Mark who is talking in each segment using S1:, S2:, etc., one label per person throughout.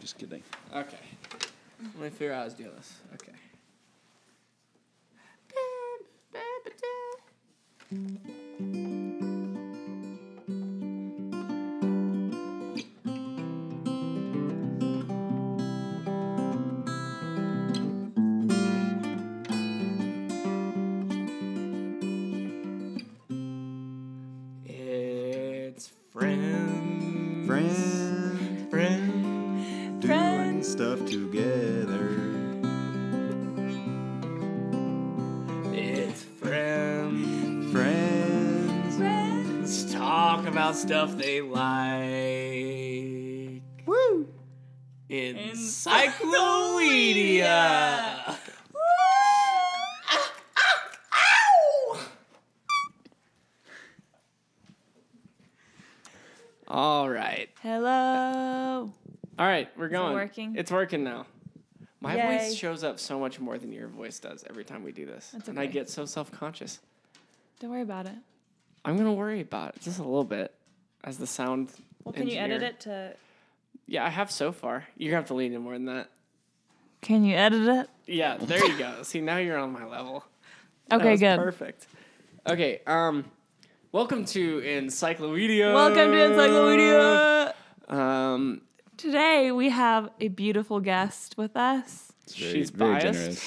S1: Just kidding.
S2: Okay. Let me figure out how to do this. Okay. It's friends.
S1: Friends
S2: Friends.
S1: doing stuff together.
S2: It's friends.
S1: Friends.
S2: Let's talk about stuff they like.
S1: Woo!
S2: Encyclopedia. All right.
S3: Hello.
S2: All right, we're going.
S3: working?
S2: It's working now. My voice
S3: Yay.
S2: shows up so much more than your voice does every time we do this.
S3: That's
S2: And I
S3: okay.
S2: get so self-conscious.
S3: Don't worry about it.
S2: I'm going to worry about it just a little bit as the sound
S3: Well, can you edit
S2: engineer.
S3: it to?
S2: Yeah, I have so far. You're going to have to lean in more than that.
S3: Can you edit it?
S2: Yeah, there you go. See, now you're on my level. That
S3: Okay,
S2: was
S3: good.
S2: Perfect. Okay, um welcome to Encyclopedia.
S3: Welcome to Encyclopedia.
S2: Um
S3: Today we have a beautiful guest with us.
S2: she's biased.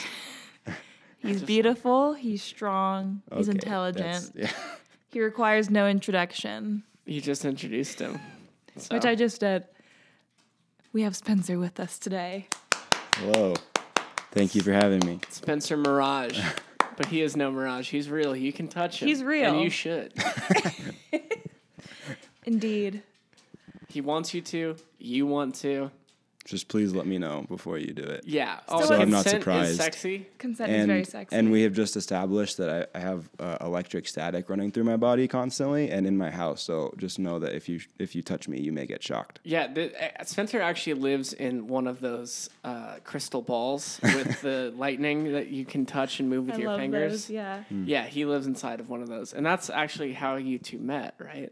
S3: He's beautiful. He's strong. He's
S1: Okay,
S3: intelligent.
S1: that's-
S3: He requires no introduction,
S2: You just introduced him. So,
S3: which I just did. We have Spencer with us today.
S1: yeah. Hello. Thank you for having me.
S2: Spencer Mirage. But he is no mirage. He's real. You can touch him.
S3: He's real.
S2: And you should.
S3: Indeed.
S2: He wants you to. You want to.
S1: Just please let me know before you do it.
S2: Yeah. Oh,
S3: So I'm
S2: consent
S1: not
S2: Is
S1: surprised.
S2: sexy.
S3: Consent is
S1: And,
S3: very sexy.
S1: and we have just established that I, I have uh, electric static running through my body constantly and in my house. So just know that if you if you touch me, you may get shocked.
S2: Yeah, th- uh, Spencer actually lives in one of those uh, crystal balls with the lightning that you can touch and move with
S3: I
S2: your
S3: love
S2: fingers.
S3: those. Yeah.
S1: Hmm.
S2: Yeah, he lives inside of one of those. And that's actually how you two met, right?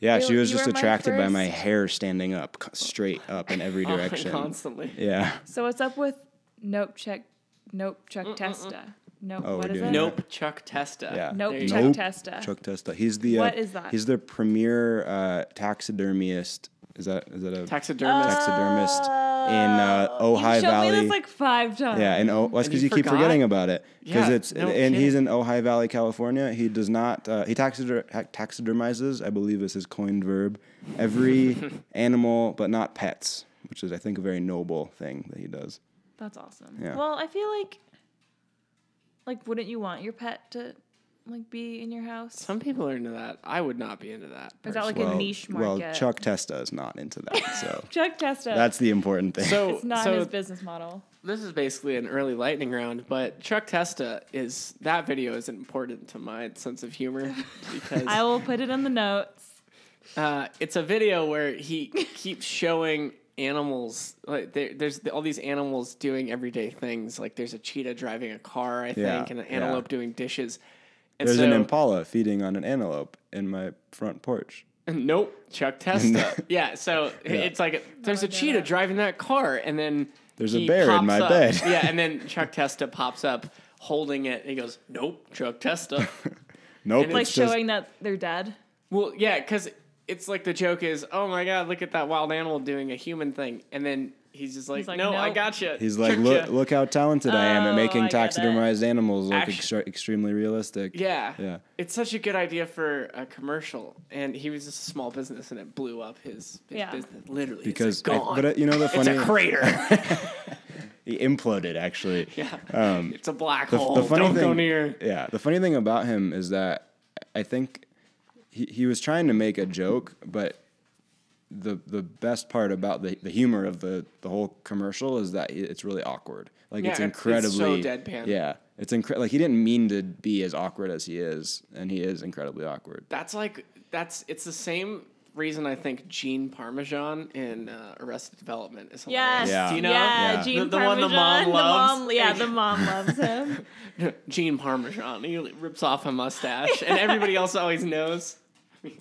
S1: Yeah,
S3: You-
S1: she was
S3: you
S1: just
S3: were my
S1: attracted by
S3: first- Oh
S1: my hair standing up, c- straight up in every direction.
S2: Constantly.
S1: yeah.
S3: So what's up with Nope Check Nope Chuck Testa? Nope.
S1: Oh, we're
S3: what is
S1: doing that.
S3: it?
S2: Nope, Chuck Testa.
S1: Yeah.
S3: Nope
S2: There you
S3: Chuck
S2: go.
S1: Nope.
S3: Testa.
S1: Chuck Testa. He's the uh,
S3: What is that?
S1: He's the premier uh, taxidermist. Is that is that a
S2: Taxidermist.
S3: Uh,
S1: taxidermist in uh, Ojai
S3: Oh, you showed
S1: Valley?
S3: me this like five times.
S1: yeah, and oh, that's because
S2: you
S1: you, keep
S2: forgot?
S1: forgetting about it. Because
S2: Yeah,
S1: it's
S2: no
S1: and he's
S2: kidding.
S1: in Ojai Valley, California. He does not uh, he taxider- ha- taxidermizes, I believe, is his coined verb, every animal, but not pets, which is I think a very noble thing that he does.
S3: That's awesome.
S1: Yeah.
S3: Well, I feel like, like, wouldn't you want your pet to, like, be in your house?
S2: Some people are into that. I would not be into that.
S3: Is that like a niche
S1: well,
S3: market?
S1: Chuck Testa is not into that, so
S3: Chuck Testa.
S1: that's the important thing.
S2: So,
S3: it's not
S2: so
S3: his business model.
S2: this is basically an early lightning round, but Chuck Testa is that video is important to my sense of humor because
S3: I will put it in the notes.
S2: Uh, it's a video where he keeps showing animals. Like there, there's all these animals doing everyday things. Like there's a cheetah driving a car, I think,
S1: Yeah,
S2: and an
S1: yeah.
S2: antelope doing dishes. And
S1: There's
S2: so,
S1: an impala feeding on an antelope in my front porch.
S2: Nope, Chuck Testa. yeah, so it's like a, there's a cheetah driving that car, and then
S1: There's a
S2: he
S1: bear in
S2: pops
S1: my
S2: up.
S1: bed.
S2: yeah, and then Chuck Testa pops up holding it, and he goes, "Nope, Chuck Testa."
S1: Nope,
S2: And
S3: Like
S1: it's just
S3: showing that they're dead.
S2: Well, yeah, because it's like the joke is, oh my god, look at that wild animal doing a human thing, and then he's just like,
S3: He's like,
S2: no, I
S3: no.
S2: gotcha.
S1: He's like,
S2: tricked
S1: look,
S2: ya."
S1: look how talented I am
S3: Oh,
S1: at making
S3: I get it.
S1: taxidermized animals look
S2: Actu-
S1: extra- extremely realistic.
S2: yeah,
S1: Yeah.
S2: It's such a good idea for a commercial, and he was just a small business, and it blew up his, his
S3: Yeah.
S2: business literally.
S1: Because,
S2: it's like, gone.
S1: I, but uh, you know the
S2: it's
S1: funny,
S2: a crater.
S1: he imploded actually.
S2: yeah, it's a black hole.
S1: the funny
S2: Don't
S1: thing,
S2: go near.
S1: Yeah, the funny thing about him is that I think he, he was trying to make a joke, but the the best part about the, the humor of the, the whole commercial is that it's really awkward. Like
S2: Yeah,
S1: it's
S2: it's- it's so
S1: incredibly
S2: deadpan.
S1: Yeah, it's incre- like he didn't mean to be as awkward as he is, and he is incredibly awkward.
S2: That's like that's it's the same reason I think Gene Parmesan in uh, Arrested Development is
S3: Yes.
S2: hilarious.
S1: Yeah.
S2: Do you know?
S3: Yeah.
S1: Yeah.
S3: Gene
S2: The- the one the mom
S3: Parmesan,
S2: loves.
S3: mom- yeah, the mom loves him.
S2: Gene Parmesan. He rips off a mustache, and everybody else always knows. Isn't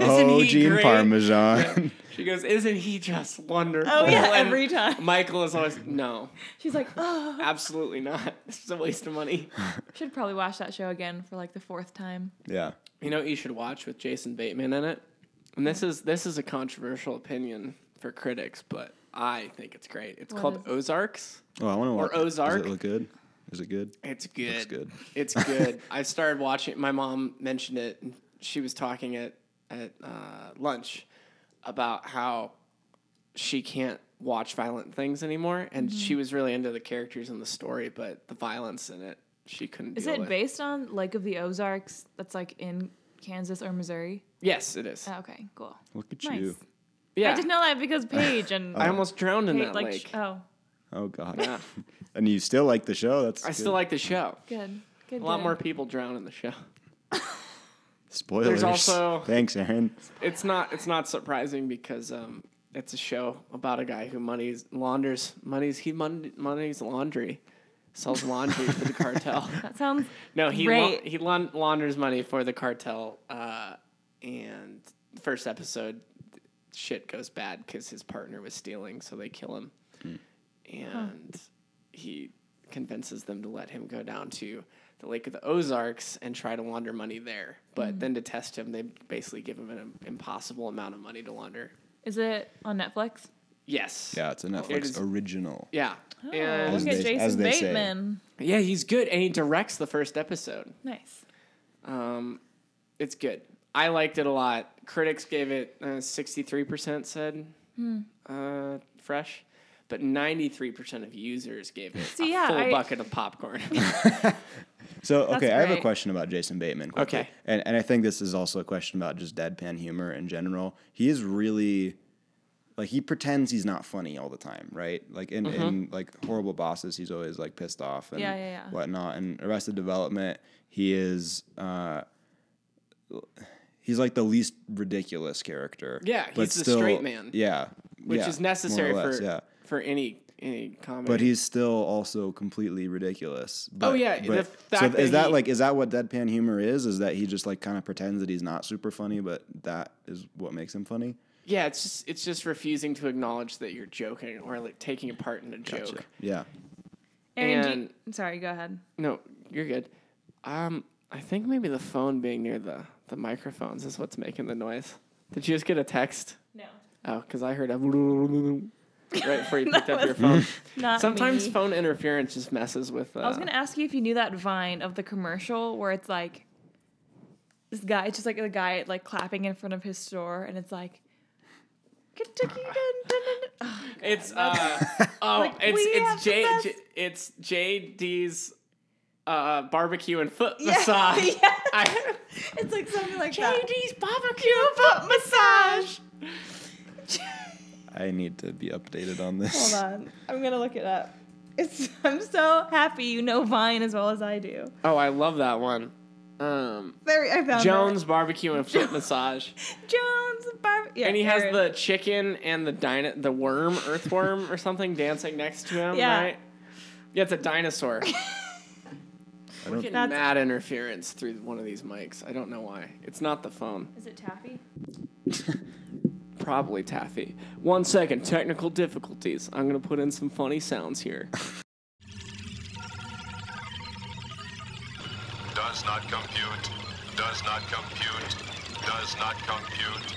S1: oh,
S2: he
S1: Gene
S2: great?
S1: Parmesan.
S2: She goes, "Isn't he just wonderful?"
S3: Oh, yeah,
S2: And
S3: every time.
S2: Michael is always, "No,
S3: She's like, oh,
S2: absolutely not. This is a waste of money."
S3: should probably watch that show again for like the fourth time.
S1: yeah.
S2: You know, what you should watch with Jason Bateman in it. And this is this is a controversial opinion for critics, but I think it's great. It's
S3: What
S2: called
S3: is it?
S2: Ozarks.
S1: Oh, I want to watch.
S2: Ozark.
S1: Does it look good? Is it good?
S2: It's good.
S1: Looks good.
S2: It's good. I started watching. My mom mentioned it. And she was talking at at uh, lunch about how she can't watch violent things anymore, and
S3: Mm-hmm.
S2: she was really into the characters and the story, but the violence in it, she couldn't.
S3: Is
S2: deal
S3: it
S2: with.
S3: based on Lake of the Ozarks that's like in Kansas or Missouri?
S2: Yes, it is.
S3: Oh, okay, cool.
S1: Look at
S3: Nice.
S1: you.
S2: yeah,
S3: I didn't know that because Paige and
S2: I almost drowned in
S3: Paige,
S2: that
S3: like
S2: lake.
S3: sh- oh,
S1: Oh God.
S2: Yeah.
S1: And you still like the show? That's
S2: I still like the show.
S3: good, good.
S2: A lot more people drown in the show.
S1: spoilers.
S2: also-
S1: Thanks, Aaron.
S2: It's not. It's not surprising because um, it's a show about a guy who monies launders monies he mon- monies laundry, sells laundry for the cartel.
S3: That sounds
S2: No, he
S3: Right.
S2: laun- he laun- launders money for the cartel. Uh, and first episode, shit goes bad because his partner was stealing, so they kill him, and he convinces them to let him go down to the Lake of the Ozarks and try to launder money there.
S3: Hmm.
S2: But then to test him, they basically give him an impossible amount of money to launder.
S3: Is it on Netflix?
S2: Yes.
S1: Yeah, it's a Netflix
S2: is-
S1: original.
S2: Yeah.
S3: oh,
S1: As
S3: look
S2: And
S3: at
S1: they- as
S3: Jason
S1: they say.
S3: Bateman.
S2: yeah, he's good, and he directs the first episode.
S3: Nice.
S2: Um, it's good. I liked it a lot. Critics gave it uh, 63% said
S3: Hmm.
S2: uh, fresh, but 93% of users gave it a
S3: See, yeah,
S2: full
S3: I-
S2: bucket of popcorn.
S1: So okay, I have a
S3: great.
S1: question about Jason Bateman. quickly.
S2: Okay.
S1: and and I think this is also a question about just deadpan humor in general. He is really like he pretends he's not funny all the time, right? Like in, in
S2: Mm-hmm.
S1: like horrible bosses, he's always like pissed off and
S3: Yeah, yeah, yeah.
S1: whatnot. And Arrested Development, he is uh, he's like the least ridiculous character.
S2: Yeah,
S1: but
S2: he's the straight man.
S1: Yeah,
S2: which
S1: yeah,
S2: is necessary
S1: more or less,
S2: for
S1: yeah.
S2: for any any comedy.
S1: But he's still also completely ridiculous. But,
S2: Oh, yeah, the
S1: but,
S2: fact
S1: so
S2: that
S1: is that
S2: he-
S1: like is that what deadpan humor is? Is that he just like kind of pretends that he's not super funny, but that is what makes him funny?
S2: yeah, it's just it's just refusing to acknowledge that you're joking or like taking a part in a joke.
S1: Gotcha. Yeah,
S3: Aaron, do you- sorry, go ahead.
S2: No, you're good. Um, I think maybe the phone being near the the microphones is what's making the noise. Did you just get a text?
S3: No,
S2: Oh, because I heard a right before you picked up your phone.
S3: not
S2: Sometimes
S3: me.
S2: phone interference just messes with. Uh,
S3: I was gonna ask you if you knew that Vine of the commercial where it's like this guy, it's just like a guy like clapping in front of his store, and it's like Kentucky. Dun, dun, dun, dun. Ugh.
S2: It's uh oh
S3: Like,
S2: it's
S3: we have
S2: it's
S3: the
S2: J,
S3: best-
S2: J it's JD's uh barbecue and foot
S3: Yeah,
S2: massage.
S3: yeah.
S2: I,
S3: It's like something like that.
S2: JD's barbecue and foot massage.
S1: I need to be updated on this.
S3: Hold on, I'm gonna look it up. It's, I'm so happy you know Vine as well as I do.
S2: Oh, I love that one. Um,
S3: There, I found
S2: Jones barbecue and foot massage.
S3: it. Jones Bar. Yeah,
S2: And he has
S3: Aaron.
S2: the chicken and the dino- the worm, earthworm or something dancing next to him,
S3: Yeah.
S2: right? Yeah, it's a dinosaur.
S1: I
S2: We're
S1: don't-
S2: getting
S3: That's-
S2: mad interference through one of these mics. I don't know why. It's not the phone.
S3: Is it taffy?
S2: Probably Taffy. One second, technical difficulties. I'm gonna put in some funny sounds here.
S4: Does not compute. Does not compute. Does not compute.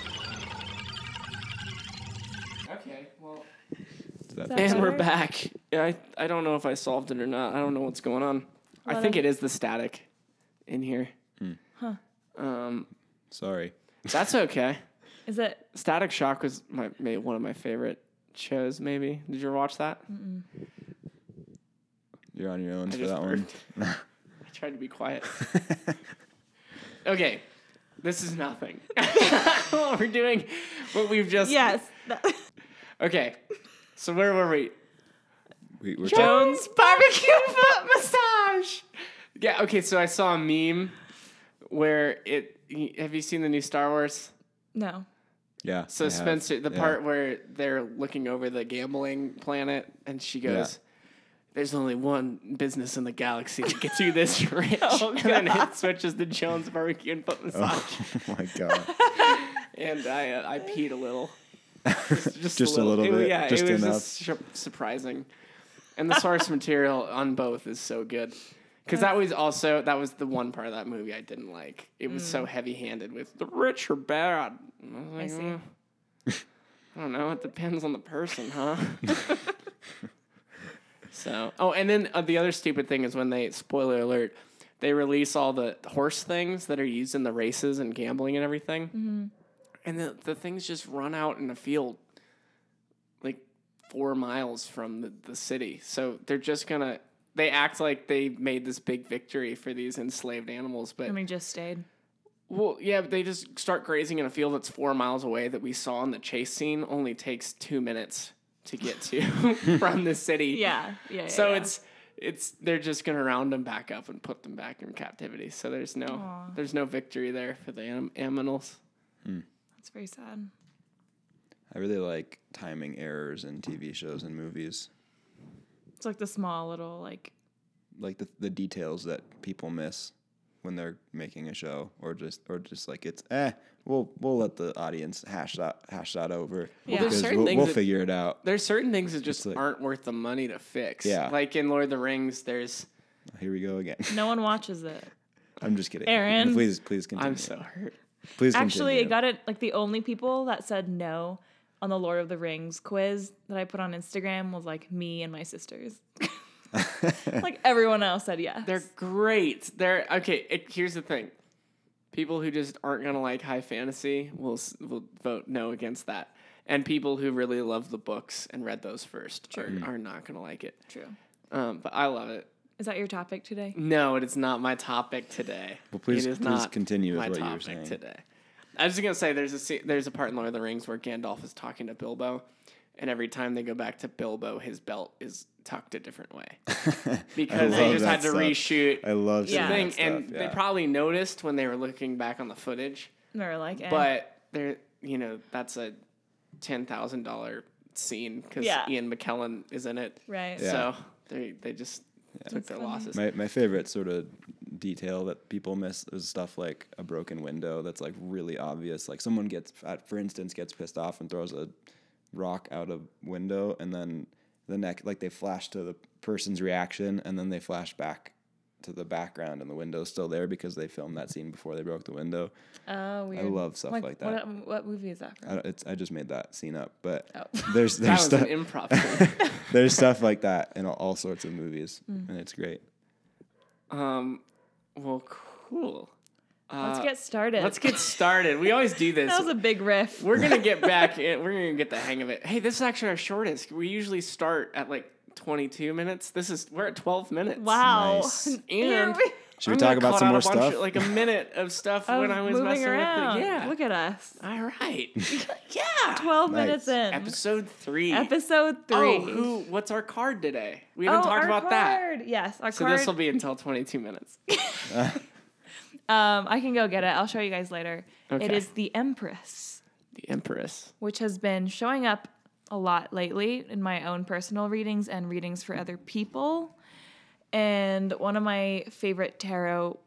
S2: Okay, well.
S1: Is that-
S3: Is that
S2: And we're
S3: better?
S2: back. Yeah, I, I don't know if I solved it or not. I don't know what's going on. I
S3: Well,
S2: think
S3: then-
S2: it is the static in here. Um,
S1: Sorry.
S2: that's okay.
S3: Is it?
S2: Static Shock was my maybe one of my favorite shows. Maybe did you ever watch that?
S1: You're on your own for
S2: just
S1: that one.
S2: I tried to be quiet. okay, this is nothing. what we're doing, what we've just
S3: Yes. that-
S2: Okay, so where were we?
S1: We, we're talking-
S2: Jones barbecue foot massage. Yeah. Okay, so I saw a meme where it. Have you seen the new Star Wars?
S3: no.
S1: yeah. I
S2: So
S1: have.
S2: Spencer, the
S1: Yeah.
S2: part where they're looking over the gambling planet, and she goes, there's only one business in the galaxy that gets you this rich. and then it switches to Jones Barbecue and Foot Massage.
S1: Oh my god.
S2: And I, uh, I peed a little. Just,
S1: Just a little
S2: It wa-
S1: bit,
S2: yeah,
S1: just
S2: it was
S1: enough.
S2: just sur- surprising. And the source material on both is so good. Because that was also, that was the one part of that movie I didn't like. It was so heavy handed with the rich are bad. And I, was like,
S3: see.
S2: "Mm, I don't know. It depends on the person, huh? so, oh, and then uh, the other stupid thing is when they, spoiler alert, they release all the horse things that are used in the races and gambling and everything. And the, the things just run out in a field like four miles from the, the city. So they're just gonna they act like they made this big victory for these enslaved animals, but
S3: I mean, just stayed.
S2: well, yeah, but they just start grazing in a field that's four miles away that we saw in the chase scene. Only takes two minutes to get to from the city.
S3: Yeah, yeah. yeah,
S2: So
S3: yeah.
S2: it's it's they're just gonna round them back up and put them back in captivity. So there's no
S3: Aw.
S2: there's no victory there for the anim- aminals.
S3: that's very sad.
S1: I really like timing errors in TV shows and movies,
S3: It's like the small little like
S1: like the the details that people miss when they're making a show, or just or just like it's eh, we'll we'll let the audience hash that hash that over.
S3: Well, there's
S1: because
S2: certain
S1: we'll,
S2: things
S1: we'll
S2: that-
S1: figure it out.
S2: There's certain things that just
S1: like-
S2: aren't worth the money to fix.
S1: Yeah.
S2: Like in Lord of the Rings, there's
S1: Here we go again.
S3: no one watches it.
S1: I'm just kidding.
S3: Aaron.
S1: please please continue.
S2: I'm so hurt.
S1: please
S3: Actually,
S1: continue.
S3: it got it like the only people that said no on the Lord of the Rings quiz that I put on Instagram was like me and my sisters. like everyone else said yes.
S2: They're great. They're okay. It, here's the thing: people who just aren't gonna like high fantasy will s- will vote no against that, and people who really love the books and read those first are, are not gonna like it.
S3: true.
S2: Um, but I love it.
S3: Is that your topic today?
S2: No, it is not my topic today.
S1: Well, please-
S2: it is
S1: please
S2: not
S1: continue with
S2: my
S1: what you were
S2: topic
S1: saying.
S2: today. I was just gonna say there's a se- there's a part in Lord of the Rings where Gandalf is talking to Bilbo, and every time they go back to Bilbo, his belt is tucked a different way because they
S1: love
S2: just
S1: that
S2: had to
S1: stuff.
S2: reshoot
S1: I love seeing
S3: Yeah.
S1: that
S2: thing,
S1: stuff,
S2: and
S1: yeah.
S2: they probably noticed when they were looking back on the footage.
S3: And they're like, eh.
S2: But they're you know that's a ten thousand dollar scene because
S3: Yeah.
S2: Ian McKellen is in it,
S3: right.
S1: Yeah.
S2: so they they just took their losses.
S1: My my favorite sort of detail that people miss is stuff like a broken window that's like really obvious. Like someone gets, at- for instance, gets pissed off and throws a rock out a window, and then the neck like they flash to the person's reaction, and then they flash back to the background, and the window's still there because they filmed that scene before they broke the window.
S3: Oh, weird.
S1: love stuff like that.
S3: What, um, what movie is that
S1: I,
S3: from?
S1: don't- it's, I just made that scene up, but
S3: Oh.
S1: there's
S2: That
S1: there's
S2: was
S1: stuff
S2: an improv. thing.
S1: there's stuff like that in all, all sorts of movies,
S2: Mm.
S1: and it's great.
S2: um, well, cool.
S3: Let's get started.
S2: Uh, Let's get started. We always do this.
S3: That was a big riff.
S2: we're gonna get back in. We're gonna get the hang of it. Hey, this is actually our shortest. We usually start at like 22 minutes. This is we're at 12 minutes.
S3: Wow.
S1: Nice.
S2: And
S1: Should we
S2: I'm
S1: talk
S2: gonna
S1: about
S2: cut
S1: some
S2: out
S1: more
S2: a bunch
S1: stuff?
S2: Of, like a minute of stuff
S3: Of
S2: when I was
S3: moving
S2: messing
S3: around.
S2: with it. Yeah.
S3: Look at us.
S2: All right. yeah.
S3: 12
S1: Nice.
S3: minutes in.
S2: Episode three.
S3: Episode three.
S2: Oh, who? What's our card today? We
S3: Oh,
S2: haven't talked
S3: our
S2: about that.
S3: card. Yes, our
S2: So
S3: card.
S2: this will be until 22 minutes.
S3: um, I can go get it. I'll show you guys later. It
S2: Okay.
S3: is the Empress,
S2: The Empress.
S3: which has been showing up a lot lately in my own personal readings and readings for other people. And one of my favorite tarot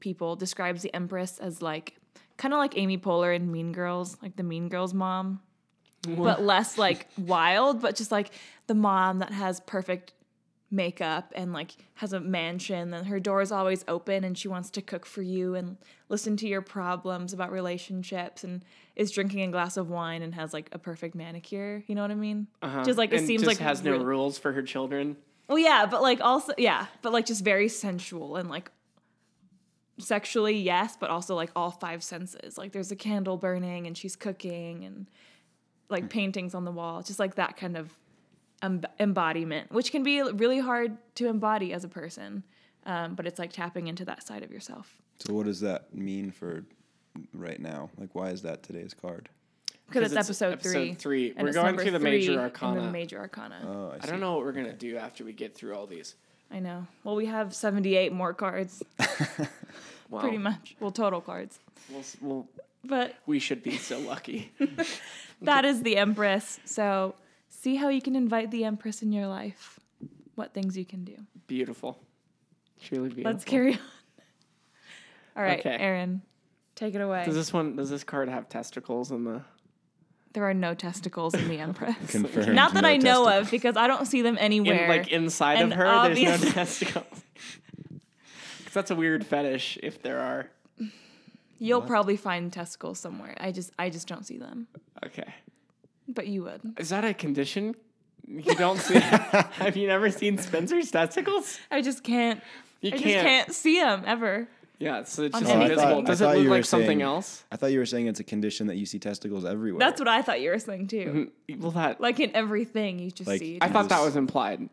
S3: people describes the Empress as like kind of like Amy Poehler in Mean Girls, like the Mean Girls mom,
S2: Mm-hmm.
S3: but less like wild, but just like the mom that has perfect makeup and like has a mansion and her door is always open and she wants to cook for you and listen to your problems about relationships and is drinking a glass of wine and has like a perfect manicure you know what i mean
S2: Uh-huh.
S3: just like it
S2: And
S3: seems
S2: just
S3: like
S2: has no
S3: real-
S2: rules for her children.
S3: well, yeah, but like also, yeah, but like just very sensual and like sexually, yes, but also like all five senses. Like there's a candle burning and she's cooking and
S2: Mm.
S3: like paintings on the wall, just like that kind of em- embodiment, which can be really hard to embody as a person. Um, but it's like tapping into that side of yourself
S1: So what does that mean for right now? Like why is that today's card?
S3: because it's,
S2: it's
S3: episode,
S2: episode
S3: three.
S2: three.
S3: and
S2: We're
S3: it's
S2: going
S3: number
S2: through the
S3: three
S2: major
S3: in
S2: arcana. Uh.
S3: The major arcana.
S1: Oh, I,
S2: I
S1: see.
S2: don't know what we're gonna do after we get through all these.
S3: I know. Well, we have seventy-eight more cards,
S2: Wow.
S3: pretty much. Well, total cards,
S2: We'll, s- we'll,
S3: but
S2: we should be so lucky.
S3: that is the Empress. So see how you can invite the Empress in your life. what things you can do.
S2: Beautiful. Truly beautiful.
S3: Let's carry on. All right,
S2: Okay.
S3: Aaron, take it away.
S2: Does this one? Does this card have testicles in the?
S3: there are no testicles in the Empress.
S1: Confirmed.
S3: Not that
S1: no
S3: I know
S1: testicles.
S3: of because I don't see them
S2: In,
S3: anywhere.
S2: like inside of
S3: an
S2: her, there's no
S3: obvious-
S2: testicles. 'Cause that's a weird fetish if there are.
S3: You'll probably find testicles somewhere. I just I just don't see them.
S2: Okay.
S3: But you would.
S2: Is that a condition? You don't see. have you never seen Spencer's testicles?
S3: I just can't
S2: You
S3: I
S2: can't.
S3: just can't see them ever.
S2: Yeah, so it's
S3: On
S2: just
S3: any- Oh, I
S2: invisible.
S3: thought- I
S2: Does it
S1: thought
S2: look
S1: you were
S2: like something
S1: saying-
S2: else?
S1: I thought you were saying it's a condition that you see testicles everywhere.
S3: That's what I thought you were saying too.
S2: Well, that
S3: Like in everything you just
S1: Like-
S3: see.
S2: Mm-hmm. I thought that
S1: Jesus.
S2: was implied.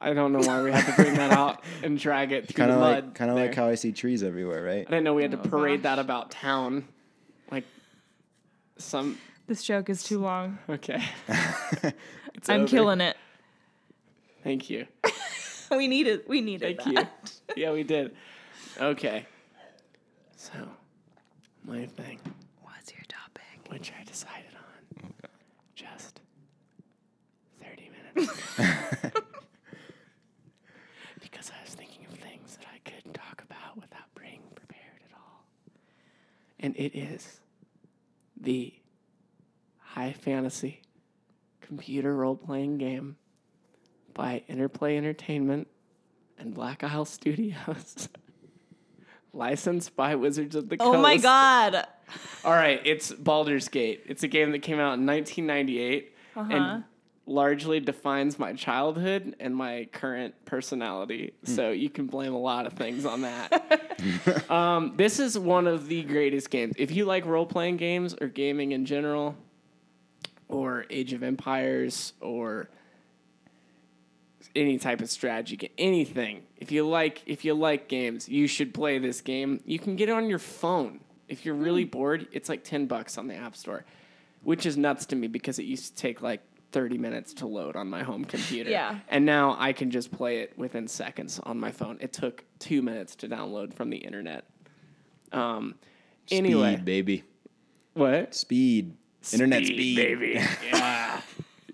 S2: I don't know why we had to bring that out and drag it through
S1: kind
S2: the
S1: of
S2: mud.
S1: like kind of
S2: there.
S1: like how I see trees everywhere, right?
S2: I didn't know we had to
S3: Oh,
S2: parade
S3: gosh.
S2: that about town. Like some
S3: this joke is too long.
S2: okay. It's
S3: I'm
S2: over.
S3: killing it.
S2: Thank you.
S3: We needed we needed
S2: Thank
S3: that.
S2: you. yeah, we did. Okay. So my thing,
S3: What's your topic?
S2: which I decided on just thirty minutes ago. because I was thinking of things that I could talk about without being prepared at all. And it is the high fantasy computer role playing game by Interplay Entertainment and Black Isle Studios. Licensed by Wizards of the
S3: Oh
S2: Coast.
S3: my god.
S2: All right, it's Baldur's Gate. It's a game that came out in 1998
S3: Uh-huh.
S2: and largely defines my childhood and my current personality. So you can blame a lot of things on that. um, this is one of the greatest games. If you like role playing games or gaming in general, or Age of Empires, or any type of strategy game, anything. If you like if you like games, you should play this game. You can get it on your phone. If you're really bored, it's like 10 bucks on the App Store, which is nuts to me because it used to take like 30 minutes to load on my home computer.
S3: Yeah.
S2: And now I can just play it within seconds on my phone. It took 2 minutes to download from the internet. Um anyway,
S1: Speed, baby.
S2: what?
S1: Speed. Internet speed.
S2: baby. Yeah.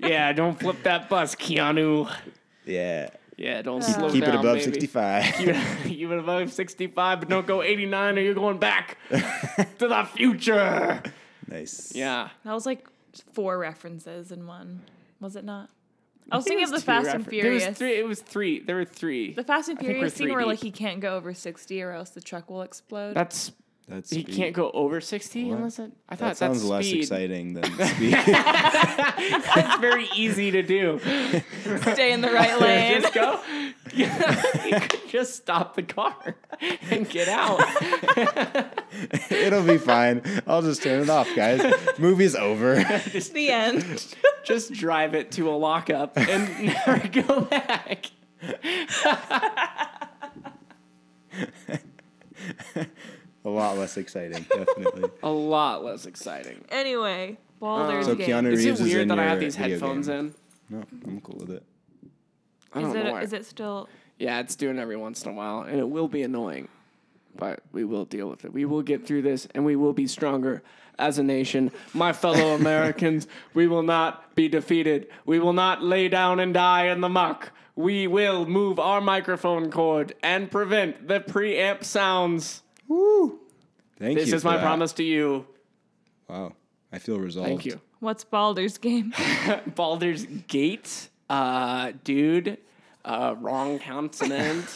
S2: yeah, don't flip that bus, Keanu.
S1: Yeah.
S2: Yeah, don't slow
S1: Keep
S2: down,
S1: it above
S2: baby.
S1: 65.
S2: you you would above 65, but don't go 89 or you're going back to the future.
S1: nice.
S2: Yeah.
S3: That was like four references in one. Was it not? I was thinking
S2: It
S3: of the
S2: was two
S3: Fast and
S2: refer- there was
S3: Furious.
S2: three- It was three. There were three.
S3: The Fast and
S2: I think we're
S3: Furious scene where
S2: 3D.
S3: like he can't go over sixty or else the truck will explode.
S2: That's.
S1: That's
S2: He
S1: speed.
S2: can't go over 60 unless it. I thought
S1: That sounds
S2: that's
S1: less
S2: speed.
S1: exciting than speed.
S2: It's very easy to do.
S3: Stay in the right lane.
S2: Just go. you could just stop the car and get out.
S1: It'll be fine. I'll just turn it off, guys. Movie's over.
S3: It's the end.
S2: just drive it to a lockup and never go back.
S1: A lot less exciting, definitely.
S2: A lot less exciting.
S3: anyway, Baldur's
S1: So
S3: Gate.
S1: Keanu Reeves
S2: Is it
S1: is in
S2: weird that I have
S1: your
S2: these
S1: video
S2: headphones
S1: game.
S2: in?
S1: No, I'm cool with it.
S2: I
S3: is
S2: don't know why.
S3: it, is it still?
S2: Yeah, it's doing every once in a while, and it will be annoying, but we will deal with it. We will get through this, and we will be stronger as a nation. My fellow Americans, we will not be defeated. We will not lay down and die in the muck. We will move our microphone cord and prevent the preamp sounds.
S1: Thank you.
S2: This is
S1: for
S2: my
S1: that.
S2: promise to you.
S1: Wow. I feel resolved.
S2: Thank you.
S3: What's Baldur's Oh game?
S2: Baldur's Gate, uh, dude, uh, wrong consonant.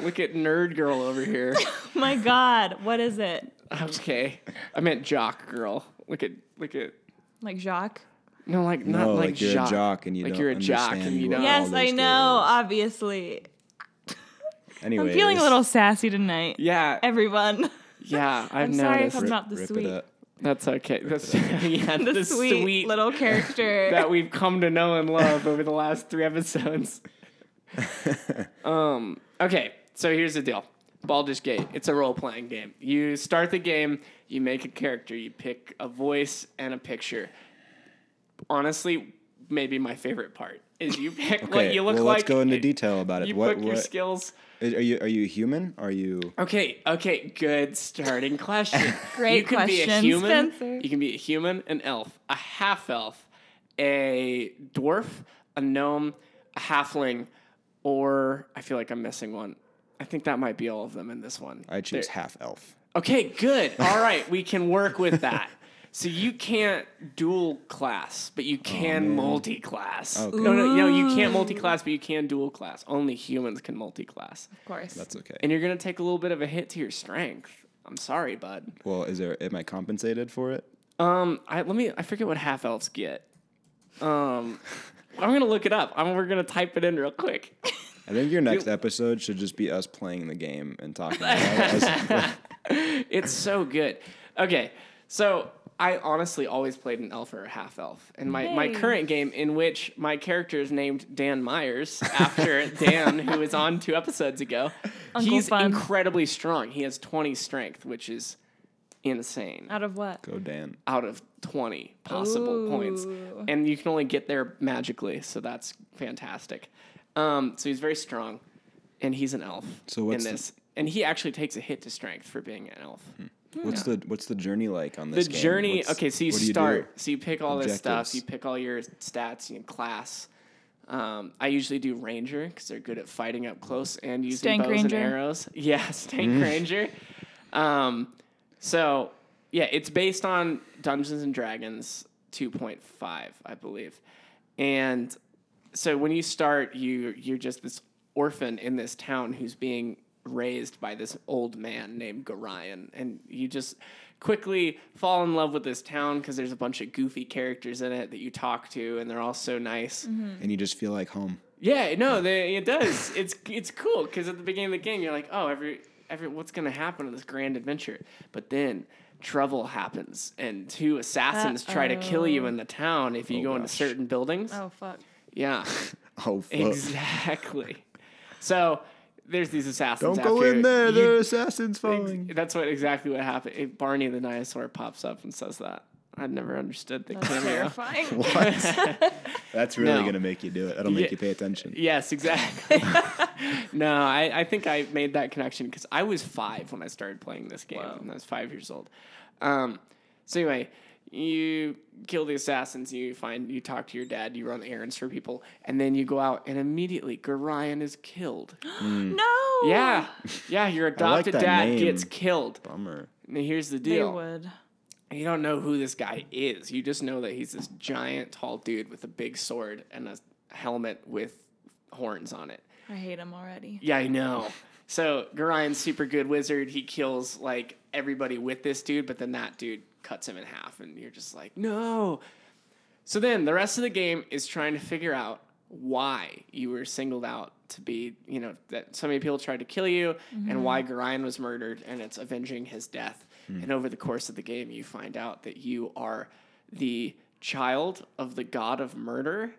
S2: Look at nerd girl over here.
S3: My God, what is it?
S2: Okay, I meant jock girl. Look at look at
S3: Like Jacques?
S2: no, like not
S1: No,
S2: like,
S1: like, you're
S2: jock.
S1: a jock and you
S2: like
S1: don't
S2: you're a jock
S1: understand
S2: and you
S1: what
S2: don't.
S3: Yes,
S1: Baldur's
S3: I
S1: Gate
S3: know.
S1: is.
S3: Obviously,
S1: Anyways,
S3: I'm feeling a little sassy tonight.
S2: Yeah,
S3: Everyone,
S2: yeah. I've
S3: I'm sorry if
S2: noticed.
S3: I'm not the
S1: rip
S3: sweet,
S1: it up.
S2: That's okay. That's yeah. The,
S3: the sweet, little character.
S2: that we've come to know and love over the last three episodes. um, okay, so here's the deal. Baldur's Gate. It's a role-playing game. You start the game, you make a character, you pick a voice and a picture. Honestly, maybe my favorite part is you pick
S1: Okay,
S2: what you look
S1: well,
S2: like.
S1: let's go into
S2: you-
S1: detail about it.
S2: You
S1: what
S2: pick
S1: what
S2: your skills.
S1: are you are you human? Are you
S2: Okay, okay, good starting question.
S3: Great
S2: you can Be a
S3: question,
S2: human,
S3: Spencer.
S2: You can be a human, an elf, a half elf, a dwarf, a gnome, a halfling, or I feel like I'm missing one. I think that might be all of them in this one.
S1: I choose
S2: There-
S1: half elf.
S2: Okay, good. All right, we can work with that. So you can't dual class, but you can multi class.
S1: Oh, Okay.
S2: No, no, no, you can't multi class, but you can dual class. Only humans can multi class.
S3: Of course.
S1: That's okay.
S2: And you're going to take a little bit of a hit to your strength. I'm sorry, bud.
S1: Well, is there? Am I compensated for it?
S2: Um, I let me. I forget what half elves get. Um, I'm gonna look it up. I'm, we're gonna type it in real quick.
S1: I think your next episode should just be us playing the game and talking about it.
S2: It's so good. Okay, so I honestly always played an elf or a half elf, and my my
S3: Yay.
S2: current game in which my character is named Dan Myers after Dan, who was on two episodes ago.
S3: Uncle
S2: He's
S3: Fun.
S2: incredibly strong. He has 20 strength, which is insane.
S3: Out of what?
S1: Go Dan.
S2: out of 20 possible points.
S3: Ooh.
S2: And you can only get there magically, so that's fantastic. Um, so he's very strong, and he's an elf
S1: So what's
S2: in
S1: the-
S2: this. and he actually takes a hit to strength for being an elf.
S1: What's the What's the journey like on
S2: The
S1: this? game?
S2: journey,
S1: What's-
S2: okay, so you
S1: what do do?
S2: start, so you pick all this stuff,
S1: Objectives.
S2: you pick all your stats, you class. Um, I usually do ranger because they're good at fighting up close and using
S3: Stank
S2: bows
S3: ranger?
S2: and arrows. Yeah, stank ranger. Um, so yeah, it's based on Dungeons and Dragons 2.5, I believe. And so when you start, you you're just this orphan in this town who's being raised by this old man named Gorion, and you just quickly fall in love with this town because there's a bunch of goofy characters in it that you talk to, and they're all so nice.
S1: and you just feel like home.
S2: Yeah, no, they, it does. It's it's cool because at the beginning of the game, you're like, oh, every every what's gonna happen in this grand adventure? But then trouble happens, and two assassins try to kill you in the town if you go
S1: oh
S2: into
S1: gosh.
S2: certain buildings.
S3: Uh, Oh fuck.
S2: Yeah,
S1: Oh fuck!
S2: exactly. so there's these assassins.
S1: Don't go
S2: after
S1: in there.
S2: you-
S1: there are assassins following.
S2: Ex- That's what exactly what happened. It- Barney the dinosaur pops up and says that. I'd never understood the
S3: That's
S2: cameo.
S3: terrifying.
S1: That's really
S2: No.
S1: gonna make you do it. That'll make
S2: Yeah.
S1: you pay attention.
S2: Yes, exactly. no, I, I think I made that connection because I was five when I started playing this game, and I was five years old. Um, so anyway, you kill the assassins, you find, you talk to your dad, you run errands for people, and then you go out, and immediately Gorion is killed.
S1: Mm.
S3: no.
S2: yeah, yeah, your adopted
S1: that
S2: dad
S1: name.
S2: gets killed.
S1: Bummer.
S2: Now here's the
S3: They
S2: deal:
S3: would.
S2: you don't know who this guy is. You just know that he's this giant, tall dude with a big sword and a helmet with horns on it.
S3: I hate him already.
S2: Yeah, I know. So Garion's super good wizard. He kills like everybody with this dude, but then that dude cuts him in half, and you're just like, no. So then the rest of the game is trying to figure out why you were singled out to be, you know, that so many people tried to kill you, and why Garion was murdered, and it's avenging his death. And over the course of the game, you find out that you are the child of the god of murder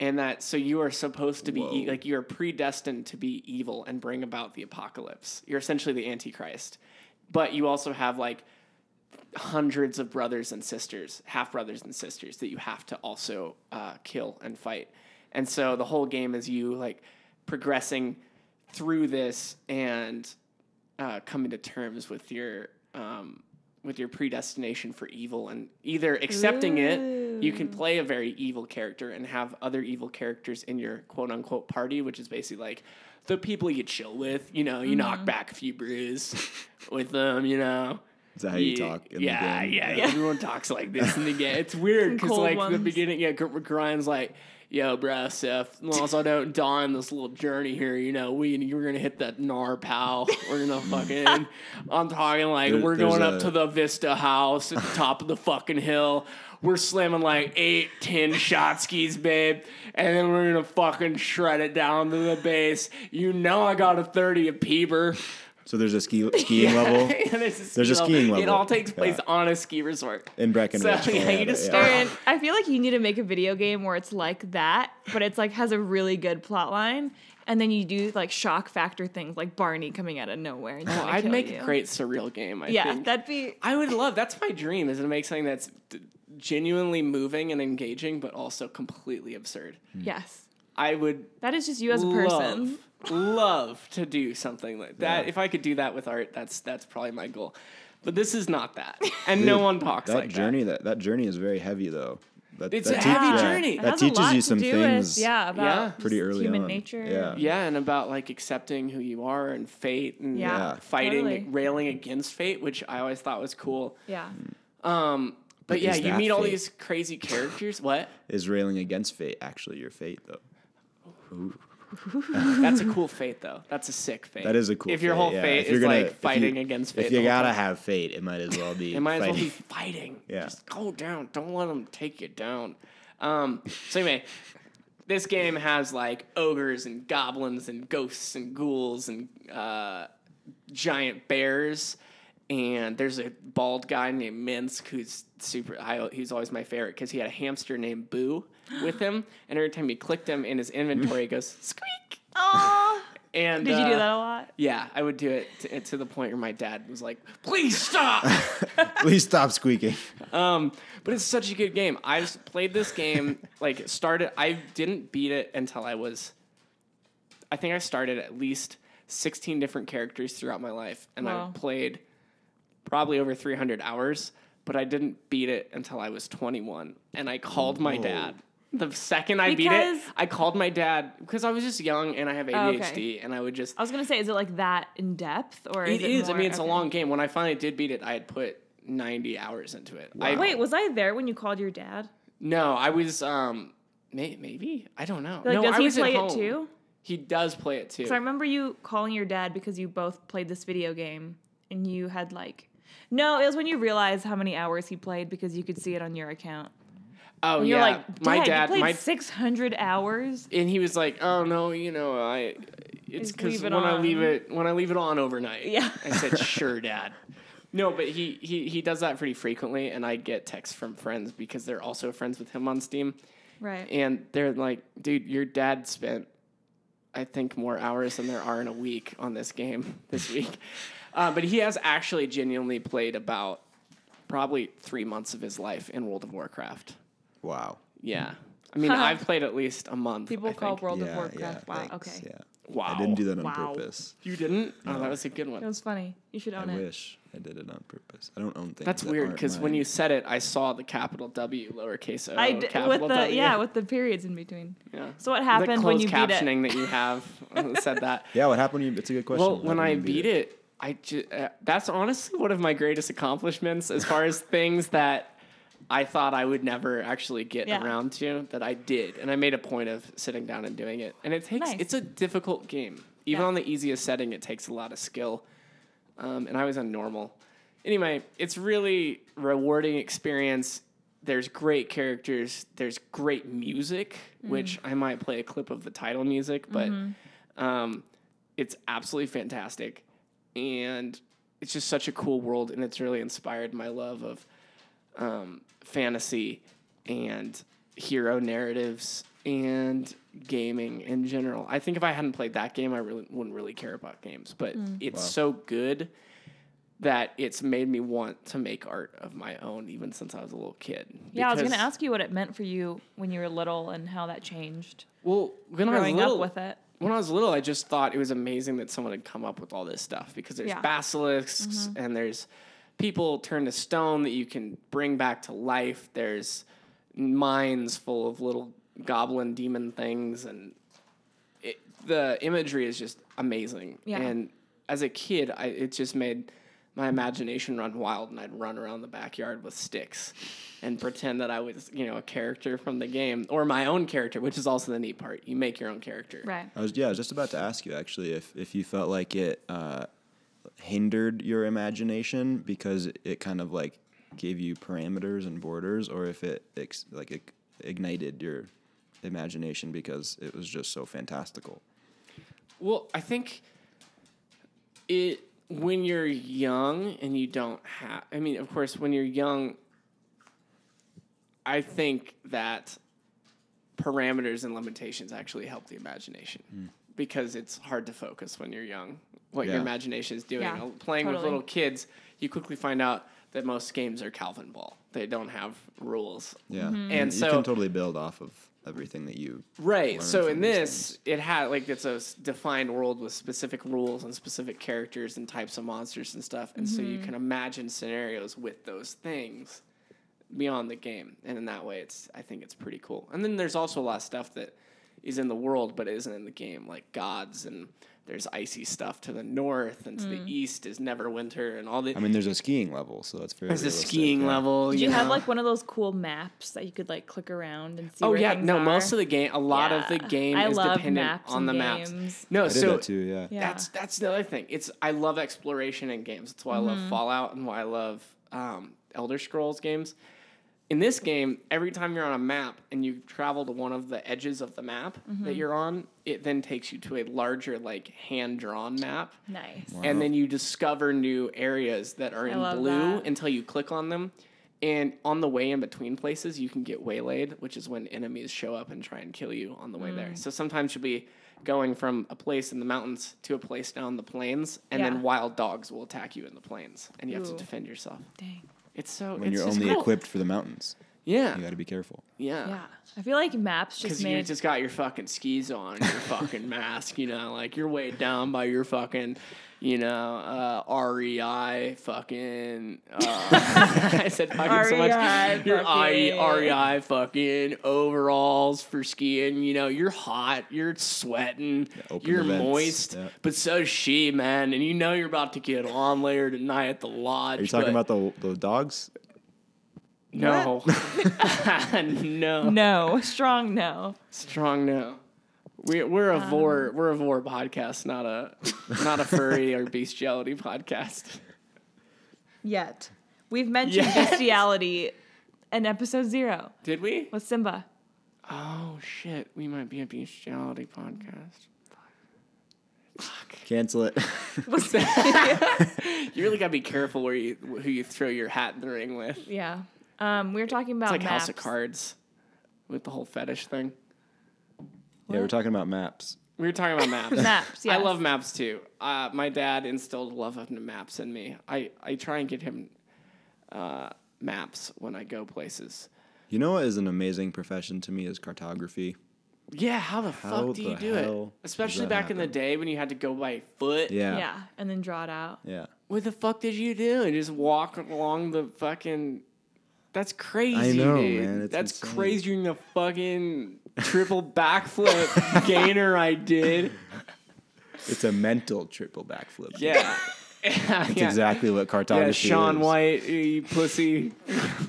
S2: and that so you are supposed to be e- like you are predestined to be evil and bring about the apocalypse. You're essentially the antichrist, but you also have like hundreds of brothers and sisters, half brothers and sisters that you have to also uh, kill and fight. And so the whole game is you like progressing through this and uh, coming to terms with your um, with your predestination for evil and either accepting it. You can play a very evil character and have other evil characters in your quote unquote party, which is basically like the people you chill with. You know, you knock back a few brews with them. You know,
S1: Is that how you talk in
S2: yeah,
S1: the game?
S2: Yeah, yeah, Everyone talks like this in the game. It's weird because
S3: cold
S2: like the
S3: ones.
S2: beginning, yeah, Gr- Grind's like, "Yo, bro, Seth, as long as I don't die on this little journey here, you know, we you're gonna hit that Nar pal. We're gonna fucking. I'm talking like
S1: There-
S2: we're
S1: there's
S2: going up
S1: a-
S2: to the Vista House at the top of the fucking hill. We're slamming like eight, ten shot skis, babe, and then we're gonna fucking shred it down to the base. You know, I got a thirty of Peeber.
S1: So there's a ski skiing level
S2: Yeah, there's a, ski
S1: There's a skiing
S2: It
S1: level.
S2: all takes place
S1: Yeah.
S2: on a ski resort.
S1: in Breckenridge.
S2: So, yeah, you
S1: Colorado,
S2: just start-
S3: Aaron, I feel like you need to make a video game where it's like that, but it's like has a really good plot line, and then you do like shock factor things like Barney coming out of nowhere.
S1: Oh,
S3: And trying to
S2: I'd
S3: kill
S2: make
S3: you.
S2: a great surreal game. I
S3: Yeah,
S2: think.
S3: that'd be.
S2: I would love. That's my dream. Is to make something that's d- genuinely moving and engaging, but also completely absurd.
S1: Hmm. Mm.
S3: Yes,
S2: I would
S3: that is just you as a person.
S2: love, love to do something like that. If I could do that with art, that's that's probably my goal. But this is not that, and no
S1: Dude,
S2: one talks
S1: that
S2: like
S1: journey that. that journey is very heavy though. That,
S2: It's
S1: that
S2: a
S1: te-
S2: heavy
S1: yeah,
S2: journey. It
S1: That
S3: has a
S1: teaches
S3: lot
S1: you
S3: to
S1: some
S3: do
S1: things.
S3: With, yeah, about
S2: Yeah.
S1: pretty
S3: just
S1: early
S3: human
S1: on.
S3: nature.
S1: Yeah.
S2: Yeah, and about like accepting who you are and fate and
S3: Yeah,
S1: Yeah.
S2: fighting,
S3: totally.
S2: railing against fate, which I always thought was cool.
S3: Yeah.
S1: Mm.
S2: Um, but,
S1: But
S2: yeah,
S1: is
S2: you
S1: that
S2: meet all
S1: fate?
S2: these crazy characters. what?
S1: Is railing against fate actually your fate though?
S2: That's a cool fate, though. That's a sick fate.
S1: That is a cool.
S2: If your
S1: fate,
S2: whole
S1: yeah.
S2: fate
S1: If
S2: is
S1: you're gonna- if
S2: like
S1: you-
S2: fighting against fate,
S1: If you
S2: the whole
S1: gotta
S2: time,
S1: have fate, it might as well be.
S2: it might as well be
S1: fighting.
S2: fighting.
S1: Yeah.
S2: Just go down. Don't let them take you down. Um, so anyway, this game has like ogres and goblins and ghosts and ghouls and uh, giant bears. And there's a bald guy named Minsk who's super. I, he's always my favorite because he had a hamster named Boo with him, and every time you clicked him in his inventory, it goes squeak.
S3: Oh,
S2: And
S3: did you do
S2: uh,
S3: that a lot?
S2: Yeah, I would do it to, to the point where my dad was like, "Please stop."
S1: Please stop squeaking.
S2: Um, but it's such a good game. I've played this game, like started. I didn't beat it until I was. I think I started at least sixteen different characters throughout my life, and
S3: Wow.
S2: I played probably over three hundred hours. But I didn't beat it until I was twenty one, and I called my dad. The second I beat
S3: Because- Oh,
S2: it, I called my dad because I was just young and I have
S3: okay.
S2: ADHD, and I would just
S3: I was gonna say, is it like that in depth, or is it
S2: it is. I
S3: more-
S2: mean, it's
S3: okay.
S2: a long game. When I finally did beat it, I had put ninety hours into it. I,
S3: Wait, was I there when you called your dad?
S2: No, I was. Um, may, maybe I don't know.
S3: Like,
S2: no,
S3: does
S2: I
S3: he
S2: was at
S3: play it
S2: home.
S3: too?
S2: He does play it too.
S3: So I remember you calling your dad because you both played this video game, and you had like. No, it was when you realized how many hours he played because you could see it on your account.
S2: oh
S3: And you're
S2: yeah,
S3: like, dad,
S2: my
S3: you
S2: dad,
S3: played
S2: my
S3: 600 hours.
S2: and he was like, oh no, you know, I. It's
S3: Just
S2: because
S3: leave it
S2: when I leave
S3: on.
S2: it when I leave it on overnight.
S3: Yeah.
S2: I said, sure, dad. No, but he, he he does that pretty frequently, and I get texts from friends because they're also friends with him on Steam,
S3: Right.
S2: and they're like, dude, your dad spent. I think more hours than there are in a week on this game this week. Uh, but he has actually genuinely played about probably three months of his life in World of Warcraft.
S1: Wow.
S2: Yeah. I mean, I've played at least a month. I
S3: People call
S2: think.
S3: World
S1: yeah,
S3: of Warcraft.
S1: Yeah,
S3: wow.
S1: thanks,
S3: okay.
S1: Yeah.
S2: Wow.
S1: I didn't do that on
S3: Wow.
S1: purpose.
S2: You didn't? Oh, that was a good
S3: It
S2: one.
S3: was funny. You should
S1: I
S3: own it.
S1: wish I did it on purpose. I don't own things.
S2: That's
S1: that
S2: weird
S1: aren't
S2: because when
S1: mine.
S2: you said it, I saw the capital W, lowercase o,
S3: I d- with
S2: Oh, capital
S3: the
S2: W.
S3: yeah with the periods in between.
S2: Yeah.
S3: So what
S2: the
S3: happened when
S2: closed
S3: you beat
S2: captioning
S3: it?
S2: that you have said that.
S1: Yeah, what happened when you? It's a good question.
S2: Well,
S1: What
S2: when
S1: happened
S2: I
S1: you
S2: beat it, I ju- uh, that's honestly one of my greatest accomplishments as far as things that I thought I would never actually get
S3: Yeah.
S2: around to that I did, and I made a point of sitting down and doing it. And it takes
S3: Nice.
S2: it's a difficult game, even
S3: Yeah.
S2: on the easiest setting. It takes a lot of skill, um, and I was on normal. Anyway, it's really rewarding experience. There's great characters. There's great music,
S3: Mm.
S2: which I might play a clip of the title music, but
S3: Mm-hmm.
S2: um, it's absolutely fantastic, and it's just such a cool world, and it's really inspired my love of um, fantasy and hero narratives and gaming in general. I think if I hadn't played that game, I really wouldn't really care about games, but
S3: Mm.
S2: it's so good that it's made me want to make art of my own even since I was a little kid.
S3: Yeah, I was
S2: Because-
S3: gonna ask you what it meant for you when you were little and how that changed
S2: Well, when I was
S3: growing
S2: little,
S3: up with it.
S2: when I was little, I just thought it was amazing that someone had come up with all this stuff because there's
S3: Yeah. Mm-hmm.
S2: basilisks and there's people turned to stone that you can bring back to life. There's mines full of little goblin demon things, and it, the imagery is just amazing.
S3: Yeah.
S2: And as a kid, I, it just made my imagination run wild, and I'd run around the backyard with sticks and pretend that I was, you know, a character from the game or my own character, which is also the neat part. You make your own character.
S3: Right.
S1: I was yeah, I was just about to ask you actually if if you felt like it uh, hindered your imagination because it kind of like gave you parameters and borders, or if it ex- like it ignited your imagination because it was just so fantastical.
S2: Well, I think it when you're young and you don't have. I mean, of course, when you're young, I think that parameters and limitations actually help the imagination because it's hard to focus when you're young. What your
S1: Yeah.
S2: imagination is doing.
S3: Yeah,
S2: Uh, Playing with
S3: totally.
S2: little kids, you quickly find out that most games are Calvin ball. They don't have rules.
S1: Yeah, and,
S2: Mm-hmm. And
S1: you
S2: so-
S1: can totally build off of everything that you
S2: Right.
S1: learn
S2: So
S1: from
S2: in
S1: these
S2: this, it had like it's a s- defined world with specific rules and specific characters
S3: Mm-hmm.
S2: and types of monsters and stuff, and so you can imagine scenarios with those things, beyond the game, and in that way, it's I think it's pretty cool. And then there's also a lot of stuff that is in the world but isn't in the game, like gods and there's icy stuff to the north and to
S3: Mm.
S2: the east is never winter and all the
S1: I mean, there's a skiing level, so that's fairly.
S2: there's a
S1: realistic,
S2: skiing
S1: yeah.
S2: level.
S3: Did you have
S2: know.
S3: like one of those cool maps that you could like click around and see?
S2: Oh
S3: where
S2: yeah,
S3: things
S2: no.
S3: Are?
S2: Most of the game, a lot of the
S3: Yeah.
S2: game
S3: I
S2: is
S3: love
S2: dependent
S3: maps
S2: on
S3: and
S2: the maps.
S3: games.
S2: No,
S1: I did
S2: so
S1: that too. Yeah.
S3: Yeah.
S2: that's that's the other thing. It's I love exploration in games. That's why I love Fallout and why I love um, Elder Scrolls games. In this game, every time you're on a map and you travel to one of the edges of the map that you're on, it then takes you to a larger, like hand drawn map.
S3: nice.
S2: And then you discover new areas that are in
S3: love
S2: blue
S3: that.
S2: until you click on them. And on the way in between places, you can get waylaid, which is when enemies show up and try and kill you on the way
S3: Mm.
S2: there. So sometimes you'll be going from a place in the mountains to a place down the plains, and
S3: Yeah.
S2: then wild dogs will attack you in the plains, and you have to
S3: Ooh.
S2: defend yourself.
S3: Dang.
S2: It's so
S1: When
S2: it's
S1: you're
S2: just
S1: only
S2: cool.
S1: equipped for the mountains,
S2: Yeah,
S1: you got to be careful.
S2: yeah,
S3: Yeah, I feel like maps
S2: because
S3: just
S2: you
S3: made
S2: uh, just got your fucking skis on, and your fucking mask, you know, like you're weighed down by your fucking, you know, uh, REI fucking. Uh, I said fucking so
S3: REI
S2: much. Your
S3: E fucking.
S2: I, REI fucking overalls for skiing. You know, you're hot, you're sweating,
S1: open
S2: you're
S1: the vents,
S2: moist,
S1: yeah.
S2: but so's she, man, and you know you're about to get on later tonight at the lodge.
S1: Are you talking
S2: but
S1: about the the dogs?
S2: no, no,
S3: no strong no.
S2: Strong no. We we're a
S3: Um,
S2: vor we're a vor podcast, not a not a furry or bestiality podcast.
S3: Yet we've mentioned
S2: Yes.
S3: bestiality in episode zero
S2: Did we?
S3: with Simba.
S2: Oh shit, we might be a bestiality podcast.
S1: Cancel it.
S2: You really gotta be careful where you who you throw your hat in the ring with. It's
S3: Yeah, um, we were talking about
S2: like
S3: maps.
S2: House of Cards with the whole fetish thing.
S1: yeah, we're talking about maps.
S2: We were talking about maps.
S3: Maps.
S2: I
S3: yes.
S2: love maps too. Uh, my dad instilled a love of maps in me. I, I try and get him uh, maps when I go places.
S1: You know what is an amazing profession to me is cartography.
S2: Yeah, how the
S1: How
S2: fuck do you
S1: the
S2: do
S1: hell
S2: it?
S1: does
S2: Especially
S1: that
S2: back in the
S1: happen?
S2: day when you had to go by foot.
S1: Yeah.
S3: Yeah. and then draw it out.
S1: Yeah.
S2: What the fuck did you do? And just walk along the fucking. That's crazy,
S1: know,
S2: dude.
S1: man. It's
S2: That's
S1: insane.
S2: crazier than the fucking triple backflip gainer I did.
S1: It's a mental triple backflip.
S2: Yeah.
S1: It's
S2: yeah.
S1: exactly what cartography
S2: Yeah, Sean
S1: is.
S2: White, you pussy,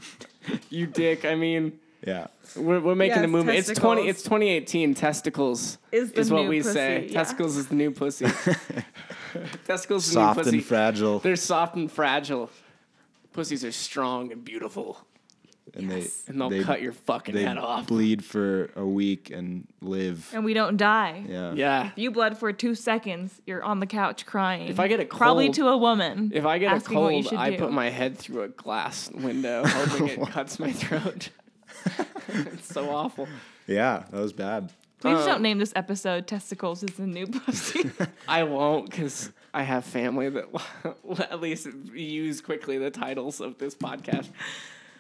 S2: you dick. I mean,
S1: Yeah.
S2: we're, we're making a
S3: Yes,
S2: movement. It's twenty.
S3: testicles.
S2: It's twenty eighteen. Testicles
S3: Is the
S2: what
S3: new
S2: we
S3: pussy,
S2: say.
S3: yeah.
S2: Testicles is the new pussy. testicles is the new
S1: Soft
S2: pussy.
S1: and fragile.
S2: They're soft and fragile. Pussies are strong and beautiful,
S1: and they
S3: Yes.
S2: and they'll
S1: they-
S2: cut your fucking
S1: they
S2: head off.
S1: bleed for a week and live.
S3: And we don't die.
S1: yeah.
S2: yeah.
S3: If you bled for two seconds, you're on the couch crying.
S2: If I get a cold,
S3: probably to a woman.
S2: if I get a
S3: asking what you
S2: cold,
S3: should
S2: I
S3: do.
S2: put my head through a glass window, hoping it cuts my throat. it's so awful.
S1: Yeah, that was bad.
S3: Please don't name this episode "Testicles is the New Pussy."
S2: I won't because I have family that will at least use quickly the titles of this podcast.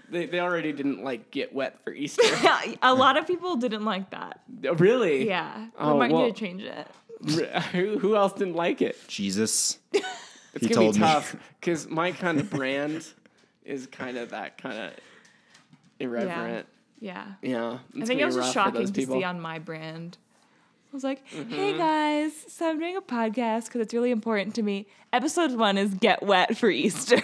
S2: They, they already didn't like get wet for Easter.
S3: a lot of people didn't like that.
S2: really?
S3: Yeah,
S2: Oh,
S3: we might
S2: well-
S3: need to change it.
S2: Who, who else didn't like it?
S1: Jesus.
S2: It's
S1: He
S2: gonna
S1: told
S2: be
S1: me.
S2: tough because my kind of brand is kind of that kind of irreverent.
S3: Yeah.
S2: Yeah,
S3: I think it was just shocking to see on my brand. I was like,
S2: Mm-hmm.
S3: hey guys, so I'm doing a podcast because it's really important to me. Episode one is Get Wet for Easter.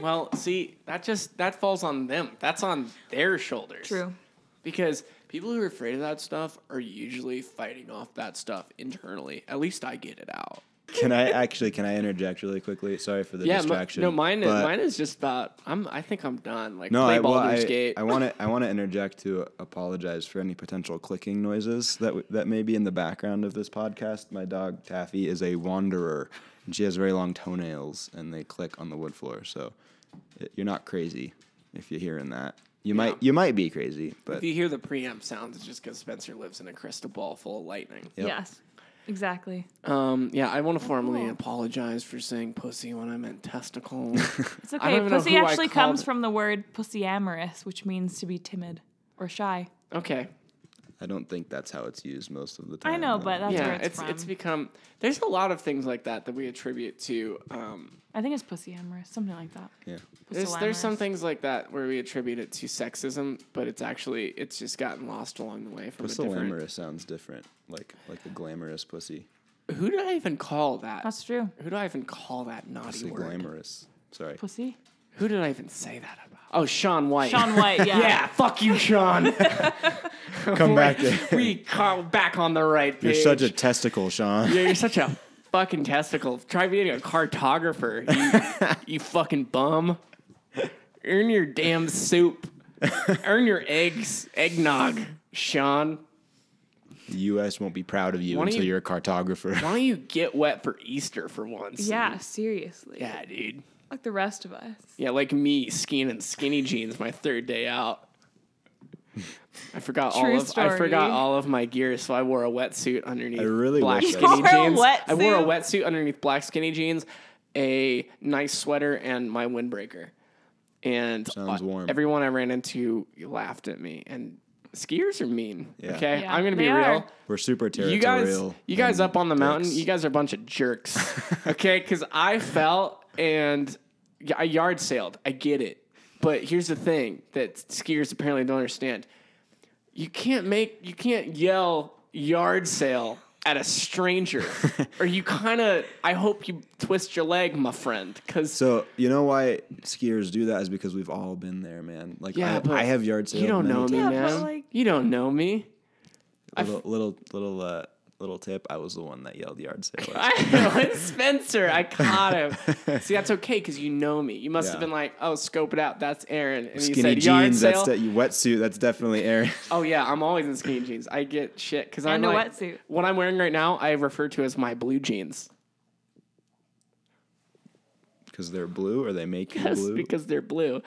S2: well, see, that just that falls on them. That's on their shoulders.
S3: True.
S2: Because people who are afraid of that stuff are usually fighting off that stuff internally. At least I get it out.
S1: Can I actually can I interject really quickly? Sorry for the
S2: Yeah, mi-
S1: distraction.
S2: no, mine is
S1: but-
S2: mine is just about. I'm. I think I'm done. Like
S1: No,
S2: play
S1: I, well,
S2: Baldur's
S1: I,
S2: Gate.
S1: I want to I want to interject to apologize for any potential clicking noises that w- that may be in the background of this podcast. My dog Taffy is a wanderer, and she has very long toenails, and they click on the wood floor. So it, you're not crazy if you're hearing that. You might you might be crazy, but
S2: if you hear the preamp sounds, it's just because Spencer lives in a crystal ball full of lightning.
S1: Yep.
S3: Yes, exactly.
S2: Um, yeah, I want to formally
S3: Oh.
S2: apologize for saying pussy when I meant testicle.
S3: It's
S2: I don't
S3: okay.
S2: even know
S3: Pussy
S2: who I
S3: actually
S2: called
S3: comes
S2: it.
S3: from the word pussy amorous, which means to be timid or shy.
S2: okay,
S1: I don't think that's how it's used most of the time.
S3: I know,
S1: though.
S3: but that's
S2: yeah,
S3: where it's,
S2: it's
S3: from.
S2: it's become there's a lot of things like that that we attribute to um,
S3: I think it's pussy amorous, something like that.
S1: yeah,
S2: There's, there's
S3: Pusillanimous.
S2: some things like that where we attribute it to sexism, but it's actually it's just gotten lost along the way from a different.
S1: pusillanimous sounds different, like like a glamorous pussy.
S2: Who do I even call that?
S3: That's true.
S2: Who do I even call that naughty
S1: Pussy
S2: word?
S1: glamorous. Sorry.
S3: Pussy.
S2: Who did I even say that about? Oh, Sean White.
S3: Sean White. Yeah.
S2: yeah, fuck you, Sean.
S1: Come back. To,
S2: we call back on the right
S1: you're
S2: page.
S1: such a testicle, Sean.
S2: yeah, you're such a fucking testicle. Try being a cartographer. You, you fucking bum. Earn your damn soup. Earn your eggs, eggnog, Sean.
S1: The U.S. won't be proud of you
S2: Why don't
S1: until
S2: you-
S1: you, are a cartographer.
S2: Why don't you get wet for Easter for once?
S3: Yeah, seriously.
S2: Yeah, dude.
S3: Like the rest of us.
S2: Yeah, like me skiing in skinny jeans my third day out. I forgot
S3: True
S2: all of I
S3: story.
S2: forgot all of my gear, so I wore a wetsuit underneath
S1: I really
S2: black
S1: wish I-
S2: skinny
S3: You wore a
S2: jeans. I wore a
S3: wetsuit?
S2: wetsuit underneath black skinny jeans, a nice sweater, and my windbreaker. And
S1: Sounds
S2: uh,
S1: warm.
S2: everyone I ran into laughed at me. And skiers are mean.
S1: Yeah.
S2: Okay,
S3: Yeah,
S2: I'm gonna be
S3: they
S2: real.
S3: are.
S1: We're super territorial.
S2: You guys, you guys
S1: and
S2: up on the mountain,
S1: dicks.
S2: you guys are a bunch of jerks. okay, because I fell and y- I yard sailed. I get it. But here's the thing that skiers apparently don't understand. You can't make you can't yell yard sail at a stranger. or you kinda I hope you twist your leg, my friend. Cause
S1: So you know why skiers do that is because we've all been there, man. Like
S2: yeah,
S1: I,
S2: but
S1: I have yard sales.
S2: You don't know me,
S3: Yeah, but,
S2: man.
S3: like-
S2: you don't know me.
S1: Little little little uh, little tip. I was the one that yelled yard sale. at
S2: I know it's Spencer. I caught him. See, that's okay because you know me. You must have
S1: Yeah.
S2: been like, "Oh, scope it out. That's Aaron." And you
S1: Skinny
S2: said, "Yard
S1: jeans. That's
S2: sale."
S1: that you wetsuit. That's definitely Aaron.
S2: oh yeah, I'm always in skinny jeans. I get shit because I'm
S3: And a
S2: like,
S3: wetsuit.
S2: What I'm wearing right now, I refer to as my blue jeans.
S1: Because they're blue, or they make you
S2: Yes,
S1: blue.
S2: because they're blue,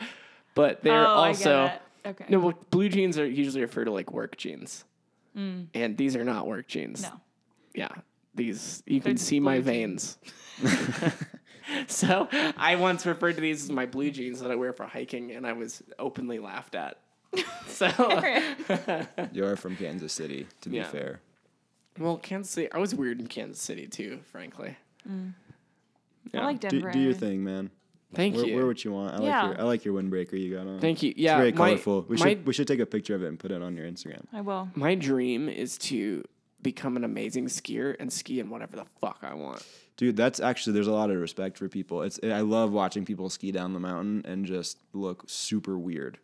S2: but they're
S3: oh,
S2: also
S3: I get it. Okay.
S2: no. Well, blue jeans are usually referred to like work jeans, and these are not work jeans.
S3: Mm. No.
S2: yeah, these you can
S3: just
S2: see my
S3: blue
S2: veins. so I once referred to these as my blue jeans that I wear for hiking, and I was openly laughed at. So,
S1: you are from Kansas City, to be
S2: Yeah.
S1: fair.
S2: well, Kansas City, I was weird in Kansas City too, frankly.
S3: I like
S1: Do,
S3: Denver.
S1: do your
S3: Aaron.
S1: thing, man.
S2: Thank
S1: Wear,
S2: you.
S1: wear what you want. I
S3: Yeah.
S1: like your I like your windbreaker you got on.
S2: Thank you.
S1: It's
S2: Yeah,
S1: very
S2: my-
S1: colorful. We
S2: my-
S1: should we should take a picture of it and put it on your Instagram.
S3: I will.
S2: my dream is to become an amazing skier and ski in whatever the fuck I want.
S1: Dude, that's actually there's a lot of respect for people. It's I love watching people ski down the mountain and just look super weird.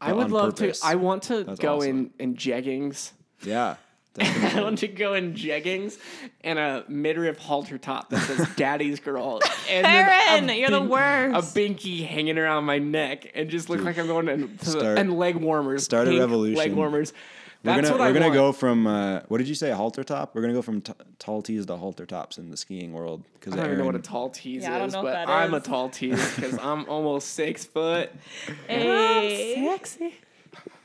S2: I would
S1: on
S2: love
S1: purpose.
S2: to. I want to
S1: That's
S2: go
S1: awesome.
S2: in in jeggings.
S1: Yeah. definitely.
S2: I want to go in jeggings and a midriff halter top that says "Daddy's Girl." And then
S3: Aaron,
S2: a
S3: you're the
S2: bink-
S3: worst.
S2: A binky hanging around my neck and just look like I'm going in to the-
S1: Start-
S2: and leg warmers.
S1: start a
S2: pink
S1: revolution.
S2: Leg warmers.
S1: we're
S2: That's
S1: gonna
S2: what
S1: we're
S2: I
S1: gonna
S2: want.
S1: go from uh, what did you say halter top? We're gonna go from t- tall tees to halter tops in the skiing world because
S2: I don't even
S1: Aaron,
S2: know what a tall tease
S3: Yeah, I don't
S2: is,
S3: know
S2: but
S3: what that
S2: I'm a
S3: is.
S2: tall tease because I'm almost six foot.
S3: Hey.
S2: Sexy.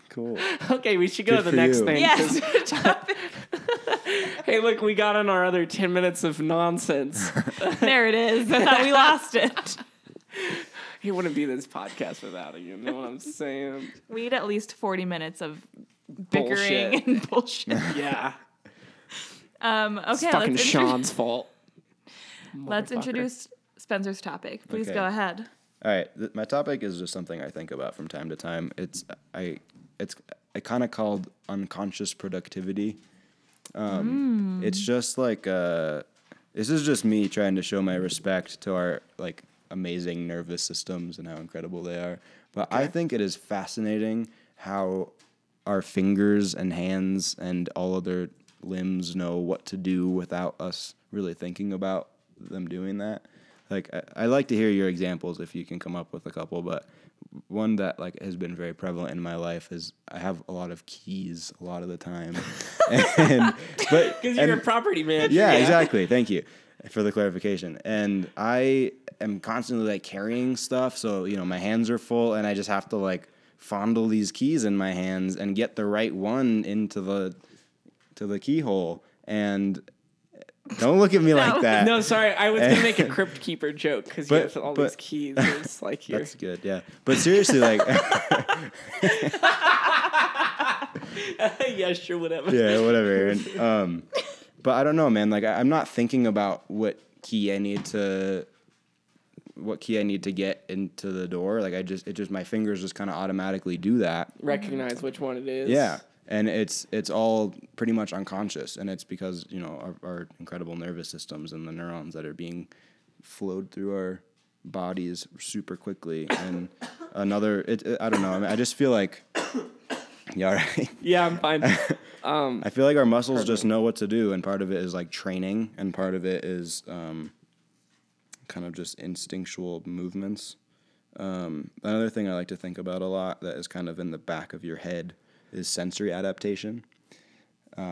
S1: cool.
S2: Okay, we should go
S1: Good
S2: to the
S1: for
S2: next
S1: you.
S2: thing. 'cause-
S3: Yes.
S2: Hey, look, we got in our other 10 minutes of nonsense.
S3: there it is. I thought we lost it.
S2: he wouldn't be this podcast without it. You know what I'm saying?
S3: We need at least 40 minutes of bickering
S2: Bullshit.
S3: and bullshit.
S2: Yeah.
S3: Um, okay,
S2: It's fucking
S3: let's, intro-
S2: Sean's fault.
S3: let's
S2: Motherfucker.
S3: introduce Spencer's topic. Please
S1: Okay.
S3: go ahead.
S1: All right, th- my topic is just something I think about from time to time. It's I it's I kind of called unconscious productivity. Um, It's just like uh, this is just me trying to show my respect to our like amazing nervous systems and how incredible they are. But I think it is fascinating how our fingers and hands and all other limbs know what to do without us really thinking about them doing that. Like I, I like to hear your examples if you can come up with a couple, but one that like has been very prevalent in my life is I have a lot of keys a lot of the time. and but
S2: Because
S1: and-
S2: you're a property man.
S1: yeah, exactly. Thank you for the clarification. And I am constantly like carrying stuff, so you know my hands are full, and I just have to like fondle these keys in my hands and get the right one into the to the keyhole. And don't look at me like that.
S2: No, sorry, I was gonna make a crypt keeper joke because you
S1: But-
S2: have all
S1: but-
S2: these keys. It's like you're
S1: That's good, yeah. But seriously, like,
S2: yeah, sure, whatever.
S1: yeah, whatever. Aaron. Um, but I don't know, man. Like I, I'm not thinking about what key I need to, what key I need to get into the door. Like I just, it just my fingers just kind of automatically do that.
S2: Recognize which one it is.
S1: Yeah, and it's it's all pretty much unconscious, and it's because you know our, our incredible nervous systems and the neurons that are being flowed through our bodies super quickly. And another, it, it- I don't know. I, mean, I just feel like, yeah, all right.
S2: Yeah, I'm fine.
S1: I feel like our muscles just know what to do, and part of it is like training, and part of it is um, kind of just instinctual movements. Um, another thing I like to think about a lot that is kind of in the back of your head is sensory adaptation.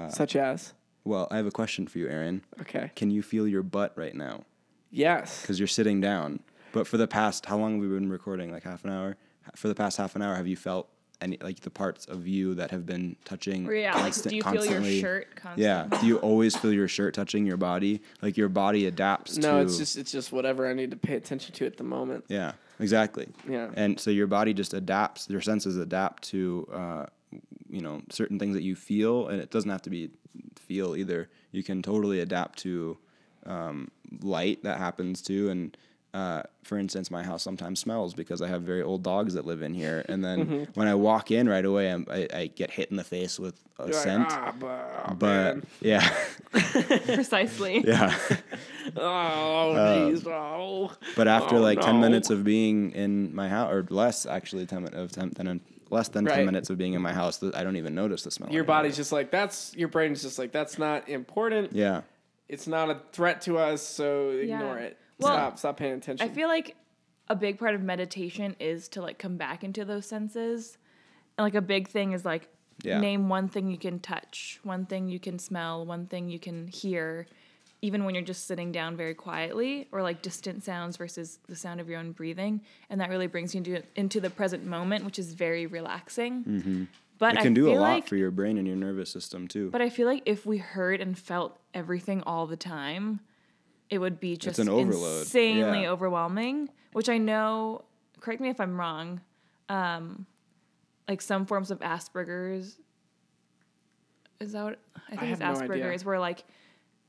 S2: Such as.
S1: Well, I have a question for you, Aaron.
S2: Okay.
S1: Can you feel your butt right now?
S2: Yes.
S1: Because you're sitting down. But for the past, how long have we been recording? Like half an hour? For the past half an hour, have you felt any, like the parts of you that have been touching?
S3: Yeah, like,
S1: constant-
S3: do you feel your
S1: constantly?
S3: shirt
S1: Yeah. Do you always feel your shirt touching your body? Like your body adapts to.
S2: No, it's just it's just whatever I need to pay attention to at the moment.
S1: Yeah, exactly.
S2: Yeah.
S1: And so your body just adapts, your senses adapt to, uh, you know, certain things that you feel, and it doesn't have to be feel either. You can totally adapt to um, light that happens too. And uh, for instance, my house sometimes smells because I have very old dogs that live in here. And then
S2: Mm-hmm.
S1: when I walk in right away, I'm, I, I get hit in the face with a
S2: You're like,
S1: scent.
S2: "Ah, bah,
S1: but
S2: man.
S1: yeah,
S3: Precisely.
S1: yeah. uh,
S2: oh, jeez, oh.
S1: But after
S2: Oh,
S1: like ten
S2: no.
S1: minutes of being in my house, or less actually, ten min- of ten, 10 less than ten
S2: Right.
S1: minutes of being in my house, th- I don't even notice the smell.
S2: your
S1: anymore.
S2: body's just like that's your brain's just like that's not important.
S1: Yeah,
S2: It's not a threat to us, so ignore it.
S3: Well,
S2: stop, stop paying attention.
S3: I feel like a big part of meditation is to like come back into those senses. And like a big thing is like
S1: Yeah.
S3: name one thing you can touch, one thing you can smell, one thing you can hear, even when you're just sitting down very quietly, or like distant sounds versus the sound of your own breathing. And that really brings you into, into the present moment, which is very relaxing. But
S1: Mm-hmm. it
S3: I
S1: can do a
S3: feel
S1: lot
S3: like,
S1: for your brain and your nervous system too.
S3: But I feel like if we heard and felt everything all the time, it would be just
S1: an overload.
S3: insanely
S1: Yeah.
S3: overwhelming. Which I know. Correct me if I'm wrong. Um, like some forms of Asperger's. Is that what I think
S2: have
S3: it's
S2: no idea.
S3: Asperger's? Where like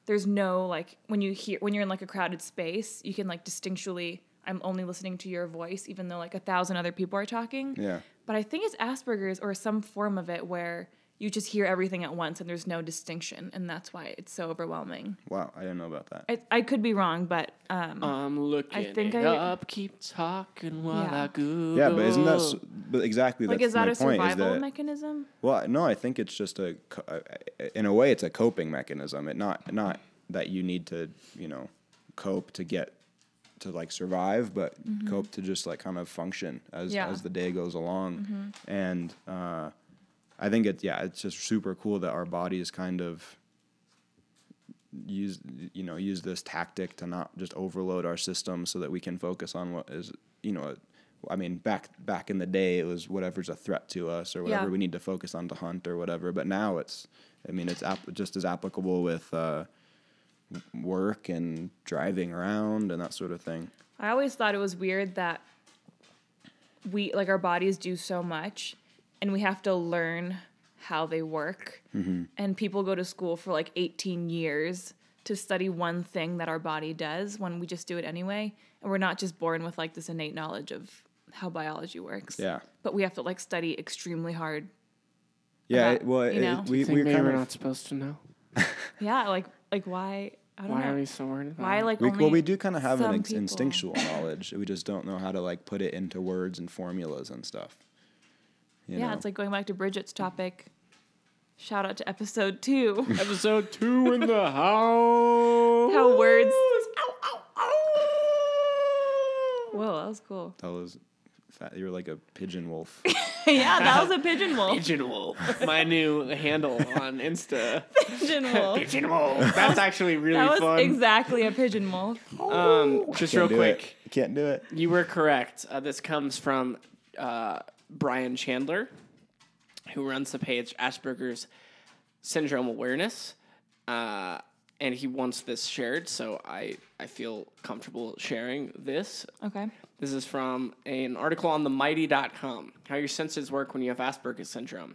S3: there's no like when you hear when you're in like a crowded space, you can like distinctually. I'm only listening to your voice, even though like a thousand other people are talking.
S1: yeah,
S3: But I think it's Asperger's or some form of it where you just hear everything at once and there's no distinction, and that's why it's so overwhelming.
S1: wow, I didn't know about that.
S3: I, I could be wrong, but um,
S2: I'm looking
S3: think
S2: it
S3: I-
S2: up. Keep talking while
S3: Yeah.
S2: I Google.
S1: yeah, but isn't that s- but exactly
S3: like,
S1: that's
S3: is that
S1: my
S3: a
S1: point? Is
S3: survival
S1: that
S3: mechanism?
S1: well, no, I think it's just a co- uh, in a way it's a coping mechanism. It not not that you need to you know cope to get to like survive, but cope to just like kind of function as
S3: Yeah.
S1: as the day goes along. And uh, I think it's yeah, it's just super cool that our bodies kind of use you know use this tactic to not just overload our system so that we can focus on what is you know I mean back back in the day it was whatever's a threat to us or whatever
S3: Yeah.
S1: we need to focus on to hunt or whatever but now it's I mean it's app- just as applicable with uh, work and driving around and that sort of thing
S3: I always thought it was weird that we like our bodies do so much and we have to learn how they work.
S1: Mm-hmm.
S3: And people go to school for like 18 years to study one thing that our body does when we just do it anyway. And we're not just born with like this innate knowledge of how biology works.
S1: Yeah.
S3: But we have to like study extremely hard.
S1: yeah
S3: About,
S1: it- well
S3: you
S1: it,
S3: know.
S1: we
S2: I think
S1: we're
S2: maybe
S1: kind
S2: we're
S1: of
S2: not supposed to know.
S3: Yeah, like like why I don't
S2: Why
S3: know.
S2: are we so worried about
S3: why
S2: it?
S3: like
S1: we,
S3: only
S1: well, we do kind of have an
S3: some
S1: ex-
S3: people?
S1: instinctual knowledge. We just don't know how to like put it into words and formulas and stuff. You
S3: Yeah,
S1: know?
S3: it's like going back to Bridget's topic. Shout out to episode 2.
S2: episode two in the house?
S3: how words. Whoa, that was cool.
S1: that was fat. You're like a pigeon wolf.
S3: yeah, that was a pigeon wolf.
S2: Pigeon Wolf, my new handle on Insta.
S3: Pigeon wolf.
S2: Pigeon Wolf. That's actually really
S3: That was
S2: fun.
S3: exactly a pigeon wolf.
S2: um, just real
S1: Can't do
S2: quick,
S1: it. can't do it.
S2: You were correct. Uh, this comes from uh, Brian Chandler, who runs the page Asperger's Syndrome Awareness. Uh, and he wants this shared, so I, I feel comfortable sharing this.
S3: Okay.
S2: This is from an article on themighty.com How Your Senses Work When You Have Asperger's Syndrome.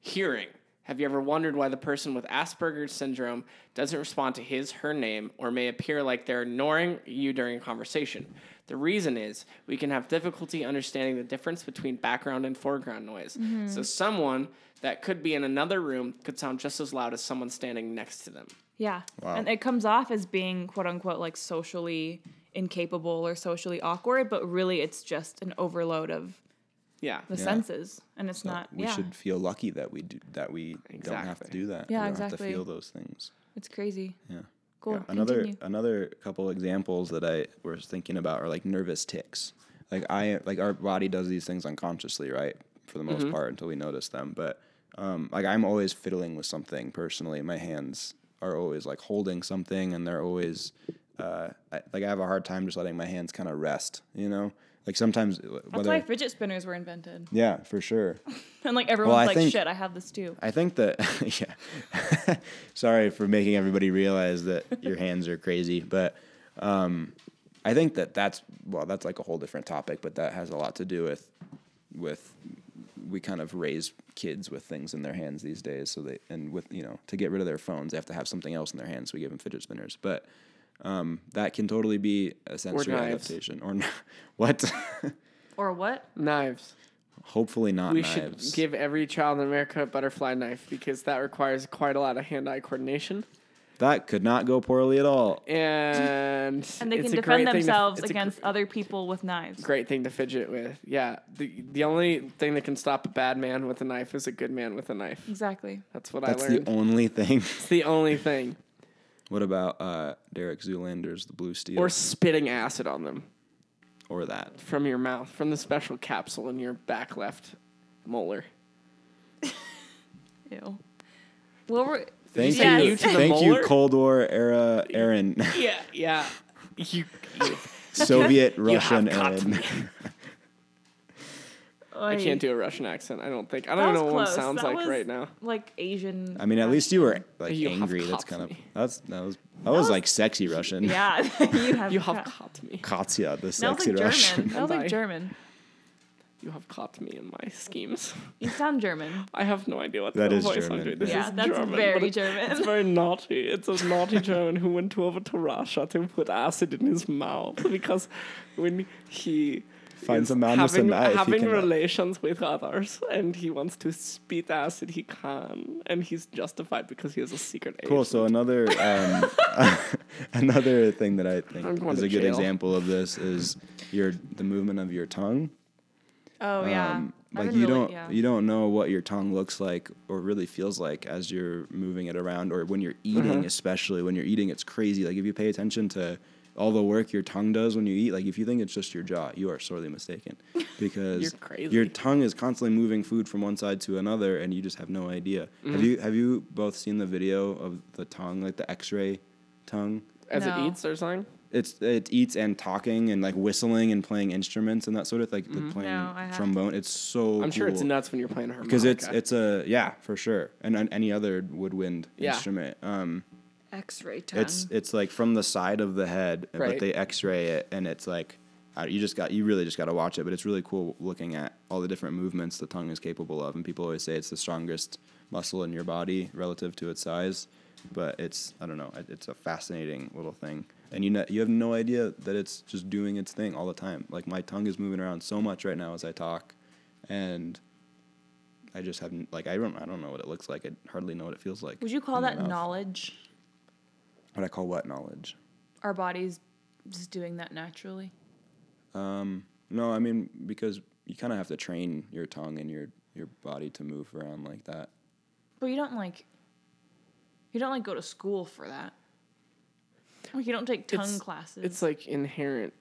S2: Hearing. Have you ever wondered why the person with Asperger's syndrome doesn't respond to his, her name, or may appear like they're ignoring you during a conversation? The reason is we can have difficulty understanding the difference between background and foreground noise. So, someone that could be in another room could sound just as loud as someone standing next to them.
S3: Yeah.
S1: Wow.
S3: And it comes off as being quote unquote like socially incapable or socially awkward, but really it's just an overload of
S2: Yeah.
S3: the senses. And it's not
S1: we
S3: yeah.
S1: should feel lucky that we do that we don't have to
S2: Exactly.
S1: do that.
S3: Yeah,
S1: we don't have
S3: exactly.
S1: to feel those things.
S3: It's crazy. Yeah. Cool.
S1: Another
S3: Continue.
S1: another couple examples that I was thinking about are like nervous ticks. Like I like our body does these things unconsciously, right? For the most
S3: Mm-hmm.
S1: part, until we notice them. But um, like I'm always fiddling with something personally. My hands are always like holding something, and they're always uh, I, like I have a hard time just letting my hands kind of rest. You know, like sometimes uh,
S3: That's
S1: whether
S3: why fidget spinners were invented.
S1: yeah, for sure.
S3: And like everyone's
S1: I
S3: like,
S1: think-
S3: shit, I have this too.
S1: I think that yeah. Sorry for making everybody realize that your hands are crazy, but um, I think that that's well, that's like a whole different topic, but that has a lot to do with with we kind of raise kids with things in their hands these days, so they and with you know to get rid of their phones, they have to have something else in their hands. So we give them fidget spinners, but um, that can totally be a sensory
S2: knives.
S1: adaptation or n- what?
S3: Or what?
S2: Knives.
S1: Hopefully not
S2: We
S1: knives.
S2: should give every child in America a butterfly knife because that requires quite a lot of hand eye coordination.
S1: that could not go poorly at all.
S2: And,
S3: And they
S2: it's
S3: can
S2: a great
S3: defend
S2: thing to-
S3: themselves
S2: it's a gr-
S3: against other people with knives.
S2: great thing to fidget with. Yeah. The, the only thing that can stop a bad man with a knife is a good man with a knife.
S3: Exactly.
S2: That's what
S1: That's
S2: I
S1: the
S2: learned.
S1: only thing.
S2: it's the only thing.
S1: What about uh, Derek Zoolander's The Blue Steel
S2: Or
S1: or,
S2: spitting acid on them
S1: that?
S2: from your mouth, from the special capsule in your back left molar.
S3: Ew. Well, we're,
S1: Thank
S3: Yes.
S1: you,
S2: You to the
S1: thank you,
S2: molar?
S1: Cold War era Aaron,
S2: Yeah, yeah. You, you
S1: Soviet Russian
S2: have caught
S1: Aaron.
S2: me. I can't do a Russian accent. I don't think. I don't
S3: That
S2: even
S3: was
S2: know what one
S3: close.
S2: sounds
S3: That
S2: like
S3: was
S2: right now.
S3: Like Asian.
S1: I mean, at least you were like
S2: You have
S1: angry. That's
S2: caught
S1: kind of
S2: me.
S1: that's that was that was
S3: was-
S1: like sexy Russian.
S3: Yeah, you have.
S2: You have
S3: ca-
S2: caught me.
S1: Katya, the
S3: That was
S1: sexy
S3: like German.
S1: Russian.
S3: That was
S2: Bye.
S3: like German.
S2: You have caught me in my schemes.
S3: You sound German.
S2: I have no idea what
S1: That
S2: the
S1: is
S2: voice
S1: German,
S2: I'm doing. This
S1: yeah.
S3: Yeah,
S2: is
S3: that's
S2: German, but
S3: very
S2: it- It's
S3: German.
S2: very naughty. It's a naughty German who went over to Russia to put acid in his mouth because when he
S1: Finds
S2: is
S1: a man with a
S2: having,
S1: knife, he
S2: having
S1: can-
S2: relations with others and he wants to spit acid, he can, and he's justified because he has a secret
S1: Cool.
S2: agent.
S1: So another um, another thing that I
S2: I'm
S1: think
S2: going
S1: is
S2: to
S1: a good
S2: jail.
S1: example of this is your the movement of your tongue.
S3: Oh yeah.
S1: um,
S3: I
S1: like
S3: didn't
S1: you
S3: really-
S1: don't
S3: yeah.
S1: you don't know what your tongue looks like or really feels like as you're moving it around or when you're eating especially when you're eating it's crazy like if you pay attention to all the work your tongue does when you eat like if you think it's just your jaw you are sorely mistaken because
S2: crazy.
S1: your tongue is constantly moving food from one side to another and you just have no idea have you have you both seen the video of the tongue like the x-ray tongue
S2: As it
S3: No.
S2: eats or something?
S1: it's it eats and talking and like whistling and playing instruments and that sort of like the playing
S3: Mm-hmm. No, I haven't.
S1: trombone it's so
S2: I'm sure it's
S1: cool
S2: nuts when you're playing harmonica.
S1: because it's it's a yeah for sure and, and any other woodwind
S2: Yeah.
S1: instrument um
S3: X-ray tongue.
S1: it's it's like from the side of the head but
S2: Right.
S1: they x-ray it and it's like uh, you just got you really just got to watch it but it's really cool looking at all the different movements the tongue is capable of and people always say it's the strongest muscle in your body relative to its size but it's i don't know it, it's a fascinating little thing and you know you have no idea that it's just doing its thing all the time like my tongue is moving around so much right now as i talk and I just haven't like I don't I don't know what it looks like. I hardly know what it feels like.
S3: Would you call
S1: in my
S3: that
S1: mouth.
S3: knowledge?
S1: What I call what knowledge?
S3: Our bodies just doing that naturally.
S1: No, I mean because you kind of have to train your tongue and your your body to move around like that.
S3: But you don't like. You don't like go to school for that. Like you don't take tongue
S2: It's-
S3: classes.
S2: it's like inherent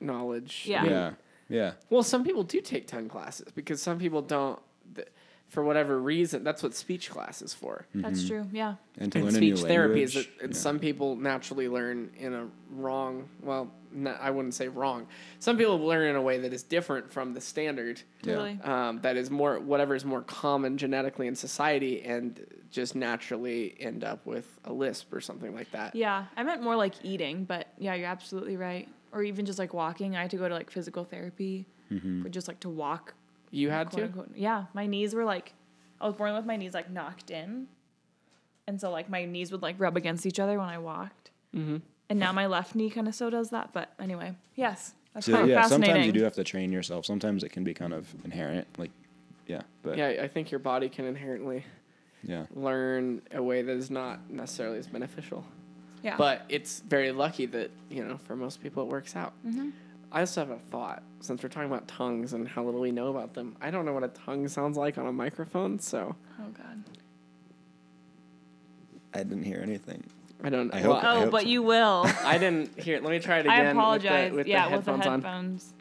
S2: knowledge.
S3: Yeah.
S2: I mean,
S1: Yeah, yeah.
S2: Well, some people do take tongue classes because some people don't, th- for whatever reason. That's what speech class is for.
S1: Mm-hmm.
S3: That's true. Yeah.
S1: And to
S2: And
S1: learn a new
S2: speech therapy is that
S1: language,
S2: and some people naturally learn in a wrong. Well, no, I wouldn't say wrong. Some people learn in a way that is different from the standard.
S1: Yeah.
S3: Totally.
S2: Um, that is more whatever is more common genetically in society, and just naturally end up with a lisp or something like that.
S3: Yeah, I meant more like eating, but yeah, you're absolutely right. Or even just like walking. I had to go to like physical therapy, or just like to walk.
S2: You had
S3: Quote
S2: to.
S3: unquote. Yeah, my knees were like I was born with my knees like knocked in, and so like my knees would like rub against each other when I walked. And now my left knee kind of so does that. But anyway, yes, that's
S1: So
S3: quite
S1: yeah,
S3: fascinating.
S1: sometimes you do have to train yourself. Sometimes it can be kind of inherent, like yeah, but
S2: Yeah, I- I think your body can inherently
S1: yeah.
S2: learn a way that is not necessarily as beneficial.
S3: yeah.
S2: But it's very lucky that, you know, for most people it works out.
S3: Mm-hmm.
S2: I also have a thought since we're talking about tongues and how little we know about them. I don't know what a tongue sounds like on a microphone, so
S3: oh god.
S1: I didn't hear anything.
S2: I don't
S1: I hope-
S2: well,
S3: Oh,
S1: hope
S3: but
S1: so.
S3: you will.
S2: I didn't hear it. Let me try it again.
S3: I apologize.
S2: With the, with
S3: yeah,
S2: the headphones
S3: with the
S2: on.
S3: headphones.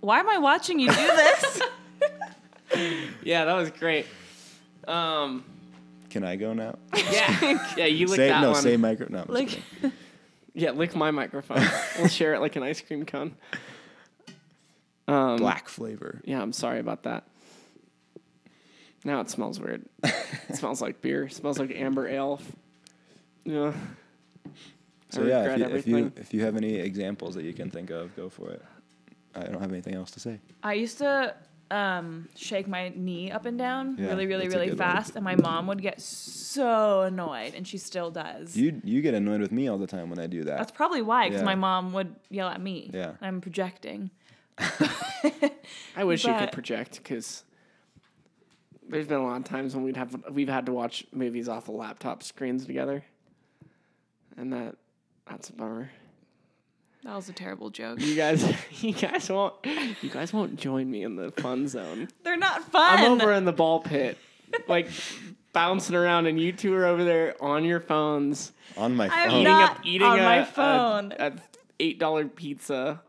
S3: Why am I watching you do this?
S2: Yeah, that was great. Um,
S1: Can I go now?
S2: yeah, yeah, you lick
S1: Say
S2: that
S1: no,
S2: one.
S1: say micro. No, I'm just
S3: like,
S1: kidding.
S2: Yeah, lick my microphone. we'll share it like an ice cream cone. Um,
S1: black flavor.
S2: Yeah, I'm sorry about that. Now it smells weird. it smells like beer. It smells like amber ale. Yeah.
S1: So yeah, if you, if you if you have any examples that you can think of, go for it. I don't have anything else to say.
S3: I used to um, shake my knee up and down
S1: Yeah,
S3: really, really,
S1: that's a
S3: really
S1: good one.
S3: fast, and my mom would get so annoyed, and she still does.
S1: You you get annoyed with me all the time when I do that.
S3: That's probably why, because
S1: Yeah.
S3: my mom would yell at me.
S1: Yeah.
S3: I'm projecting.
S2: I wish you could
S3: but-
S2: project because there's been a lot of times when we'd have we've had to watch movies off of laptop screens together, and that that's a bummer.
S3: That was a terrible joke.
S2: You guys, you guys won't you guys won't join me in the fun zone.
S3: They're not fun.
S2: I'm over in the ball pit, like bouncing around, and you two are over there on your phones.
S1: on my
S3: I'm
S1: phone.
S3: not-
S2: up eating
S3: on
S2: a,
S3: my
S2: a-
S3: phone.
S2: A, eight dollar pizza,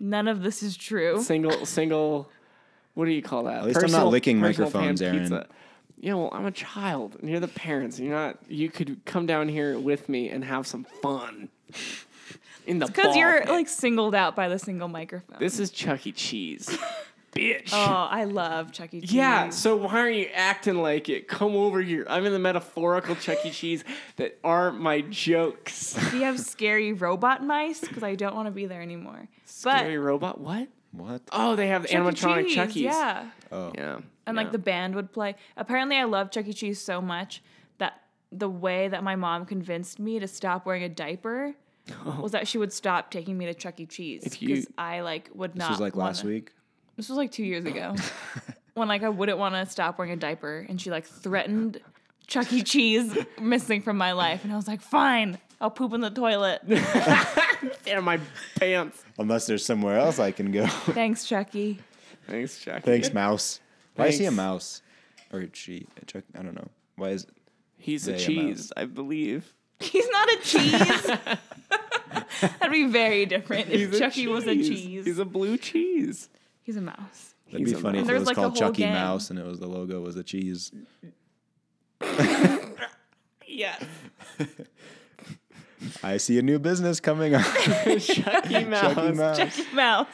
S3: None of this is true.
S2: single single. What do you call that? At
S1: least I'm not licking microphones, Aaron.
S2: Yeah, well, I'm a child, and you're the parents, and you're not. You could come down here with me and have some fun. In the
S3: Because
S2: ball
S3: you're
S2: pit.
S3: like singled out by the single microphone.
S2: this is Chuck E. Cheese, bitch.
S3: oh, I love Chuck E. Cheese.
S2: Yeah, so why are you acting like it? Come over here. I'm in the metaphorical Chuck E. Cheese that aren't my jokes.
S3: Do you have scary robot mice? Because I don't want to be there anymore.
S2: Scary robot? What?
S1: What?
S2: Oh, they have the
S3: but
S2: animatronic
S3: E.
S2: E
S3: Cheese,
S2: Chuckies.
S3: Yeah.
S1: Oh,
S2: Yeah.
S3: And like the band would play. Apparently, I love Chuck E. Cheese so much that the way that my mom convinced me to stop wearing a diaper was that she would stop taking me to Chuck E. Cheese
S2: If you-
S3: because I like would not.
S1: this was like
S3: wanna-
S1: last week.
S3: This was like two years ago when like I wouldn't want to stop wearing a diaper, and she like threatened Chuck E. Cheese missing from my life, and I was like, fine, I'll poop in the toilet.
S2: Yeah, my pants.
S1: Unless there's somewhere else I can go.
S3: Thanks, Chuck E.
S2: Thanks, Chuck.
S1: Thanks, mouse. Why is he a
S2: Thanks.
S1: mouse? Or she? a Chuck? I don't know. Why is?
S2: He's
S1: They
S2: a
S1: are
S2: cheese, I believe.
S3: He's not a cheese. That'd be very different if
S2: He's a
S3: Chucky was a cheese.
S2: He's a blue cheese.
S3: He's a mouse.
S1: That'd be
S2: He's a
S1: funny if
S2: mouse.
S1: it
S3: There's
S1: was
S3: like a
S1: called
S3: whole
S1: Chucky
S3: gang.
S1: Mouse and it was the logo was a cheese.
S2: Yeah.
S1: I see a new business coming up.
S2: Chucky Mouse.
S1: Chucky Mouse.
S3: Chucky mouse.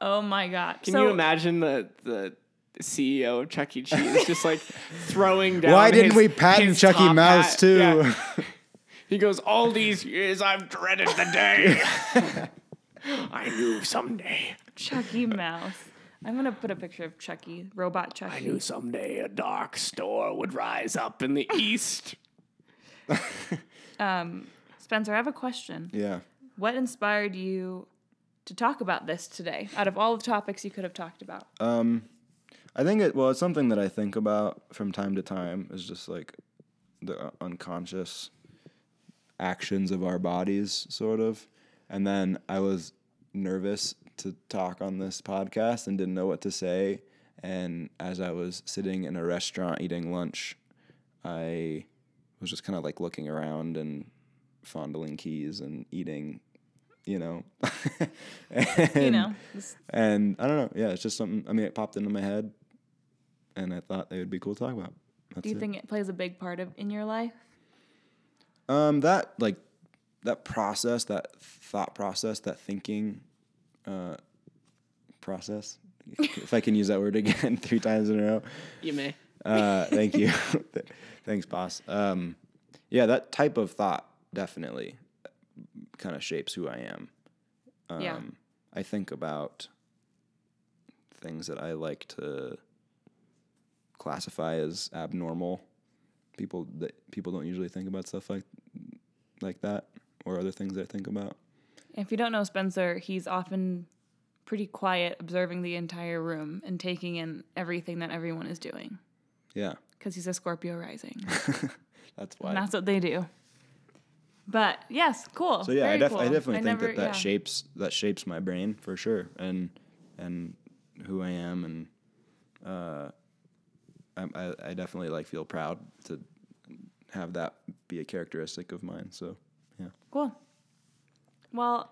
S3: Oh my god.
S2: Can
S3: so
S2: you imagine the the CEO of Chuck E. Cheese just like throwing down?
S1: Why didn't
S2: his-
S1: we patent
S2: his
S1: Chucky
S2: top
S1: Mouse
S2: hat?
S1: too?
S2: Yeah. He goes, all these years I've dreaded the day. I knew someday.
S3: Chucky mouse. I'm gonna put a picture of Chucky, robot Chucky.
S2: I knew someday a dark store would rise up in the east.
S3: Spencer, I have a question.
S1: yeah.
S3: What inspired you to talk about this today? Out of all the topics you could have talked about,
S2: Um,
S1: I think it well, it's something that I think about from time to time. Is just like the unconscious actions of our bodies, sort of. And then I was nervous to talk on this podcast and didn't know what to say. And as I was sitting in a restaurant eating lunch, I was just kind of like looking around and fondling keys and eating, you know.
S3: you know, this-
S1: And I don't know. Yeah, it's just something. I mean, it popped into my head, and I thought they would be cool to talk about. That's
S3: do you
S1: it.
S3: think it plays a big part of in your life?
S1: Um, that like that process, that thought process, that thinking uh, process. if I can use that word again three times in a row.
S2: You may.
S1: Uh, thank you. Th- Thanks, boss. Um, yeah, that type of thought definitely kind of shapes who I am.
S3: yeah.
S2: Um,
S1: Um, I think about things that I like to classify as abnormal. People that people don't usually think about stuff like like that or other things they think about.
S3: If you don't know Spencer, he's often pretty quiet, observing the entire room and taking in everything that everyone is doing
S1: Yeah,
S3: because he's a Scorpio rising.
S1: that's why.
S3: and that's what they do. But yes, cool.
S1: So yeah, I,
S3: Very
S1: def-
S3: cool.
S1: I definitely think
S3: never-
S1: that that
S3: yeah.
S1: shapes that shapes my brain for sure, and and who I am, and uh, I, I I definitely like feel proud to have that be a characteristic of mine. So yeah,
S3: Cool. Well,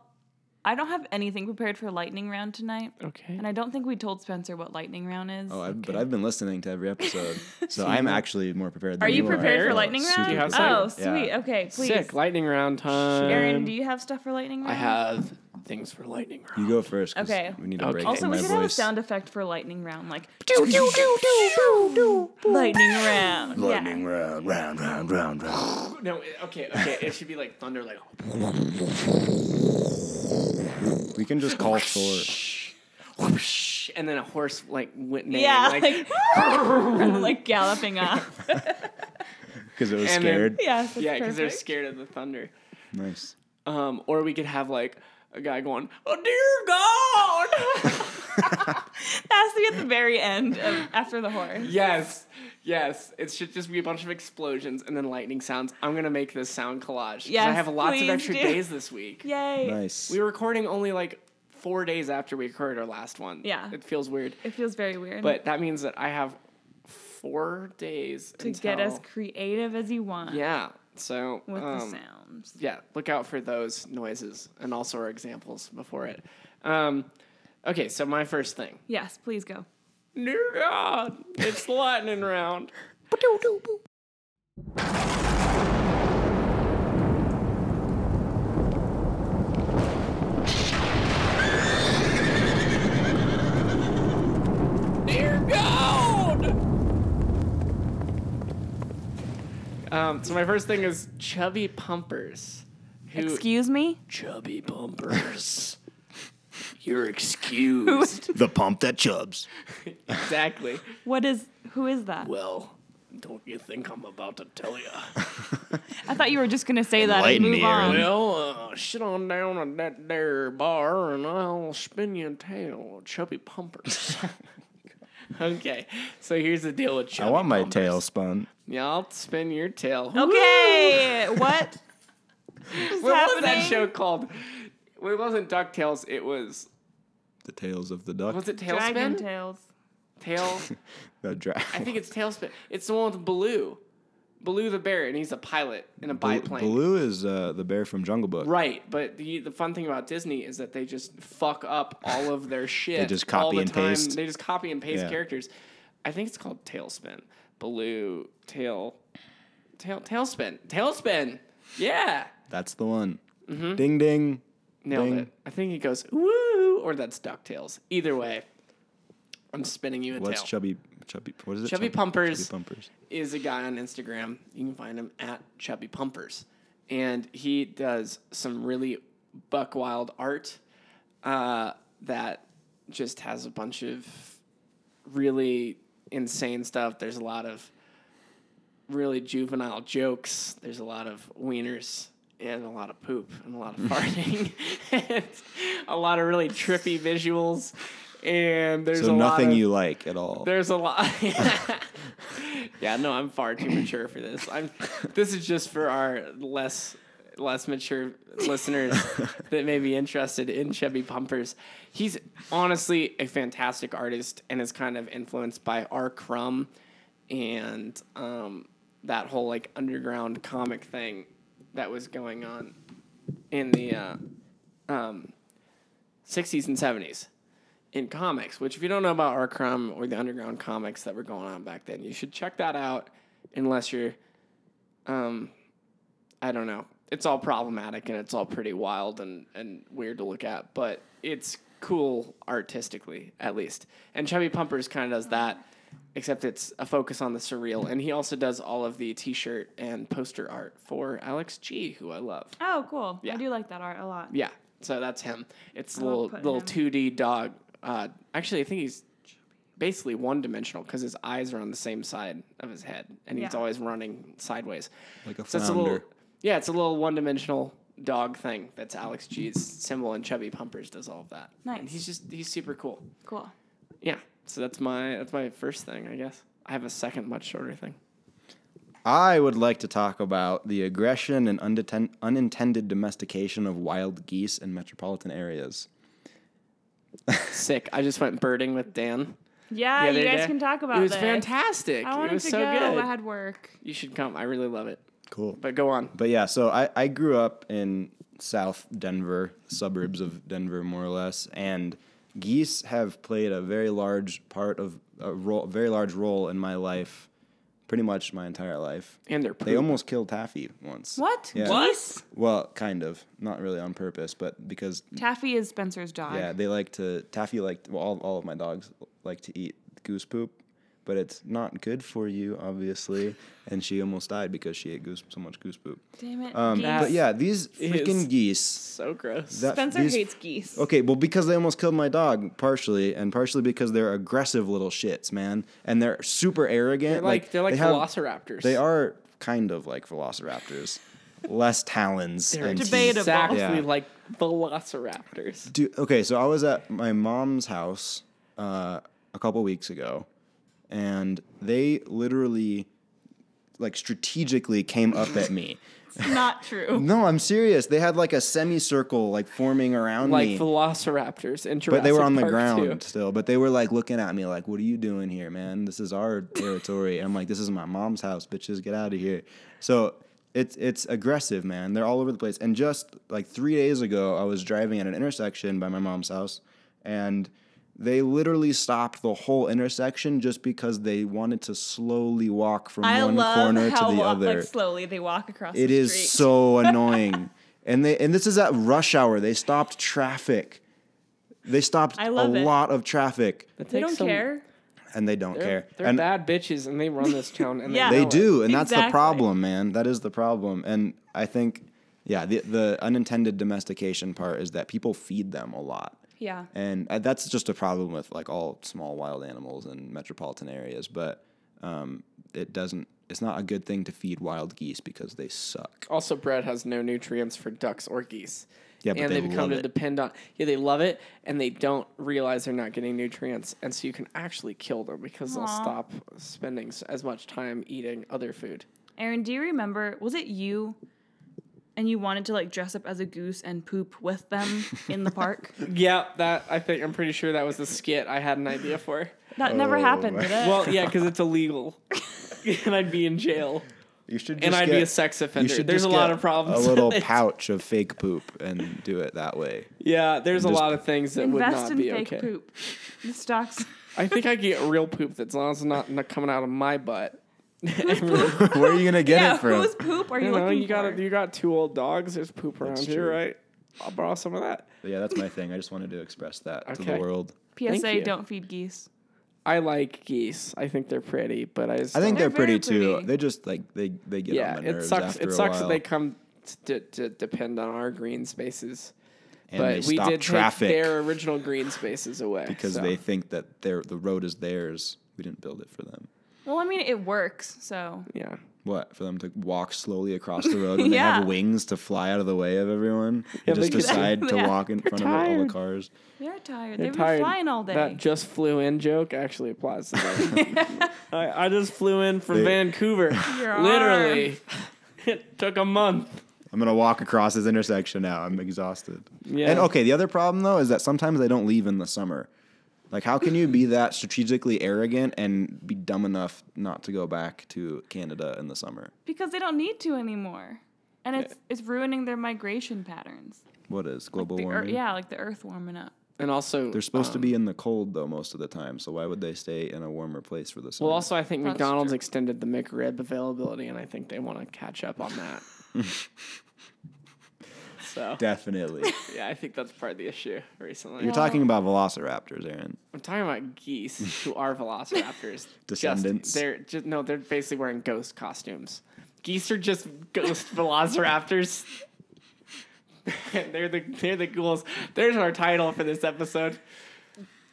S3: I don't have anything prepared for lightning round tonight,
S2: Okay.
S3: and I don't think we told Spencer what lightning round is.
S1: oh, I've, but I've been listening to every episode, so I'm actually more prepared. Than
S3: Are you
S1: are.
S3: prepared for
S2: Oh,
S3: lightning
S1: super
S3: round?
S2: Do you have
S3: oh,
S1: prepared. Yeah.
S3: sweet. Okay, please.
S2: Sick. Lightning round time.
S3: Aaron, do you have stuff for lightning round?
S2: I have things for lightning round.
S1: You go first. 'cause
S3: Okay.
S1: We need a
S2: Okay.
S1: break
S3: Also,
S1: for
S3: we
S1: my
S3: should have a
S1: voice.
S3: sound effect for lightning round, like do do do do do do lightning round.
S1: Lightning round, round, round, round, round.
S2: No, okay, okay. It should be like thunder, like
S1: We can just call for.
S2: whoosh, and then a horse like went neighing,
S3: Yeah,
S2: like,
S3: like, and, like galloping off.
S1: Because it was
S2: And then-
S1: scared.
S3: Yes, that's
S2: yeah, because they're
S3: perfect.
S2: scared of the thunder.
S1: Nice.
S2: Um, or we could have like a guy going, "Oh dear God!"
S3: That has to be at the very end of, after the horse.
S2: yes, yes. It should just be a bunch of explosions and then lightning sounds. I'm gonna make this sound collage. 'cause I
S3: Yes,
S2: have lots of
S3: please
S2: extra
S3: do.
S2: days this week.
S3: Yay!
S1: Nice.
S2: We were recording only like four days after we recorded our last one.
S3: Yeah.
S2: it feels weird,
S3: It feels very weird.
S2: but that means that I have four days
S3: to get
S2: until-
S3: as creative as you want
S2: Yeah. So
S3: with the
S2: um,
S3: sounds.
S2: yeah, look out for those noises and also our examples before it. Um, okay, so my first thing.
S3: Yes, please go.
S2: Dear God, it's the lightning round. Dear God! Um, so my first thing is chubby pumpers. Who
S3: Excuse me.
S2: chubby bumpers. You're excused.
S5: The pump that chubs.
S2: exactly.
S3: What is? Who is that?
S2: Well, don't you think I'm about to tell you?
S3: I thought you were just gonna say that and
S5: Enlighten
S3: move
S5: me,
S3: on.
S5: Aaron.
S2: Well, uh, sit on down at that there bar and I'll spin you a tail, chubby pumpers. okay, so here's the deal with chubby
S1: I want my
S2: pumpers.
S1: tail spun.
S2: Yeah, I'll spin your tail.
S3: Okay, what?
S2: what was that
S3: happening?
S2: show called? It wasn't DuckTales, it was.
S1: The tails of the duck.
S2: Was it Tailspin?
S3: Dragon tails.
S2: tail.
S1: The dra-
S2: I think it's Tailspin. It's the one with Baloo. Baloo the bear, and he's a pilot in a
S1: Bal-
S2: biplane.
S1: Baloo is uh, the bear from Jungle Book.
S2: Right, but the the fun thing about Disney is that they just fuck up all of their shit.
S1: just
S2: all
S1: copy
S2: the
S1: and
S2: time.
S1: paste.
S2: They just copy and paste
S1: Yeah.
S2: characters. I think it's called Tailspin. Baloo, tail, tail, tailspin, tailspin. Yeah,
S1: That's the one. Ding ding.
S2: Mm-hmm. nailed
S1: Ding.
S2: it. I think he goes woo, or that's Ducktales. Either way, I'm spinning you a
S1: What's
S2: tail.
S1: chubby? Chubby. What is it?
S2: Chubby Pumpers.
S1: Chubby pumpers.
S2: is a guy on Instagram. You can find him at Chubby Pumpers, and he does some really buck wild art uh, that just has a bunch of really insane stuff. There's a lot of really juvenile jokes. There's a lot of wieners and a lot of poop and a lot of farting and a lot of really trippy visuals. And there's
S1: So
S2: a
S1: nothing
S2: lot of,
S1: you like at all.
S2: there's a lot. yeah, no, I'm far too mature for this. I'm. This is just for our less less mature listeners that may be interested in Chevy Pumpers. He's honestly a fantastic artist and is kind of influenced by R. Crumb and um, that whole like underground comic thing that was going on in the uh, um, 60s and 70s in comics, which if you don't know about our crumb or the underground comics that were going on back then, you should check that out unless you're um I don't know. It's all problematic and it's all pretty wild and, and weird to look at, but it's cool artistically, at least. And Chubby Pumpers kinda does that, except it's a focus on the surreal. And he also does all of the t shirt and poster art for Alex G, who I love.
S3: Oh, cool.
S2: Yeah.
S3: I do like that art a lot.
S2: Yeah, so that's him. It's a
S3: love
S2: little
S3: putting
S2: little
S3: him-
S2: two D dog. Uh, actually, I think he's basically one dimensional because his eyes are on the same side of his head and he's
S3: Yeah.
S2: always running sideways.
S1: Like a
S2: So it's a little,
S1: flounder.
S2: yeah, it's a little one dimensional dog thing. That's Alex G's symbol, and Chubby Pumpers does all of that. And
S3: Nice.
S2: he's just he's super cool.
S3: Cool.
S2: Yeah. So that's my that's my first thing, I guess. I have a second much shorter thing.
S1: I would like to talk about the aggression and undeten- unintended domestication of wild geese in metropolitan areas.
S2: Sick. I just went birding with Dan. the
S3: Yeah, Ah, you
S2: other
S3: guys
S2: day.
S3: can talk about
S2: It was
S3: this.
S2: fantastic.
S3: I
S2: it
S3: wanted
S2: was
S3: to
S2: so
S3: go.
S2: good.
S3: I had work.
S2: you should come. I really love it.
S1: Cool.
S2: But go on.
S1: But yeah, so I, I grew up in South Denver, suburbs of Denver, more or less, and geese have played a very large part of a role, very large role in my life, pretty much my entire life.
S2: And they're
S1: They almost killed Taffy once.
S3: What?
S1: Yeah.
S3: Geese?
S1: Well, kind of, not really on purpose, but because
S3: Taffy is Spencer's dog.
S1: yeah, they like to Taffy liked well, all all of my dogs like to eat goose poop, but it's not good for you, obviously. And she almost died because she ate goose so much goose poop.
S3: Damn it.
S1: Um,
S3: geese.
S1: but yeah, these
S2: is-
S1: freaking geese.
S2: so gross.
S1: that-
S3: Spencer
S1: these-
S3: hates geese.
S1: Okay, well, because they almost killed my dog, partially, and partially because they're aggressive little shits, man, and they're super arrogant.
S2: they're like, they're like
S1: they have-
S2: velociraptors.
S1: They are kind of like velociraptors, less talons.
S2: They're
S1: and teeth.
S3: debatable.
S2: Exactly
S1: Yeah.
S2: like velociraptors.
S1: Do- okay, so I was at my mom's house uh, a couple weeks ago, and they literally, like, strategically came up at me.
S3: It's not true.
S1: No, I'm serious. They had like a semicircle, like forming around
S2: Like
S1: me.
S2: velociraptors in Jurassic
S1: but they were on the
S2: Park
S1: ground
S2: too.
S1: still. But they were like looking at me, like, "What are you doing here, man? This is our territory." And I'm like, "This is my mom's house, bitches. Get out of here." So it's it's aggressive, man. They're all over the place. And just like three days ago, I was driving at an intersection by my mom's house, and they literally stopped the whole intersection just because they wanted to slowly walk from
S3: I
S1: one
S3: love
S1: corner
S3: how
S1: to the
S3: wa-
S1: other.
S3: like slowly they walk across
S1: It
S3: the
S1: is
S3: street.
S1: so annoying. And they and this is at rush hour. They stopped traffic. They stopped
S3: I love
S1: a
S3: it.
S1: lot of traffic,
S2: That
S3: they
S2: takes
S3: don't
S2: some-
S3: care.
S1: and they don't
S2: They're,
S1: care.
S2: they're
S1: and
S2: bad bitches and they run this town and
S3: Yeah.
S2: they,
S1: they
S2: know it.
S1: do, and that's the
S3: Exactly.
S1: problem, man. That is the problem. And I think, yeah, the the unintended domestication part is that people feed them a lot.
S3: Yeah.
S1: And uh, that's just a problem with like all small wild animals in metropolitan areas, but um, it doesn't. It's not a good thing to feed wild geese because they suck.
S2: Also, bread has no nutrients for ducks or geese.
S1: Yeah, but
S2: and
S1: they
S2: become
S1: love
S2: to
S1: it.
S2: depend on. Yeah, they love it, and they don't realize they're not getting nutrients, and so you can actually kill them because they'll stop spending s- as much time eating other food.
S3: Aaron, do you remember? Was it you? And you wanted to like dress up as a goose and poop with them in the park.
S2: Yeah, that I think I'm pretty sure that was the skit I had an idea for.
S3: That never
S1: Oh
S3: happened,
S1: my-
S3: did it?
S2: Well, yeah, because it's illegal, and I'd be in jail,
S1: You should. Just
S2: and I'd be a
S1: get-
S2: sex
S1: You
S2: offender.
S1: should
S2: There's
S1: just
S2: a lot
S1: get
S2: of problems.
S1: A little
S2: with it.
S1: pouch of fake poop and do it that way.
S2: Yeah, there's a
S1: Just-
S2: lot of things that would
S3: Invest
S2: not
S3: in
S2: be
S3: fake
S2: okay.
S3: poop. The stocks.
S2: I think I could get real poop that's long as it's not, not coming out of my butt.
S1: Where are you gonna get
S3: yeah,
S1: it from?
S3: whose poop are you,
S2: You know,
S3: looking
S2: you got
S3: for?
S2: you got two old dogs. There's poop around
S1: That's
S2: here,
S1: true.
S2: right? I'll borrow some of that.
S1: yeah, that's my thing. I just wanted to express that to the
S2: Okay.
S1: world.
S2: Thank
S3: PSA:
S2: you.
S3: Don't feed geese.
S2: I like geese. I think they're pretty, but I just
S1: I think
S2: don't-
S1: they're,
S3: They're
S1: pretty,
S3: very
S1: too.
S3: pretty.
S1: They just like they they get
S2: yeah.
S1: on my
S2: It
S1: nerves
S2: sucks.
S1: after
S2: It
S1: a
S2: sucks
S1: while.
S2: that they come to, to depend on our green spaces,
S1: and
S2: but
S1: they
S2: we
S1: stop
S2: did
S1: traffic
S2: take their original green spaces away
S1: because
S2: so.
S1: they think that their the road is theirs. We didn't build it for them.
S3: Well, I mean, it works. So
S2: yeah.
S1: What for them to walk slowly across the road when they
S3: Yeah.
S1: have wings to fly out of the way of everyone
S2: Yeah,
S1: and just
S2: they could-
S1: decide to
S3: Yeah.
S1: walk in front of all
S2: tired.
S1: the cars.
S3: they're tired.
S2: They're
S3: They've
S2: tired.
S3: been flying all day.
S2: That just flew in joke actually applies to them. I, I just flew in from
S1: They-
S2: Vancouver.
S3: Your
S2: Literally, it took a month.
S1: I'm gonna walk across this intersection now. I'm exhausted.
S2: Yeah.
S1: And okay, the other problem though is that sometimes they don't leave in the summer. Like, how can you be that strategically arrogant and be dumb enough not to go back to Canada in the summer?
S3: because they don't need to anymore, and it's it's ruining their migration patterns.
S1: What is global
S3: The ear-
S1: warming?
S3: yeah, like the Earth warming up.
S2: And also,
S1: They're supposed to
S2: um,
S1: be in the cold though most of the time, so why would they stay in a warmer place for the summer?
S2: Well, also, I think
S3: That's
S2: McDonald's
S3: true.
S2: extended the McRib availability, and I think they want to catch up on that. so,
S1: Definitely.
S2: yeah, I think that's part of the issue recently.
S1: You're talking about velociraptors, Aaron.
S2: I'm talking about geese who are velociraptors.
S1: Descendants.
S2: Just, they're just no, they're basically wearing ghost costumes. Geese are just ghost velociraptors. they're the they're the ghouls. There's our title for this episode.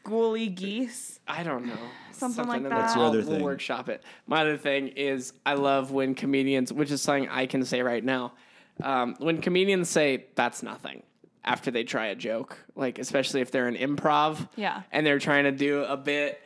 S3: ghouly geese.
S2: I don't know.
S3: Something like
S2: in
S3: that. That's
S1: the other
S2: We'll
S1: thing.
S2: workshop it. My other thing is I love when comedians, which is something I can say right now, um, when comedians say that's nothing after they try a joke, like especially if they're in improv,
S3: Yeah.
S2: and they're trying to do a bit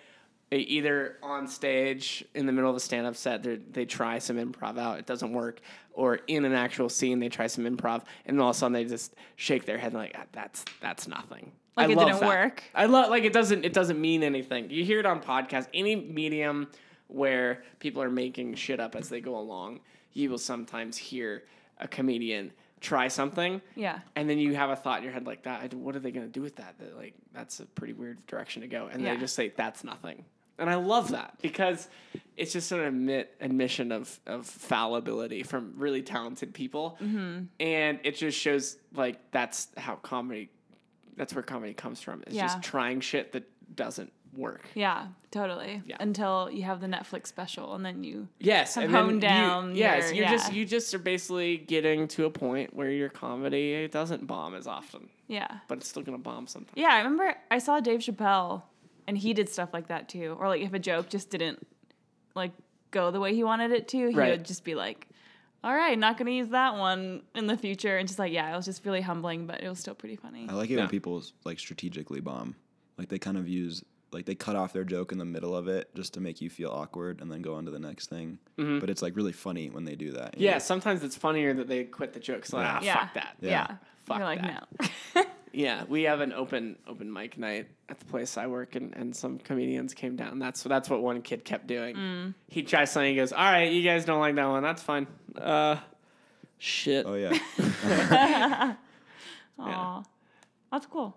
S2: e- either on stage in the middle of a stand-up set they're- they try some improv out it doesn't work or in an actual scene they try some improv and all of a sudden they just shake their head like "Ah, that's that's nothing
S3: Like
S2: I
S3: it
S2: love
S3: didn't
S2: that.
S3: work.
S2: I love like it doesn't it doesn't mean anything. You hear it on podcasts, any medium where people are making shit up as they go along, you will sometimes hear a comedian try something.
S3: Yeah.
S2: And then you have a thought in your head like that. What are they going to do with that? That like that's a pretty weird direction to go. And
S3: Yeah.
S2: they just say that's nothing. And I love that because it's just an admit admission of of fallibility from really talented people,
S3: Mm-hmm.
S2: and it just shows like that's how comedy, that's where comedy comes from. It's
S3: Yeah.
S2: just trying shit that doesn't work.
S3: Yeah, totally.
S2: Yeah.
S3: Until you have the Netflix special and then you
S2: Yes,
S3: Have
S2: and then
S3: honed
S2: you-
S3: down
S2: yes,
S3: your-
S2: you just
S3: yeah.
S2: you just are basically getting to a point where your comedy doesn't bomb as often,
S3: yeah.
S2: but it's still gonna bomb sometimes.
S3: Yeah, I remember I saw Dave Chappelle and he did stuff like that too. Or like if a joke just didn't like go the way he wanted it to, he
S2: Right.
S3: would just be like, All right, not gonna use that one in the future and just like, yeah, it was just really humbling, but it was still pretty funny.
S1: I like it
S2: Yeah.
S1: when people like strategically bomb. Like they kind of use like they cut off their joke in the middle of it just to make you feel awkward and then go on to the next thing.
S2: Mm-hmm.
S1: But it's like really funny when they do that. you
S2: Yeah,
S1: know?
S2: sometimes it's funnier that they quit the jokes. Like, ah,
S3: Yeah.
S2: fuck that.
S1: Yeah.
S3: yeah.
S2: Fuck
S3: You're like,
S2: that.
S3: no.
S2: Yeah, we have an open open mic night at the place I work, and, and some comedians came down. That's that's what one kid kept doing.
S3: Mm.
S2: He tries something. He goes, "All right, you guys don't like that one. That's fine." Uh, shit.
S1: Oh yeah. Do you
S3: Aw. That's cool.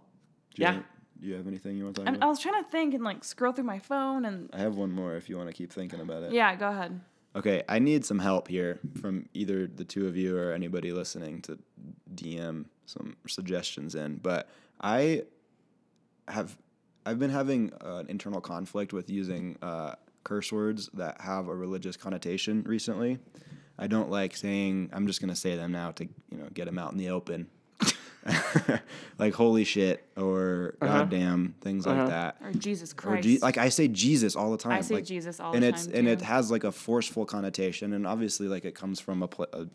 S2: Yeah.
S1: have- do you have anything you want to talk
S3: And I
S1: about?
S3: was trying to think and like scroll through my phone and
S1: I have one more if you want to keep thinking about it.
S3: yeah, go ahead.
S1: Okay, I need some help here from either the two of you or anybody listening to DM some suggestions in. But I have I've been having uh, an internal conflict with using uh, curse words that have a religious connotation recently. I don't like saying I'm just gonna say them now to you know get them out in the open, like holy shit or goddamn things like that.
S3: Or Jesus
S1: Or
S3: Christ.
S1: Je- like I say Jesus all the time.
S3: say
S1: like-
S3: Jesus all the
S1: and it's,
S3: time,
S1: And it
S3: too.
S1: has like a forceful connotation, and obviously like it comes from a, pla a,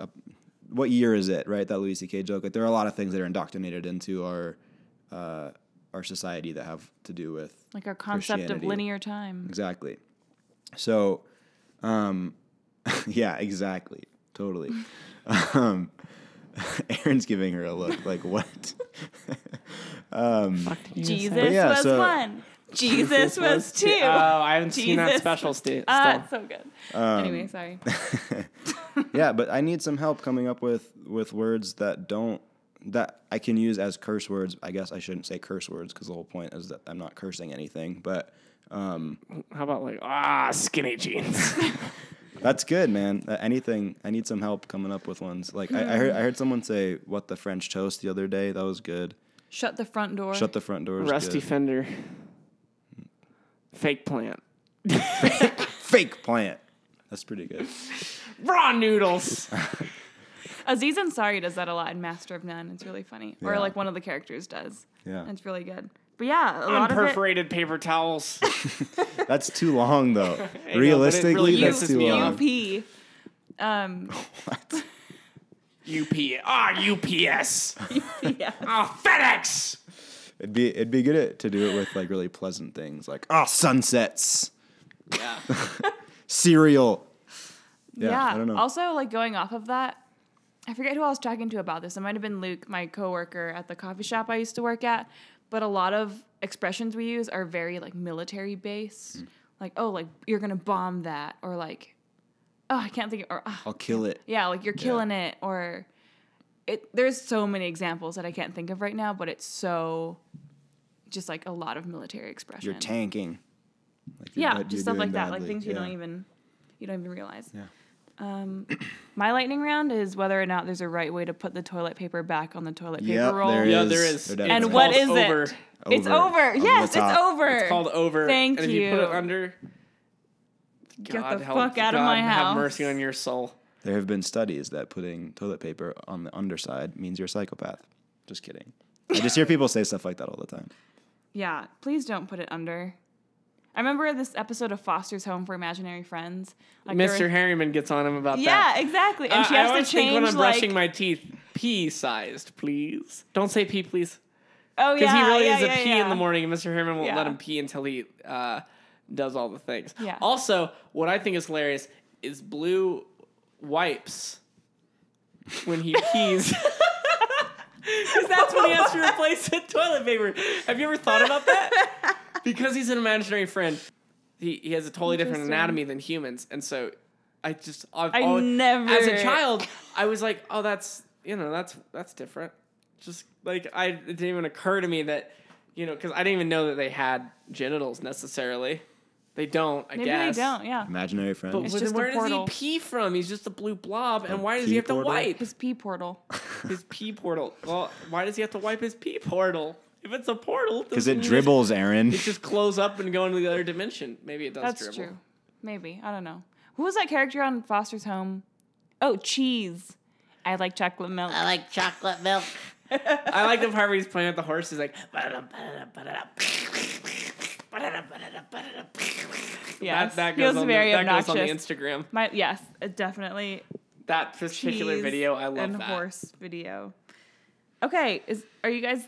S1: a- what year is it, right? That Louis C.K. joke. Like there are a lot of things that are indoctrinated into our uh, our society that have to do with
S3: like our concept of
S1: Christianity.
S3: linear time.
S1: exactly. So, um, yeah, exactly, totally. um, Aaron's giving her a look like what.
S3: Jesus
S1: yeah,
S3: was
S1: so-
S3: one. Jesus was two.
S2: Oh,
S1: uh,
S2: I haven't seen that
S3: Jesus.
S2: special sti-
S3: Ah,
S2: still.
S3: it's so good.
S1: Um,
S3: anyway, sorry.
S1: yeah, but I need some help coming up with with words that don't that I can use as curse words. I guess I shouldn't say curse words because the whole point is that I'm not cursing anything. But
S2: How about like ah skinny jeans?
S1: that's good, man. Uh, Anything. I need some help coming up with ones. Like I, I heard I heard someone say "what the French toast" the other day. That was good.
S3: Shut the front door.
S1: Shut the front door. is
S2: Rusty
S1: good.
S2: fender. Fake plant.
S1: fake plant. That's pretty good.
S2: Raw noodles.
S3: Aziz Ansari does that a lot in Master of None. It's really funny. Or
S1: Yeah.
S3: like one of the characters does.
S1: Yeah,
S3: It's really good. But yeah, a lot of it.
S2: Unperforated paper towels.
S1: that's too long though.
S2: it
S1: Realistically,
S2: really
S1: that's
S2: pisses
S1: too
S2: me
S1: long.
S2: off.
S3: UP. Um,
S1: What?
S2: UP. Ah UPS.
S3: yeah.
S2: Ah FedEx.
S1: It'd be it'd be good to do it with like really pleasant things like ah sunsets.
S2: Yeah.
S1: cereal.
S3: yeah.
S1: Yeah, I don't know.
S3: Also, like going off of that, I forget who I was talking to about this. It might have been Luke, my coworker at the coffee shop I used to work at. But a lot of expressions we use are very like military based.
S1: Mm.
S3: Like, oh, like you're gonna bomb that, or like, oh, I can't think, of, or ah,
S1: I'll kill it.
S3: yeah, like you're killing it, or it. There's so many examples that I can't think of right now, but it's so just like a lot of military expression.
S1: You're tanking. Like you're-
S3: Yeah,
S1: you're
S3: just stuff
S1: doing
S3: like that, like
S1: badly.
S3: things you don't
S1: Yeah.
S3: even you don't even realize.
S1: Yeah.
S3: Um, my lightning round is whether or not there's a right way to put the toilet paper back on the toilet paper
S1: Yep,
S3: roll.
S1: there
S2: Yeah,
S1: is.
S2: there is.
S1: There definitely
S3: And
S1: It's
S3: what is
S2: called over.
S3: it? It's
S1: Over.
S3: over.
S1: Over the
S3: Yes, it's
S1: top.
S3: over.
S2: It's called over.
S3: Thank
S2: and if you put
S3: you.
S2: it under,
S3: Get
S2: God
S3: the
S2: help,
S3: fuck out
S2: God
S3: of my house.
S2: Have mercy on your soul.
S1: There have been studies that putting toilet paper on the underside means you're a psychopath. Just kidding. I just hear people say stuff like that all the time.
S3: Yeah, please don't put it under. I remember this episode of Foster's Home for Imaginary Friends. Like there
S2: Mr.
S3: were-
S2: Harriman gets on him about that.
S3: Yeah, exactly. And
S2: Uh,
S3: she
S2: I
S3: has
S2: always
S3: to
S2: think
S3: change
S2: when I'm
S3: like,
S2: brushing my teeth, pea sized, please. Don't say pea, please.
S3: oh
S2: Because
S3: yeah,
S2: he really
S3: yeah,
S2: is a
S3: yeah,
S2: pee in
S3: yeah.
S2: the morning, and Mr. Herman won't let
S3: Yeah.
S2: him pee until he uh, does all the things.
S3: Yeah.
S2: Also, what I think is hilarious is Blue wipes when he pees. 'Cause that's when he has to replace the toilet paper. Have you ever thought about that? Because he's an imaginary friend, he, he has a totally different
S3: Interesting.
S2: anatomy than humans, and so I just I've
S3: I
S2: always-
S3: never-
S2: as a child I was like, oh, that's you know that's that's different. Just like I it didn't even occur to me that you know because I didn't even know that they had genitals necessarily. They don't, I
S3: Maybe
S2: guess.
S3: they don't. Yeah,
S1: Imaginary
S2: But
S1: friend.
S3: It's
S2: wh-
S3: just a
S2: where does he
S3: portal.
S2: pee from? He's just a blue blob, and
S1: A
S2: why does
S1: pee
S2: he have to
S1: portal?
S2: wipe?
S3: his pee portal.
S2: his pee portal. Well, why does he have to wipe his pee portal? If it's a portal,
S1: Because
S2: doesn't
S1: it
S2: he just-
S1: dribbles, Aaron.
S2: It just close up and go into the other dimension. Maybe it does
S3: That's
S2: dribble.
S3: true. Maybe I don't know. Who was that character on Foster's Home? Oh, cheese. I like chocolate milk.
S5: I like chocolate milk.
S2: I like the part where he's playing with the horse. He's like, "Ba-da-da, ba-da-da, ba-da-da."
S3: yes,
S2: that, that
S3: He
S2: goes
S3: was
S2: on
S3: very
S2: the, that
S3: obnoxious.
S2: goes on the Instagram.
S3: My yes, it definitely
S2: That particular
S3: cheese
S2: video, I love
S3: and
S2: that.
S3: horse video. Okay, is are you guys?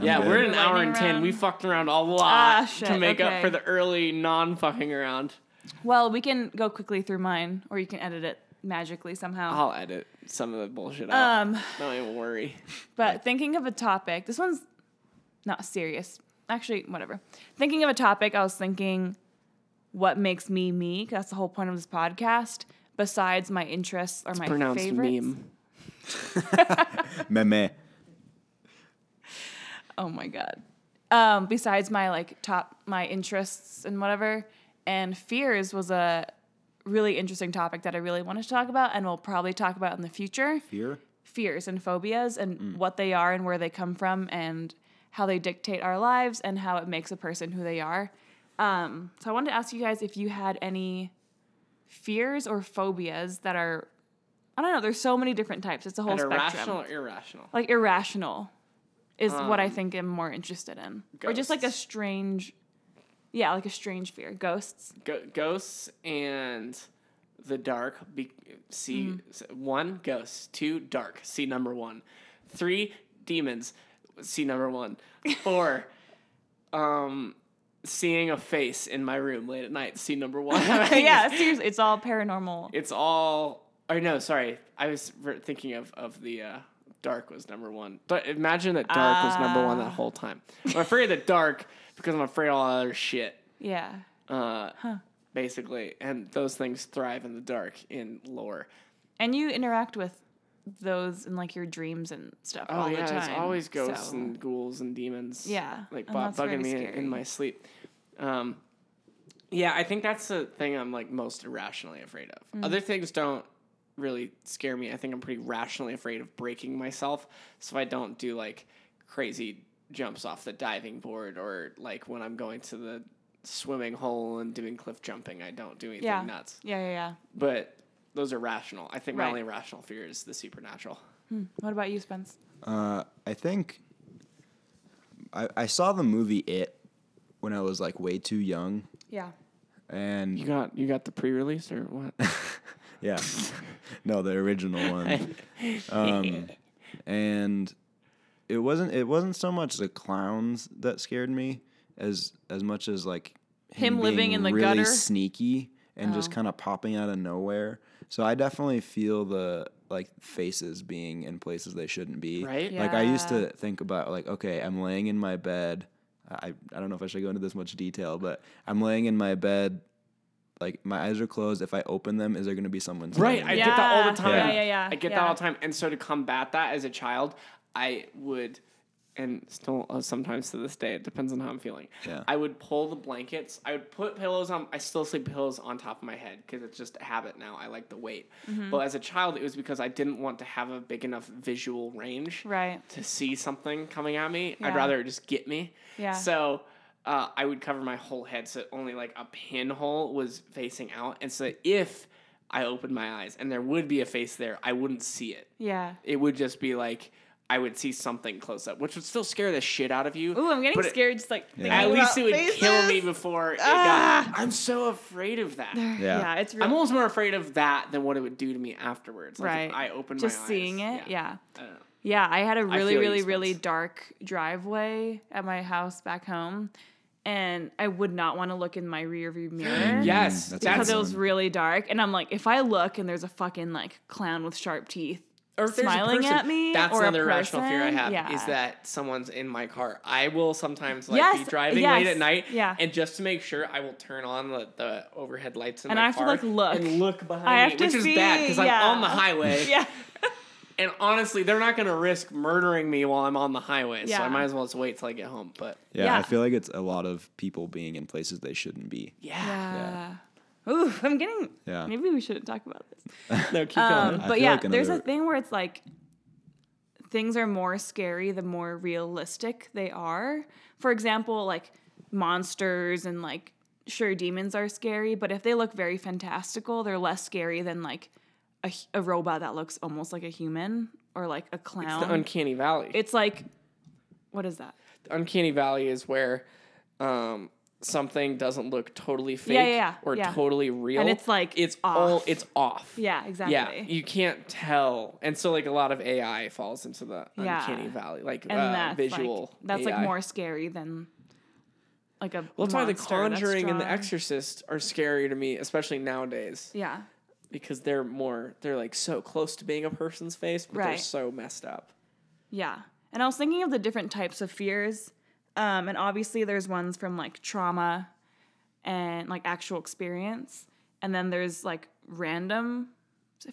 S2: Yeah,
S1: I'm
S2: we're
S1: good.
S2: at an hour
S3: Lightning
S2: and ten.
S3: round.
S2: We fucked around a lot
S3: Ah, shit,
S2: to make
S3: okay.
S2: up for the early non-fucking around.
S3: Well, we can go quickly through mine, or you can edit it magically somehow.
S2: I'll edit some of the bullshit out.
S3: Um,
S2: Don't even worry.
S3: but thinking of a topic, this one's not serious. Actually, whatever. Thinking of a topic, I was thinking what makes me me. 'cause that's the whole point of this podcast. Besides my interests or my
S2: Pronounced
S3: favorites.
S2: meme.
S1: Meme.
S3: Oh my god. Um, besides my like top my interests and whatever, and fears was a really interesting topic that I really want to talk about and we'll probably talk about in the future.
S1: Fear.
S3: Fears and phobias and
S2: Mm.
S3: what they are and where they come from and how they dictate our lives and how it makes a person who they are. Um, so I wanted to ask you guys if you had any fears or phobias that are I don't know, there's so many different types. It's a whole
S2: And
S3: spectrum
S2: irrational or irrational?
S3: like irrational is what I think I'm more interested in. Or just like a
S2: ghosts.
S3: strange yeah, like a strange fear. Ghosts.
S2: Go- ghosts and the dark. Be- see s- one ghosts, two dark. See number one, three demons. See number one, four. um, seeing a face in my room late at night. See number one.
S3: yeah, seriously, it's all paranormal.
S2: it's all. Or no, sorry. I was re- thinking of of the. Uh, Dark was number one. But imagine that dark was number one that whole time. I'm afraid of the dark because I'm afraid of all other shit
S3: Yeah.
S2: uh, basically. And those things thrive in the dark in lore.
S3: And you interact with those in like your dreams and stuff
S2: Oh
S3: all
S2: yeah,
S3: the time.
S2: there's always ghosts
S3: so-
S2: and ghouls and demons.
S3: Yeah,
S2: like bu-
S3: and that's very
S2: bugging me in-
S3: scary.
S2: in my sleep. Um, yeah, I think that's the thing I'm like most irrationally afraid of.
S3: Mm.
S2: Other things don't really scare me. I think I'm pretty rationally afraid of breaking myself, so I don't do like crazy jumps off the diving board or like when I'm going to the swimming hole and doing cliff jumping. I don't do anything
S3: yeah.
S2: nuts.
S3: Yeah, yeah, yeah.
S2: but those are rational. I think my
S3: Right.
S2: only rational fear is the supernatural.
S3: What about you, Spence?
S1: Uh, I think I, I saw the movie It when I was like way too young,
S3: Yeah.
S1: and
S2: You got you got the pre-release or what?
S1: yeah, no, the original one, um, and it wasn't it wasn't so much the clowns that scared me as as much as like
S3: Him living
S1: being
S3: in the
S1: really
S3: gutter? Oh.
S1: sneaky and just kind of popping out of nowhere. So I definitely feel the like faces being in places they shouldn't be.
S2: Right?
S1: Like I used
S3: Yeah.
S1: to think about like, okay, I'm laying in my bed. I I don't know if I should go into this much detail, but I'm laying in my bed. Like my eyes are closed. If I open them, is there going to be someone?
S2: right,
S1: standing
S2: I
S1: there?
S2: get that all
S3: Yeah.
S2: the time.
S3: Yeah, yeah, yeah,
S2: I get
S3: yeah.
S2: that all the time. And so to combat that as a child, I would and still uh, sometimes to this day it depends on how I'm feeling.
S1: Yeah.
S2: I would pull the blankets. I would put pillows on. I still sleep pillows on top of my head because it's just a habit now. I like the weight.
S3: Mm-hmm.
S2: But as a child, it was because I didn't want to have a big enough visual range.
S3: Right.
S2: to see something coming at me.
S3: Yeah.
S2: I'd rather it just get me.
S3: Yeah.
S2: So uh, I would cover my whole head so only like a pinhole was facing out. And so if I opened my eyes and there would be a face there, I wouldn't see it.
S3: Yeah.
S2: It would just be like I would see something close up, which would still scare the shit out of you.
S3: Ooh, I'm getting
S2: but it-
S3: scared just like thinking
S2: at least
S3: about
S2: it would kill me
S3: faces. Ah.
S2: before it got. I'm so afraid of that.
S1: Yeah.
S3: Yeah, it's really
S2: I'm almost more afraid of that than what it would do to me afterwards. Like
S3: right.
S2: if I open
S3: just
S2: my eyes.
S3: seeing it. Yeah.
S2: I don't know.
S3: Yeah, I had a really,
S2: feel you,
S3: really, really
S2: Spence.
S3: dark driveway at my house back home, and I would not want to look in my rearview mirror.
S2: Yes,
S1: Mm, that's a
S2: that's Mm.
S3: because
S1: good
S3: it was
S1: one.
S3: really dark, and I'm like, if I look and there's a fucking like clown with sharp teeth
S2: or if there's a
S3: smiling
S2: person-
S3: at me,
S2: That's
S3: or a
S2: another rational fear I
S3: person,
S2: have
S3: yeah.
S2: is that someone's in my car. I will sometimes like
S3: Yes,
S2: be driving
S3: yes,
S2: late at night,
S3: yeah.
S2: and just to make sure, I will turn on the, the overhead lights in
S3: And
S2: my
S3: I have to,
S2: car
S3: like, look.
S2: and look behind
S3: I
S2: me,
S3: have to
S2: which is bad
S3: see,
S2: because
S3: yeah.
S2: I'm on the highway.
S3: yeah.
S2: And honestly, they're not going to risk murdering me while I'm on the highway, so I
S3: Yeah.
S2: might as well just wait till I get home. But
S1: Yeah,
S3: Yeah.
S1: I feel like it's a lot of people being in places they shouldn't be.
S2: yeah,
S3: Yeah. Ooh, I'm getting.
S1: Yeah.
S3: Maybe we shouldn't talk about this.
S2: no, keep
S3: Um,
S2: going.
S1: I
S3: but
S1: feel
S3: yeah,
S1: like
S3: there's a
S1: another-
S3: thing where it's like things are more scary the more realistic they are. For example, like monsters and like sure demons are scary, but if they look very fantastical, they're less scary than like a, h- a robot that looks almost like a human or like a
S2: It's
S3: clown.
S2: the uncanny valley.
S3: it's like what is that?
S2: uncanny valley is where um something doesn't look totally fake
S3: yeah, yeah,
S2: or
S3: yeah.
S2: totally real
S3: And it's, like,
S2: it's
S3: off.
S2: all it's off
S3: Yeah, exactly.
S2: yeah you can't tell and so like a lot of ai falls into the
S3: Yeah.
S2: uncanny valley like
S3: and
S2: uh,
S3: that's
S2: visual
S3: like that's
S2: AI.
S3: like more scary than like a
S2: well that's why the
S3: monster that's
S2: conjuring and the
S3: drawn.
S2: exorcist are scary to me especially nowadays
S3: Yeah.
S2: because they're more they're like so close to being a person's face but they're
S3: Right.
S2: so messed up
S3: Yeah. And I was thinking of the different types of fears. Um, and obviously, there's ones from like trauma and like actual experience. And then there's like random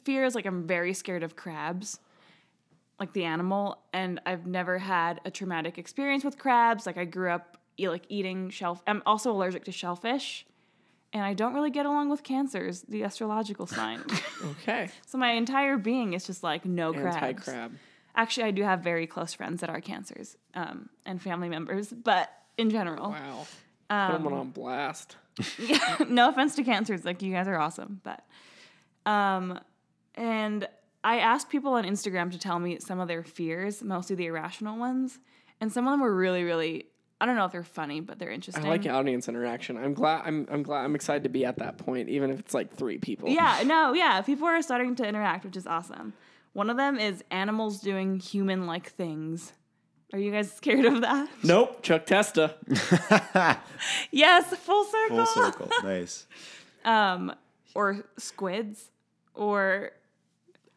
S3: fears. Like, I'm very scared of crabs, like the animal. And I've never had a traumatic experience with crabs. Like, I grew up e- like eating shell. I'm also allergic to shellfish. And I don't really get along with cancers, the astrological sign.
S2: okay
S3: so my entire being is just like no crabs.
S2: anti crab
S3: Actually, I do have very close friends that are cancers um, and family members, but in general,
S2: wow put
S3: Um,
S2: them on blast
S3: no offense to cancers, like you guys are awesome, but um, and I asked people on Instagram to tell me some of their fears, mostly the irrational ones, and some of them were really, really. I don't know if they're funny, but they're
S2: I
S3: interesting.
S2: like audience interaction. I'm glad. I'm, I'm glad. I'm excited to be at that point, even if it's like three people.
S3: Yeah, no, yeah. People are starting to interact, which is awesome. One of them is animals doing human-like things. Are you guys scared of that?
S2: Nope. Chuck Testa.
S3: Yes, full circle.
S1: Full circle. nice.
S3: or squids or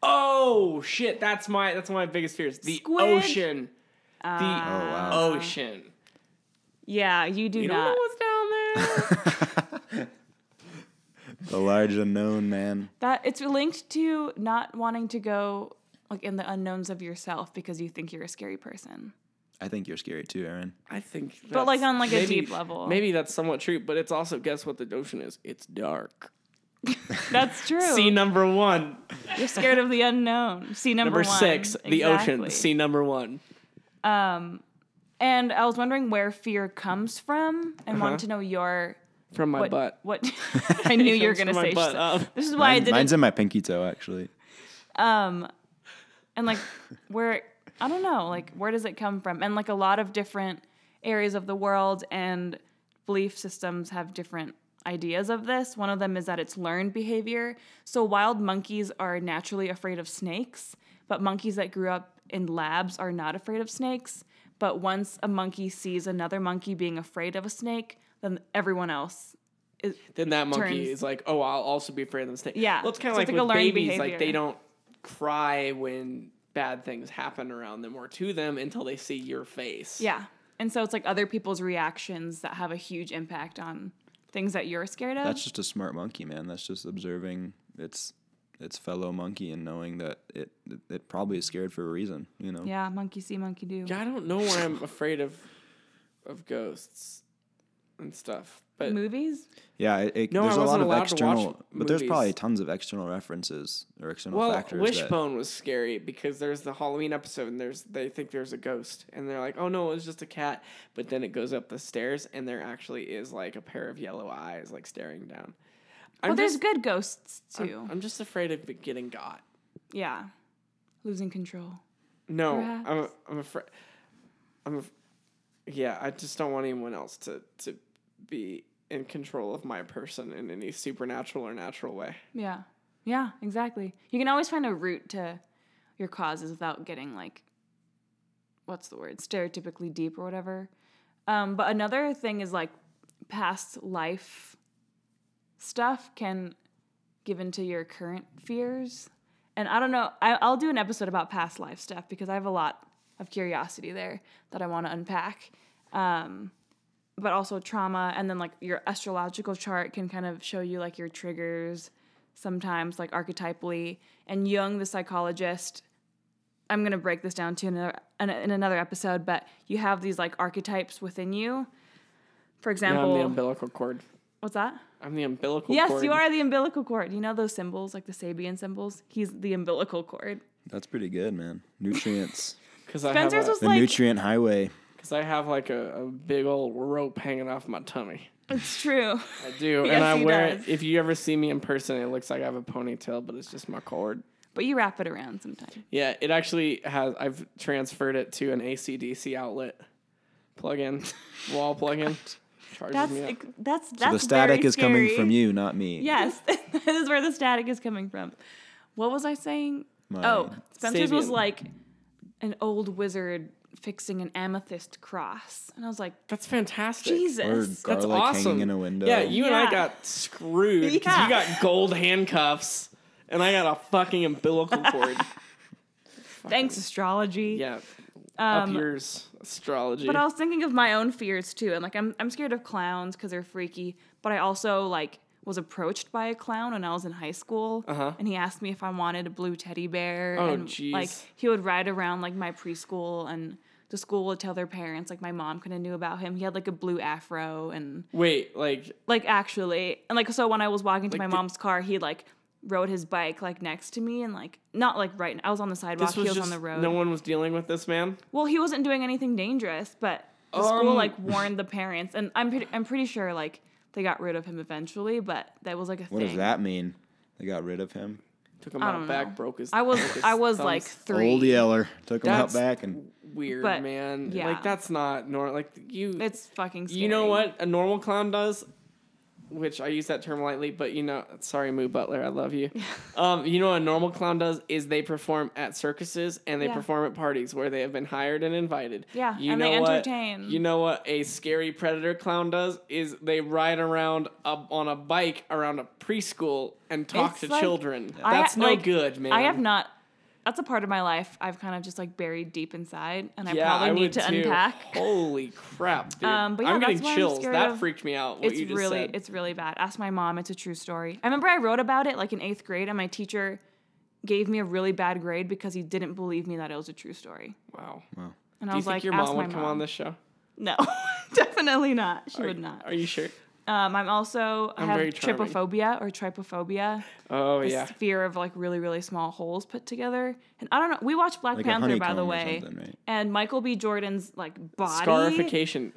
S2: oh shit! That's my. That's one of my biggest fears. The
S3: Squid. Uh,
S2: ocean. The
S1: Oh wow.
S2: ocean.
S3: yeah you do
S2: You don't know
S3: not
S2: what's down there.
S1: The large unknown man.
S3: that it's linked to not wanting to go like in the unknowns of yourself because you think you're a scary person
S1: I think you're scary too, Aaron.
S2: I think.
S3: But, like,
S2: that's-
S3: on, like, a deep level.
S2: Maybe that's somewhat true, but it's also guess what the ocean is. It's dark.
S3: that's true
S2: Scene number one.
S3: you're scared of the unknown see number,
S2: Number
S3: one.
S2: six. The ocean.
S3: Exactly.
S2: Scene number one.
S3: and i was wondering where fear comes from and wanted to know your
S2: From Uh-huh. my
S3: what
S2: butt.
S3: what i knew you were
S2: Comes
S3: gonna
S2: from my
S3: say
S2: butt up.
S3: this is why i
S1: Mine,
S3: didn't
S1: mine's in my pinky toe, actually.
S3: and like where I don't know, like where does it come from? And like a lot of different areas of the world and belief systems have different ideas of this. One of them is that it's learned behavior. So wild monkeys are naturally afraid of snakes, but monkeys that grew up in labs are not afraid of snakes. But once a monkey sees another monkey being afraid of a snake, then everyone else
S2: then that monkey
S3: turns-
S2: is like, oh, I'll also be afraid of the snake.
S3: Yeah.
S2: well, it's kind of
S3: So
S2: like
S3: it's like a
S2: with
S3: learned
S2: babies, like
S3: behavior.
S2: they don't cry when bad things happen around them or to them until they see your face.
S3: Yeah. And so it's like other people's reactions that have a huge impact on things that you're scared
S2: Oh.
S3: of.
S1: That's just a smart monkey, man. That's just observing its its fellow monkey and knowing that it it, it probably is scared for a reason. You know.
S3: yeah, monkey see, monkey do.
S2: Yeah, I don't know why I'm afraid of of ghosts and stuff, but
S3: movies.
S1: Yeah. It, it-
S2: No, I
S1: there's a lot
S2: wasn't
S1: of
S2: allowed to watch
S1: external, but there's probably
S2: movies.
S1: tons of external references or external
S2: well,
S1: factors. that-
S2: Wishbone was scary because there's the Halloween episode and there's they think there's a ghost and they're like, oh no, it was just a cat, but then it goes up the stairs and there actually is like a pair of yellow eyes like staring down. I'm just-
S3: well, there's good ghosts too.
S2: I'm just afraid of getting got.
S3: yeah, losing control.
S2: No, I'm.
S3: Perhaps.
S2: I'm afraid. I'm. Af- yeah, I just don't want anyone else to to be in control of my person in any supernatural or natural way.
S3: Yeah. Yeah, exactly. You can always find a route to your causes without getting like what's the word? stereotypically deep or whatever. Um, but another thing is like past life stuff can give into your current fears. And I don't know, I, I'll do an episode about past life stuff because I have a lot of curiosity there that I want to unpack. Um, but also trauma, and then like your astrological chart can kind of show you like your triggers sometimes, like archetypally. And Jung, the psychologist, I'm gonna break this down to another in, in another episode, but you have these like archetypes within you. For
S2: Yeah, I'm
S3: example,
S2: the umbilical cord.
S3: what's that?
S2: I'm the umbilical
S3: Yes,
S2: cord.
S3: you are the umbilical cord. You know those symbols, like the Sabian symbols? He's the umbilical cord.
S1: That's pretty good, man. Nutrients.
S2: Because I have
S3: Spencer's
S2: a,
S3: was
S1: the
S3: like,
S1: nutrient highway.
S2: because I have like a, a big old rope hanging off my tummy.
S3: it's true.
S2: I do,
S3: Yes,
S2: and I
S3: he
S2: wear
S3: does.
S2: it. If you ever see me in person, it looks like I have a ponytail, but it's just my cord.
S3: But you wrap it around sometimes.
S2: Yeah, it actually has. I've transferred it to an AC/DC outlet plug-in, wall plug-in. Charges
S3: That's
S2: me up.
S3: ex- that's that's
S1: So the static
S3: very
S1: is coming
S3: scary.
S1: from you, not me.
S3: Yes, that is where the static is coming from. What was I saying? Oh,
S1: Mine.
S3: Spencer's was
S2: Sabian.
S3: like an old wizard fixing an amethyst cross, and I was like,
S2: That's fantastic.
S3: Jesus.
S1: Or
S2: That's
S1: garlic
S2: awesome.
S1: hanging in a window.
S2: Yeah, you and I
S3: Yeah.
S2: got screwed because
S3: Yeah.
S2: you got gold handcuffs and I got a fucking umbilical cord.
S3: Thanks astrology.
S2: Yeah. up yours, astrology.
S3: Um, But I was thinking of my own fears too, and like I'm I'm scared of clowns because they're freaky. But I also like was approached by a clown when I was in high school,
S2: Uh-huh.
S3: and he asked me if I wanted a blue teddy bear.
S2: Oh,
S3: and, Like
S2: jeez.
S3: he would ride around like my preschool, and the school would tell their parents. Like my mom kind of knew about him. He had like a blue afro, and
S2: Wait, like,
S3: like actually, and like so when I was walking to
S2: Like,
S3: my
S2: did-
S3: mom's car, he like rode his bike like next to me, and like not like right. I was on the sidewalk.
S2: this
S3: He
S2: was
S3: was
S2: just
S3: on the road.
S2: no one was dealing with this man.
S3: Well, he wasn't doing anything dangerous, but the school
S2: Um.
S3: like warned the parents, and I'm pretty, I'm pretty sure like they got rid of him eventually, but that was like a
S1: What
S3: thing.
S1: does that mean? They got rid of him.
S2: Took him
S3: I
S2: out
S3: don't
S2: back,
S3: know.
S2: broke his.
S3: I was
S2: broke his
S3: I was
S2: thumbs.
S3: like three.
S1: Old Yeller took him out
S2: That's-
S1: back and
S2: weird,
S3: but,
S2: man.
S3: yeah.
S2: Like that's not normal. Like you,
S3: It's fucking. Scary.
S2: you know what a normal clown does which i use that term lightly but you know sorry moo butler i love you um, you know what a normal clown does is they perform at circuses and they
S3: Yeah.
S2: perform at parties where they have been hired and invited
S3: Yeah,
S2: you
S3: and
S2: know
S3: they
S2: what,
S3: entertain.
S2: you know what a scary predator clown does is they ride around a, on a bike around a preschool and talk
S3: It's
S2: to
S3: like-
S2: children
S3: I ha-
S2: that's no
S3: like,
S2: good man
S3: I have not. That's a part of my life I've kind of just like buried deep inside, and I
S2: yeah,
S3: probably
S2: I
S3: need
S2: would
S3: to
S2: too.
S3: unpack.
S2: Holy crap, dude!
S3: Um, but yeah,
S2: I'm
S3: that's
S2: getting
S3: why I'm
S2: chills.
S3: scared
S2: that
S3: of-
S2: freaked me out. What
S3: It's
S2: you just
S3: really
S2: said.
S3: it's really bad. Ask my mom. It's a true story. I remember I wrote about it like in eighth grade, and my teacher gave me a really bad grade because he didn't believe me that it was a true story.
S2: wow.
S3: And
S2: Do
S3: I
S2: you
S3: was
S2: think
S3: like,
S2: your
S3: ask
S2: mom
S3: my
S2: would come
S3: mom.
S2: on this show?
S3: No, definitely not. She
S2: Are-
S3: would not.
S2: Are you sure?
S3: um, I'm also i
S2: I'm
S3: have
S2: very charming.
S3: trypophobia or trypophobia,
S2: Oh
S3: this
S2: yeah.
S3: fear of like really really small holes put together. And I don't know. We watched Black
S1: Like a
S3: Panther by
S1: honeycomb or
S3: the way,
S1: something, right?
S3: and Michael B. Jordan's like body
S2: Scarification.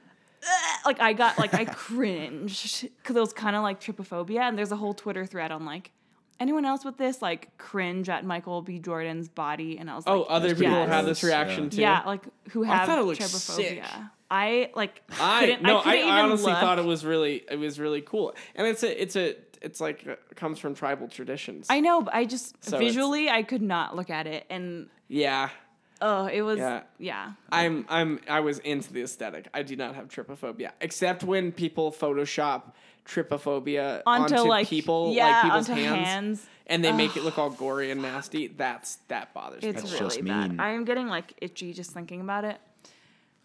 S3: like I got like I cringed because it was kind of like trypophobia, and there's a whole Twitter thread on like anyone else with this like cringe at Michael B. Jordan's body, and I was like,
S2: Oh, other
S1: That's
S2: people
S3: pretty
S2: have this
S1: gross,
S2: reaction
S1: yeah.
S2: too.
S3: yeah, like who have
S2: thought it looked
S3: trypophobia.
S2: sick.
S3: I like
S2: I
S3: couldn't,
S2: no,
S3: I, couldn't
S2: I,
S3: even
S2: I honestly
S3: look.
S2: thought it was really, it was really cool, and it's a, it's a, it's like uh, comes from tribal traditions.
S3: I know, but I just
S2: So it's-
S3: visually I could not look at it, and
S2: yeah,
S3: oh, it was yeah.
S2: Yeah. I'm, I'm, I was into the aesthetic. I do not have trypophobia, except when people Photoshop trypophobia
S3: Onto,
S2: onto,
S3: like-
S2: people,
S3: yeah,
S2: like people's
S3: onto
S2: hands,
S3: hands.
S2: and they make it look all gory and nasty. That's that bothers
S3: It's
S2: me.
S1: That's
S3: really
S1: just
S3: bad.
S1: mean.
S3: I am getting like itchy just thinking about it.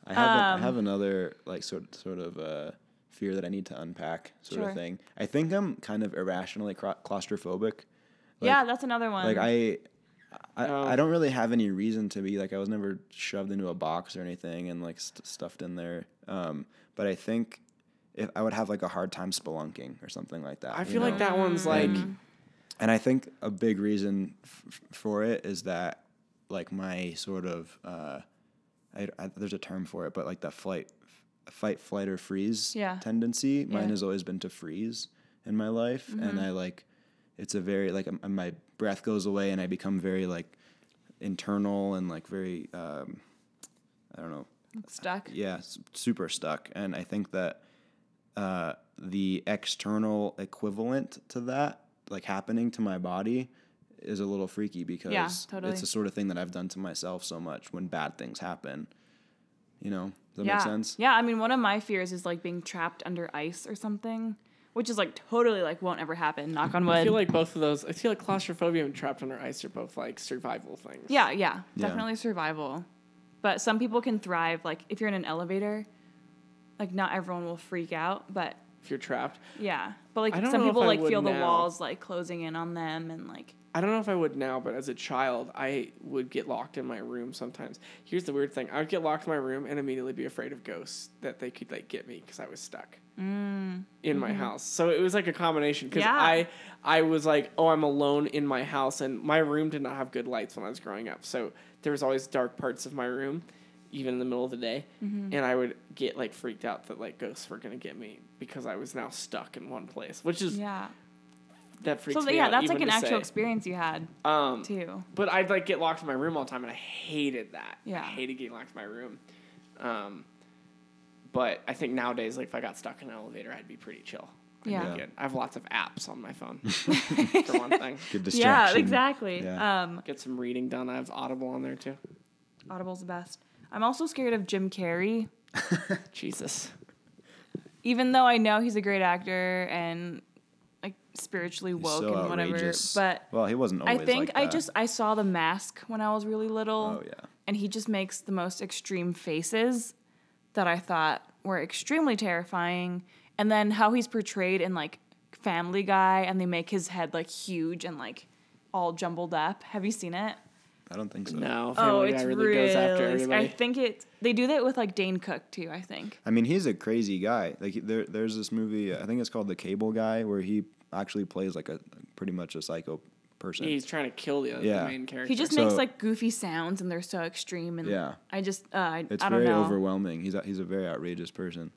S1: I have, a- I have
S3: Um,
S1: another like sort sort of uh, fear that I need to unpack sort
S3: Sure.
S1: of thing. I think I'm kind of irrationally cla- claustrophobic.
S3: yeah, that's another one.
S1: Like I, I,
S2: Oh.
S1: I don't really have any reason to be like I was never shoved into a box or anything and like st- stuffed in there. Um, but I think if I would have like a hard time spelunking or something like that.
S2: I
S1: you
S2: feel
S1: know?
S2: like that one's like.
S1: Mm.
S3: Mm-hmm.
S1: and I think a big reason f- f- for it is that like my sort of uh, I, I- there's a term for it, but like the flight, f- fight, flight, or freeze
S3: Yeah.
S1: tendency. Mine
S3: Yeah. Mm-hmm.
S1: has always been to freeze in my life, and I like it's a very like um, my breath goes away, and I become very like internal and like very um, I don't know
S3: stuck.
S1: yeah, s- super stuck. And I think that uh, the external equivalent to that, like happening to my body, is a little freaky because
S3: totally.
S1: it's the sort of thing that I've done to myself so much when bad things happen. You know, does that
S3: yeah.
S1: make sense?
S3: Yeah, I mean, one of my fears is like being trapped under ice or something, which is like totally like won't ever happen. Knock on wood.
S2: I feel like both of those. I feel like claustrophobia and trapped under ice are both like survival things.
S3: yeah, yeah,
S1: Yeah.
S3: definitely survival. But some people can thrive. Like if you're in an elevator, like not everyone will freak out, but
S2: If you're trapped,
S3: yeah. But like
S2: I don't
S3: some
S2: know if
S3: people
S2: I
S3: like
S2: would
S3: feel the
S2: now.
S3: walls like closing in on them and like
S2: I don't know if I would now, but as a child, I would get locked in my room sometimes. Here's the weird thing: I would get locked in my room and immediately be afraid of ghosts that they could like get me because I was stuck in my house. So it was like a combination because
S3: Mm. Mm-hmm. Yeah.
S2: I I was like, oh, I'm alone in my house, and my room did not have good lights when I was growing up, so there was always dark parts of my room, even in the middle of the day,
S3: Mm-hmm.
S2: and I would get like freaked out that like ghosts were gonna get me because I was now stuck in one place, which is
S3: yeah.
S2: that freaks
S3: So
S2: me
S3: yeah,
S2: out
S3: that's
S2: even
S3: like an
S2: to
S3: actual
S2: say.
S3: experience you had
S2: Um,
S3: too.
S2: but I'd like get locked in my room all the time, and I hated that.
S3: Yeah.
S2: I hated getting locked in my room. Um, but I think nowadays, like if I got stuck in an elevator, I'd be pretty chill. I'd be
S3: Yeah.
S2: good. I have lots of apps on my phone for one thing.
S1: Good
S3: Yeah,
S1: distraction.
S3: exactly.
S1: Yeah.
S3: Um,
S2: Get some reading done. I have Audible on there too.
S3: Audible's the best. I'm also scared of Jim Carrey.
S2: Jesus.
S3: even though I know he's a great actor and like spiritually
S1: He's
S3: woke
S1: so
S3: and whatever,
S1: outrageous.
S3: but
S1: well, he wasn't
S3: I
S1: always
S3: think
S1: like
S3: I
S1: that.
S3: just I saw The Mask when I was really little.
S1: Oh, yeah.
S3: And he just makes the most extreme faces that I thought were extremely terrifying. And then how he's portrayed in like Family Guy and they make his head like huge and like all jumbled up. Have you seen it? Oh,
S1: I don't think so.
S2: No, Family Guy really, goes after
S3: really sc- I
S2: everybody.
S3: think it they do that with like Dane Cook too, I think.
S1: I mean, he's a crazy guy. Like he- there, there's this movie. I think it's called The Cable Guy, where he actually plays like a pretty much a psycho person.
S2: He's trying to kill the, other
S1: Yeah.
S2: the main character.
S3: He just
S1: So-
S3: makes like goofy sounds, and they're so extreme. And
S1: Yeah.
S3: I just uh, I,
S1: it's
S3: I don't
S1: very
S3: know.
S1: overwhelming. He's a, he's a very outrageous person.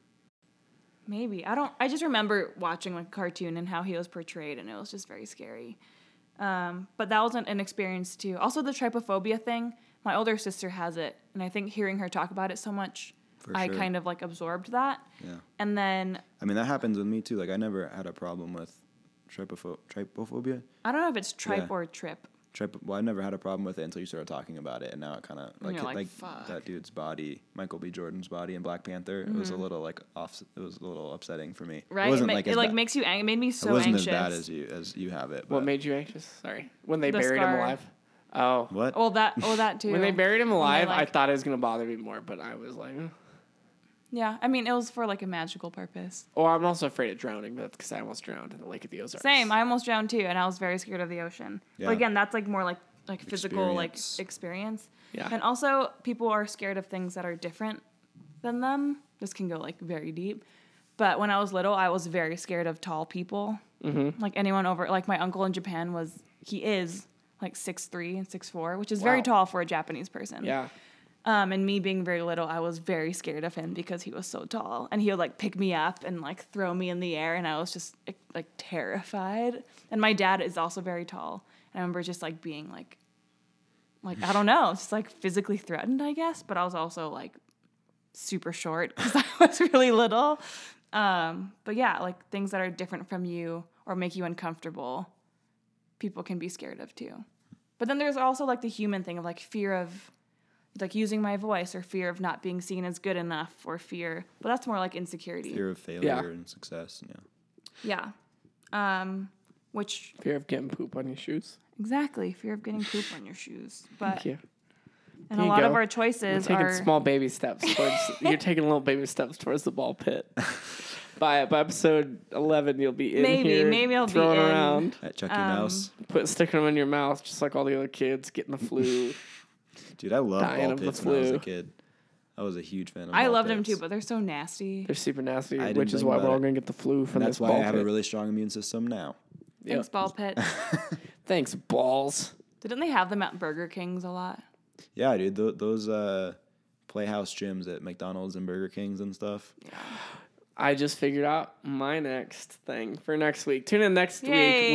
S3: Maybe I don't. I just remember watching like a cartoon and how he was portrayed, and it was just very scary. Um, but that was an, an experience too. Also, the trypophobia thing. My older sister has it, and I think hearing her talk about it so much,
S1: For
S3: I
S1: sure.
S3: kind of like absorbed that.
S1: Yeah.
S3: And then
S1: I mean, that happens with me too. Like, I never had a problem with tripopho- trypophobia.
S3: I don't know if it's tripe
S1: Yeah.
S3: or trip.
S1: Trip- well, I never had a problem with it until you started talking about it, and now it kind of like
S3: you're
S1: it-
S3: like,
S1: like,
S3: "Fuck."
S1: that dude's body, Michael B. Jordan's body in Black Panther. It was a little like off. It was a little upsetting for me.
S3: Mm-hmm. Right.
S1: It
S3: It,
S1: wasn't
S3: ma-
S1: like
S3: it
S1: as
S3: like
S1: ba-
S3: makes you. ang- It made me so
S1: it wasn't
S3: anxious.
S1: as bad as you as you have it.
S2: what
S1: but-
S2: made you anxious? Sorry. When they
S3: The
S2: buried him
S3: scar.
S2: alive. Oh.
S1: what?
S3: Well, that. Oh, that too.
S2: When they buried him alive, I
S3: like-
S2: thought it was gonna bother me more, but I was like, eh.
S3: Yeah. I mean, it was for like a magical purpose.
S2: Oh, I'm also afraid of drowning, but that's because I almost drowned in the Lake of the Ozarks.
S3: Same. I almost drowned too, and I was very scared of the ocean.
S1: Yeah.
S3: But again, that's like more like like physical
S1: Experience.
S3: like experience.
S2: Yeah.
S3: And also, people are scared of things that are different than them. This can go like very deep. But when I was little, I was very scared of tall people. Mm-hmm. Like anyone over, like my uncle in Japan was, he is like six three and six four, which is very
S2: Wow.
S3: tall for a Japanese person.
S2: Yeah.
S3: Um, and me being very little, I was very scared of him because he was so tall, and he would like pick me up and like throw me in the air, and I was just like, like terrified. And my dad is also very tall, and I remember just like being like, like I don't know, just like physically threatened, I guess. But I was also like super short because I was really little. Um, but yeah, like things that are different from you or make you uncomfortable, people can be scared of too. But then there's also like the human thing of like fear of like using my voice or fear of not being seen as good enough or fear but that's more like insecurity
S1: Fear of failure
S2: Yeah.
S1: and success. Yeah.
S3: yeah um which
S2: Fear of getting poop on your shoes.
S3: exactly fear of getting poop on your shoes but
S2: Thank you.
S3: and a
S2: you
S3: lot of
S2: go.
S3: our choices
S2: Taking
S3: are
S2: small baby steps towards you're taking little baby steps towards the ball pit. by by episode eleven, you'll be in
S3: Maybe,
S2: here,
S3: maybe I'll be
S2: throwing
S3: in.
S2: around,
S1: At Chucky
S3: Um,
S1: Mouse,
S2: put sticking them in your mouth, just like all the other kids getting the flu.
S1: dude, I loved
S2: dying
S1: ball
S2: of the
S1: pits when I was a
S2: flu.
S1: kid. I was a huge fan of.
S3: i
S1: ball
S3: loved them
S1: pits.
S3: too but they're so nasty
S2: They're super nasty,
S1: I didn't
S2: which is
S1: think
S2: why
S1: about
S2: we're all
S1: it.
S2: gonna get the flu from
S1: That's
S2: this
S1: why
S2: ball
S1: I have
S2: pit.
S1: a really strong immune system now.
S2: Yeah.
S3: thanks ball pit
S2: Thanks balls.
S3: didn't they have them at burger kings a lot
S1: Yeah, dude, th- those uh, playhouse gyms at McDonald's and Burger Kings and stuff.
S2: I just figured out my next thing for next week. Tune in next
S3: Yay,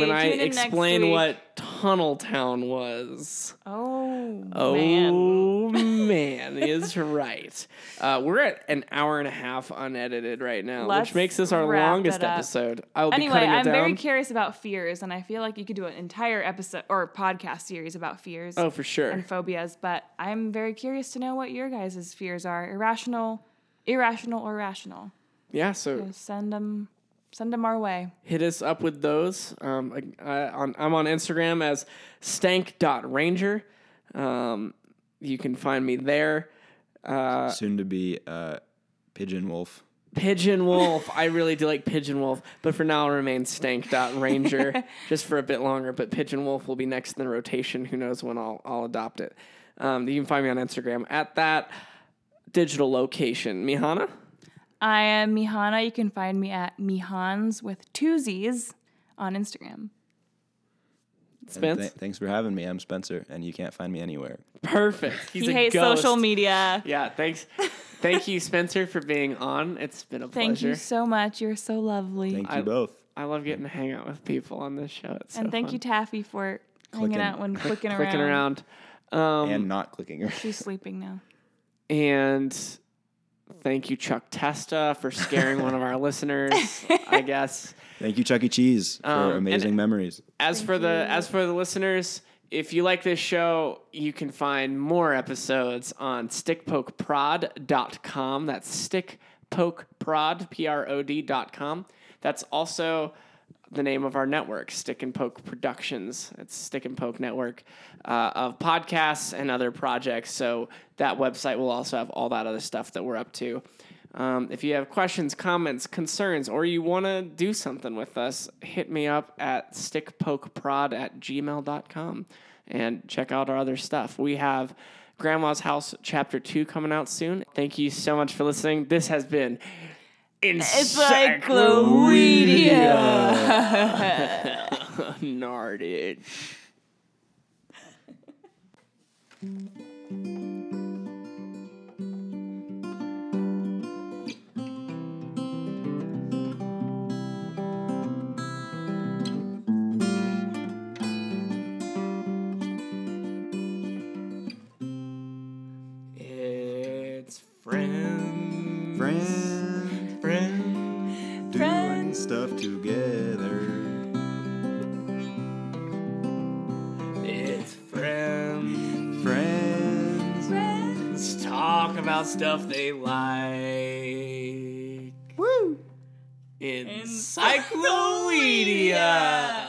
S2: week when I
S3: tune in next
S2: explain
S3: week.
S2: what Tunnel Town was.
S3: oh
S2: Oh man,
S3: man.
S2: is right. Uh, we're at an hour and a half unedited right now,
S3: Let's
S2: which makes this our
S3: wrap
S2: longest
S3: it up.
S2: episode. I will be
S3: Anyway,
S2: cutting it
S3: I'm
S2: down.
S3: very curious about fears, and I feel like you could do an entire episode or podcast series about fears
S2: oh, for sure.
S3: and phobias. But I'm very curious to know what your guys' fears are irrational, irrational, or rational.
S2: Yeah, so
S3: So send them, send them our way.
S2: hit us up with those. Um, I, I, on, I'm on Instagram as stank.ranger. Um, you can find me there.
S1: Soon to be uh, Pigeon Wolf.
S2: Pigeon Wolf. I really do like Pigeon Wolf, but for now I'll remain Stank Dot Ranger just for a bit longer. But Pigeon Wolf will be next in the rotation. Who knows when I'll I'll adopt it. Um, you can find me on Instagram at that digital location. Mihana,
S3: I am Mihana. You can find me at Mihans with two Z's on Instagram.
S1: And th-
S2: Spence,
S1: thanks for having me. I'm Spencer, and you can't find me anywhere.
S2: perfect. He's
S3: he
S2: a
S3: hates
S2: ghost.
S3: social media.
S2: Yeah, thanks. Thank you, Spencer, for being on. It's been a
S3: Thank
S2: pleasure.
S3: you so much. You're so lovely.
S1: Thank you
S2: I-
S1: both.
S2: I love getting to hang out with people on this show. It's so
S3: and thank
S2: fun.
S3: you, Taffy, for hanging
S1: Clicking.
S3: out when clicking around.
S2: clicking around. Um,
S1: and not clicking her.
S3: She's sleeping now.
S2: And thank you, Chuck Testa, for scaring one of our listeners. I guess.
S1: Thank you, Chuck E. Cheese, for
S2: Um, and-
S1: amazing memories.
S2: As for the as for the listeners, if you like this show, you can find more episodes on stickpokeprod.com. That's stickpokeprod, P-R-O-D dot com. That's also the name of our network, Stick and Poke Productions. It's Stick and Poke Network uh, of podcasts and other projects. So that website will also have all that other stuff that we're up to. Um, if you have questions, comments, concerns, or you want to do something with us, hit me up at stickpokeprod at gmail.com and check out our other stuff. We have Grandma's House Chapter 2 coming out soon. Thank you so much for listening. This has been Encyclopedia Narded. It's friends.
S1: Friends
S2: Friends.
S1: doing stuff together.
S2: It's friends.
S1: Friends.
S2: Let's talk about stuff they like. Woo! Encyclopedia.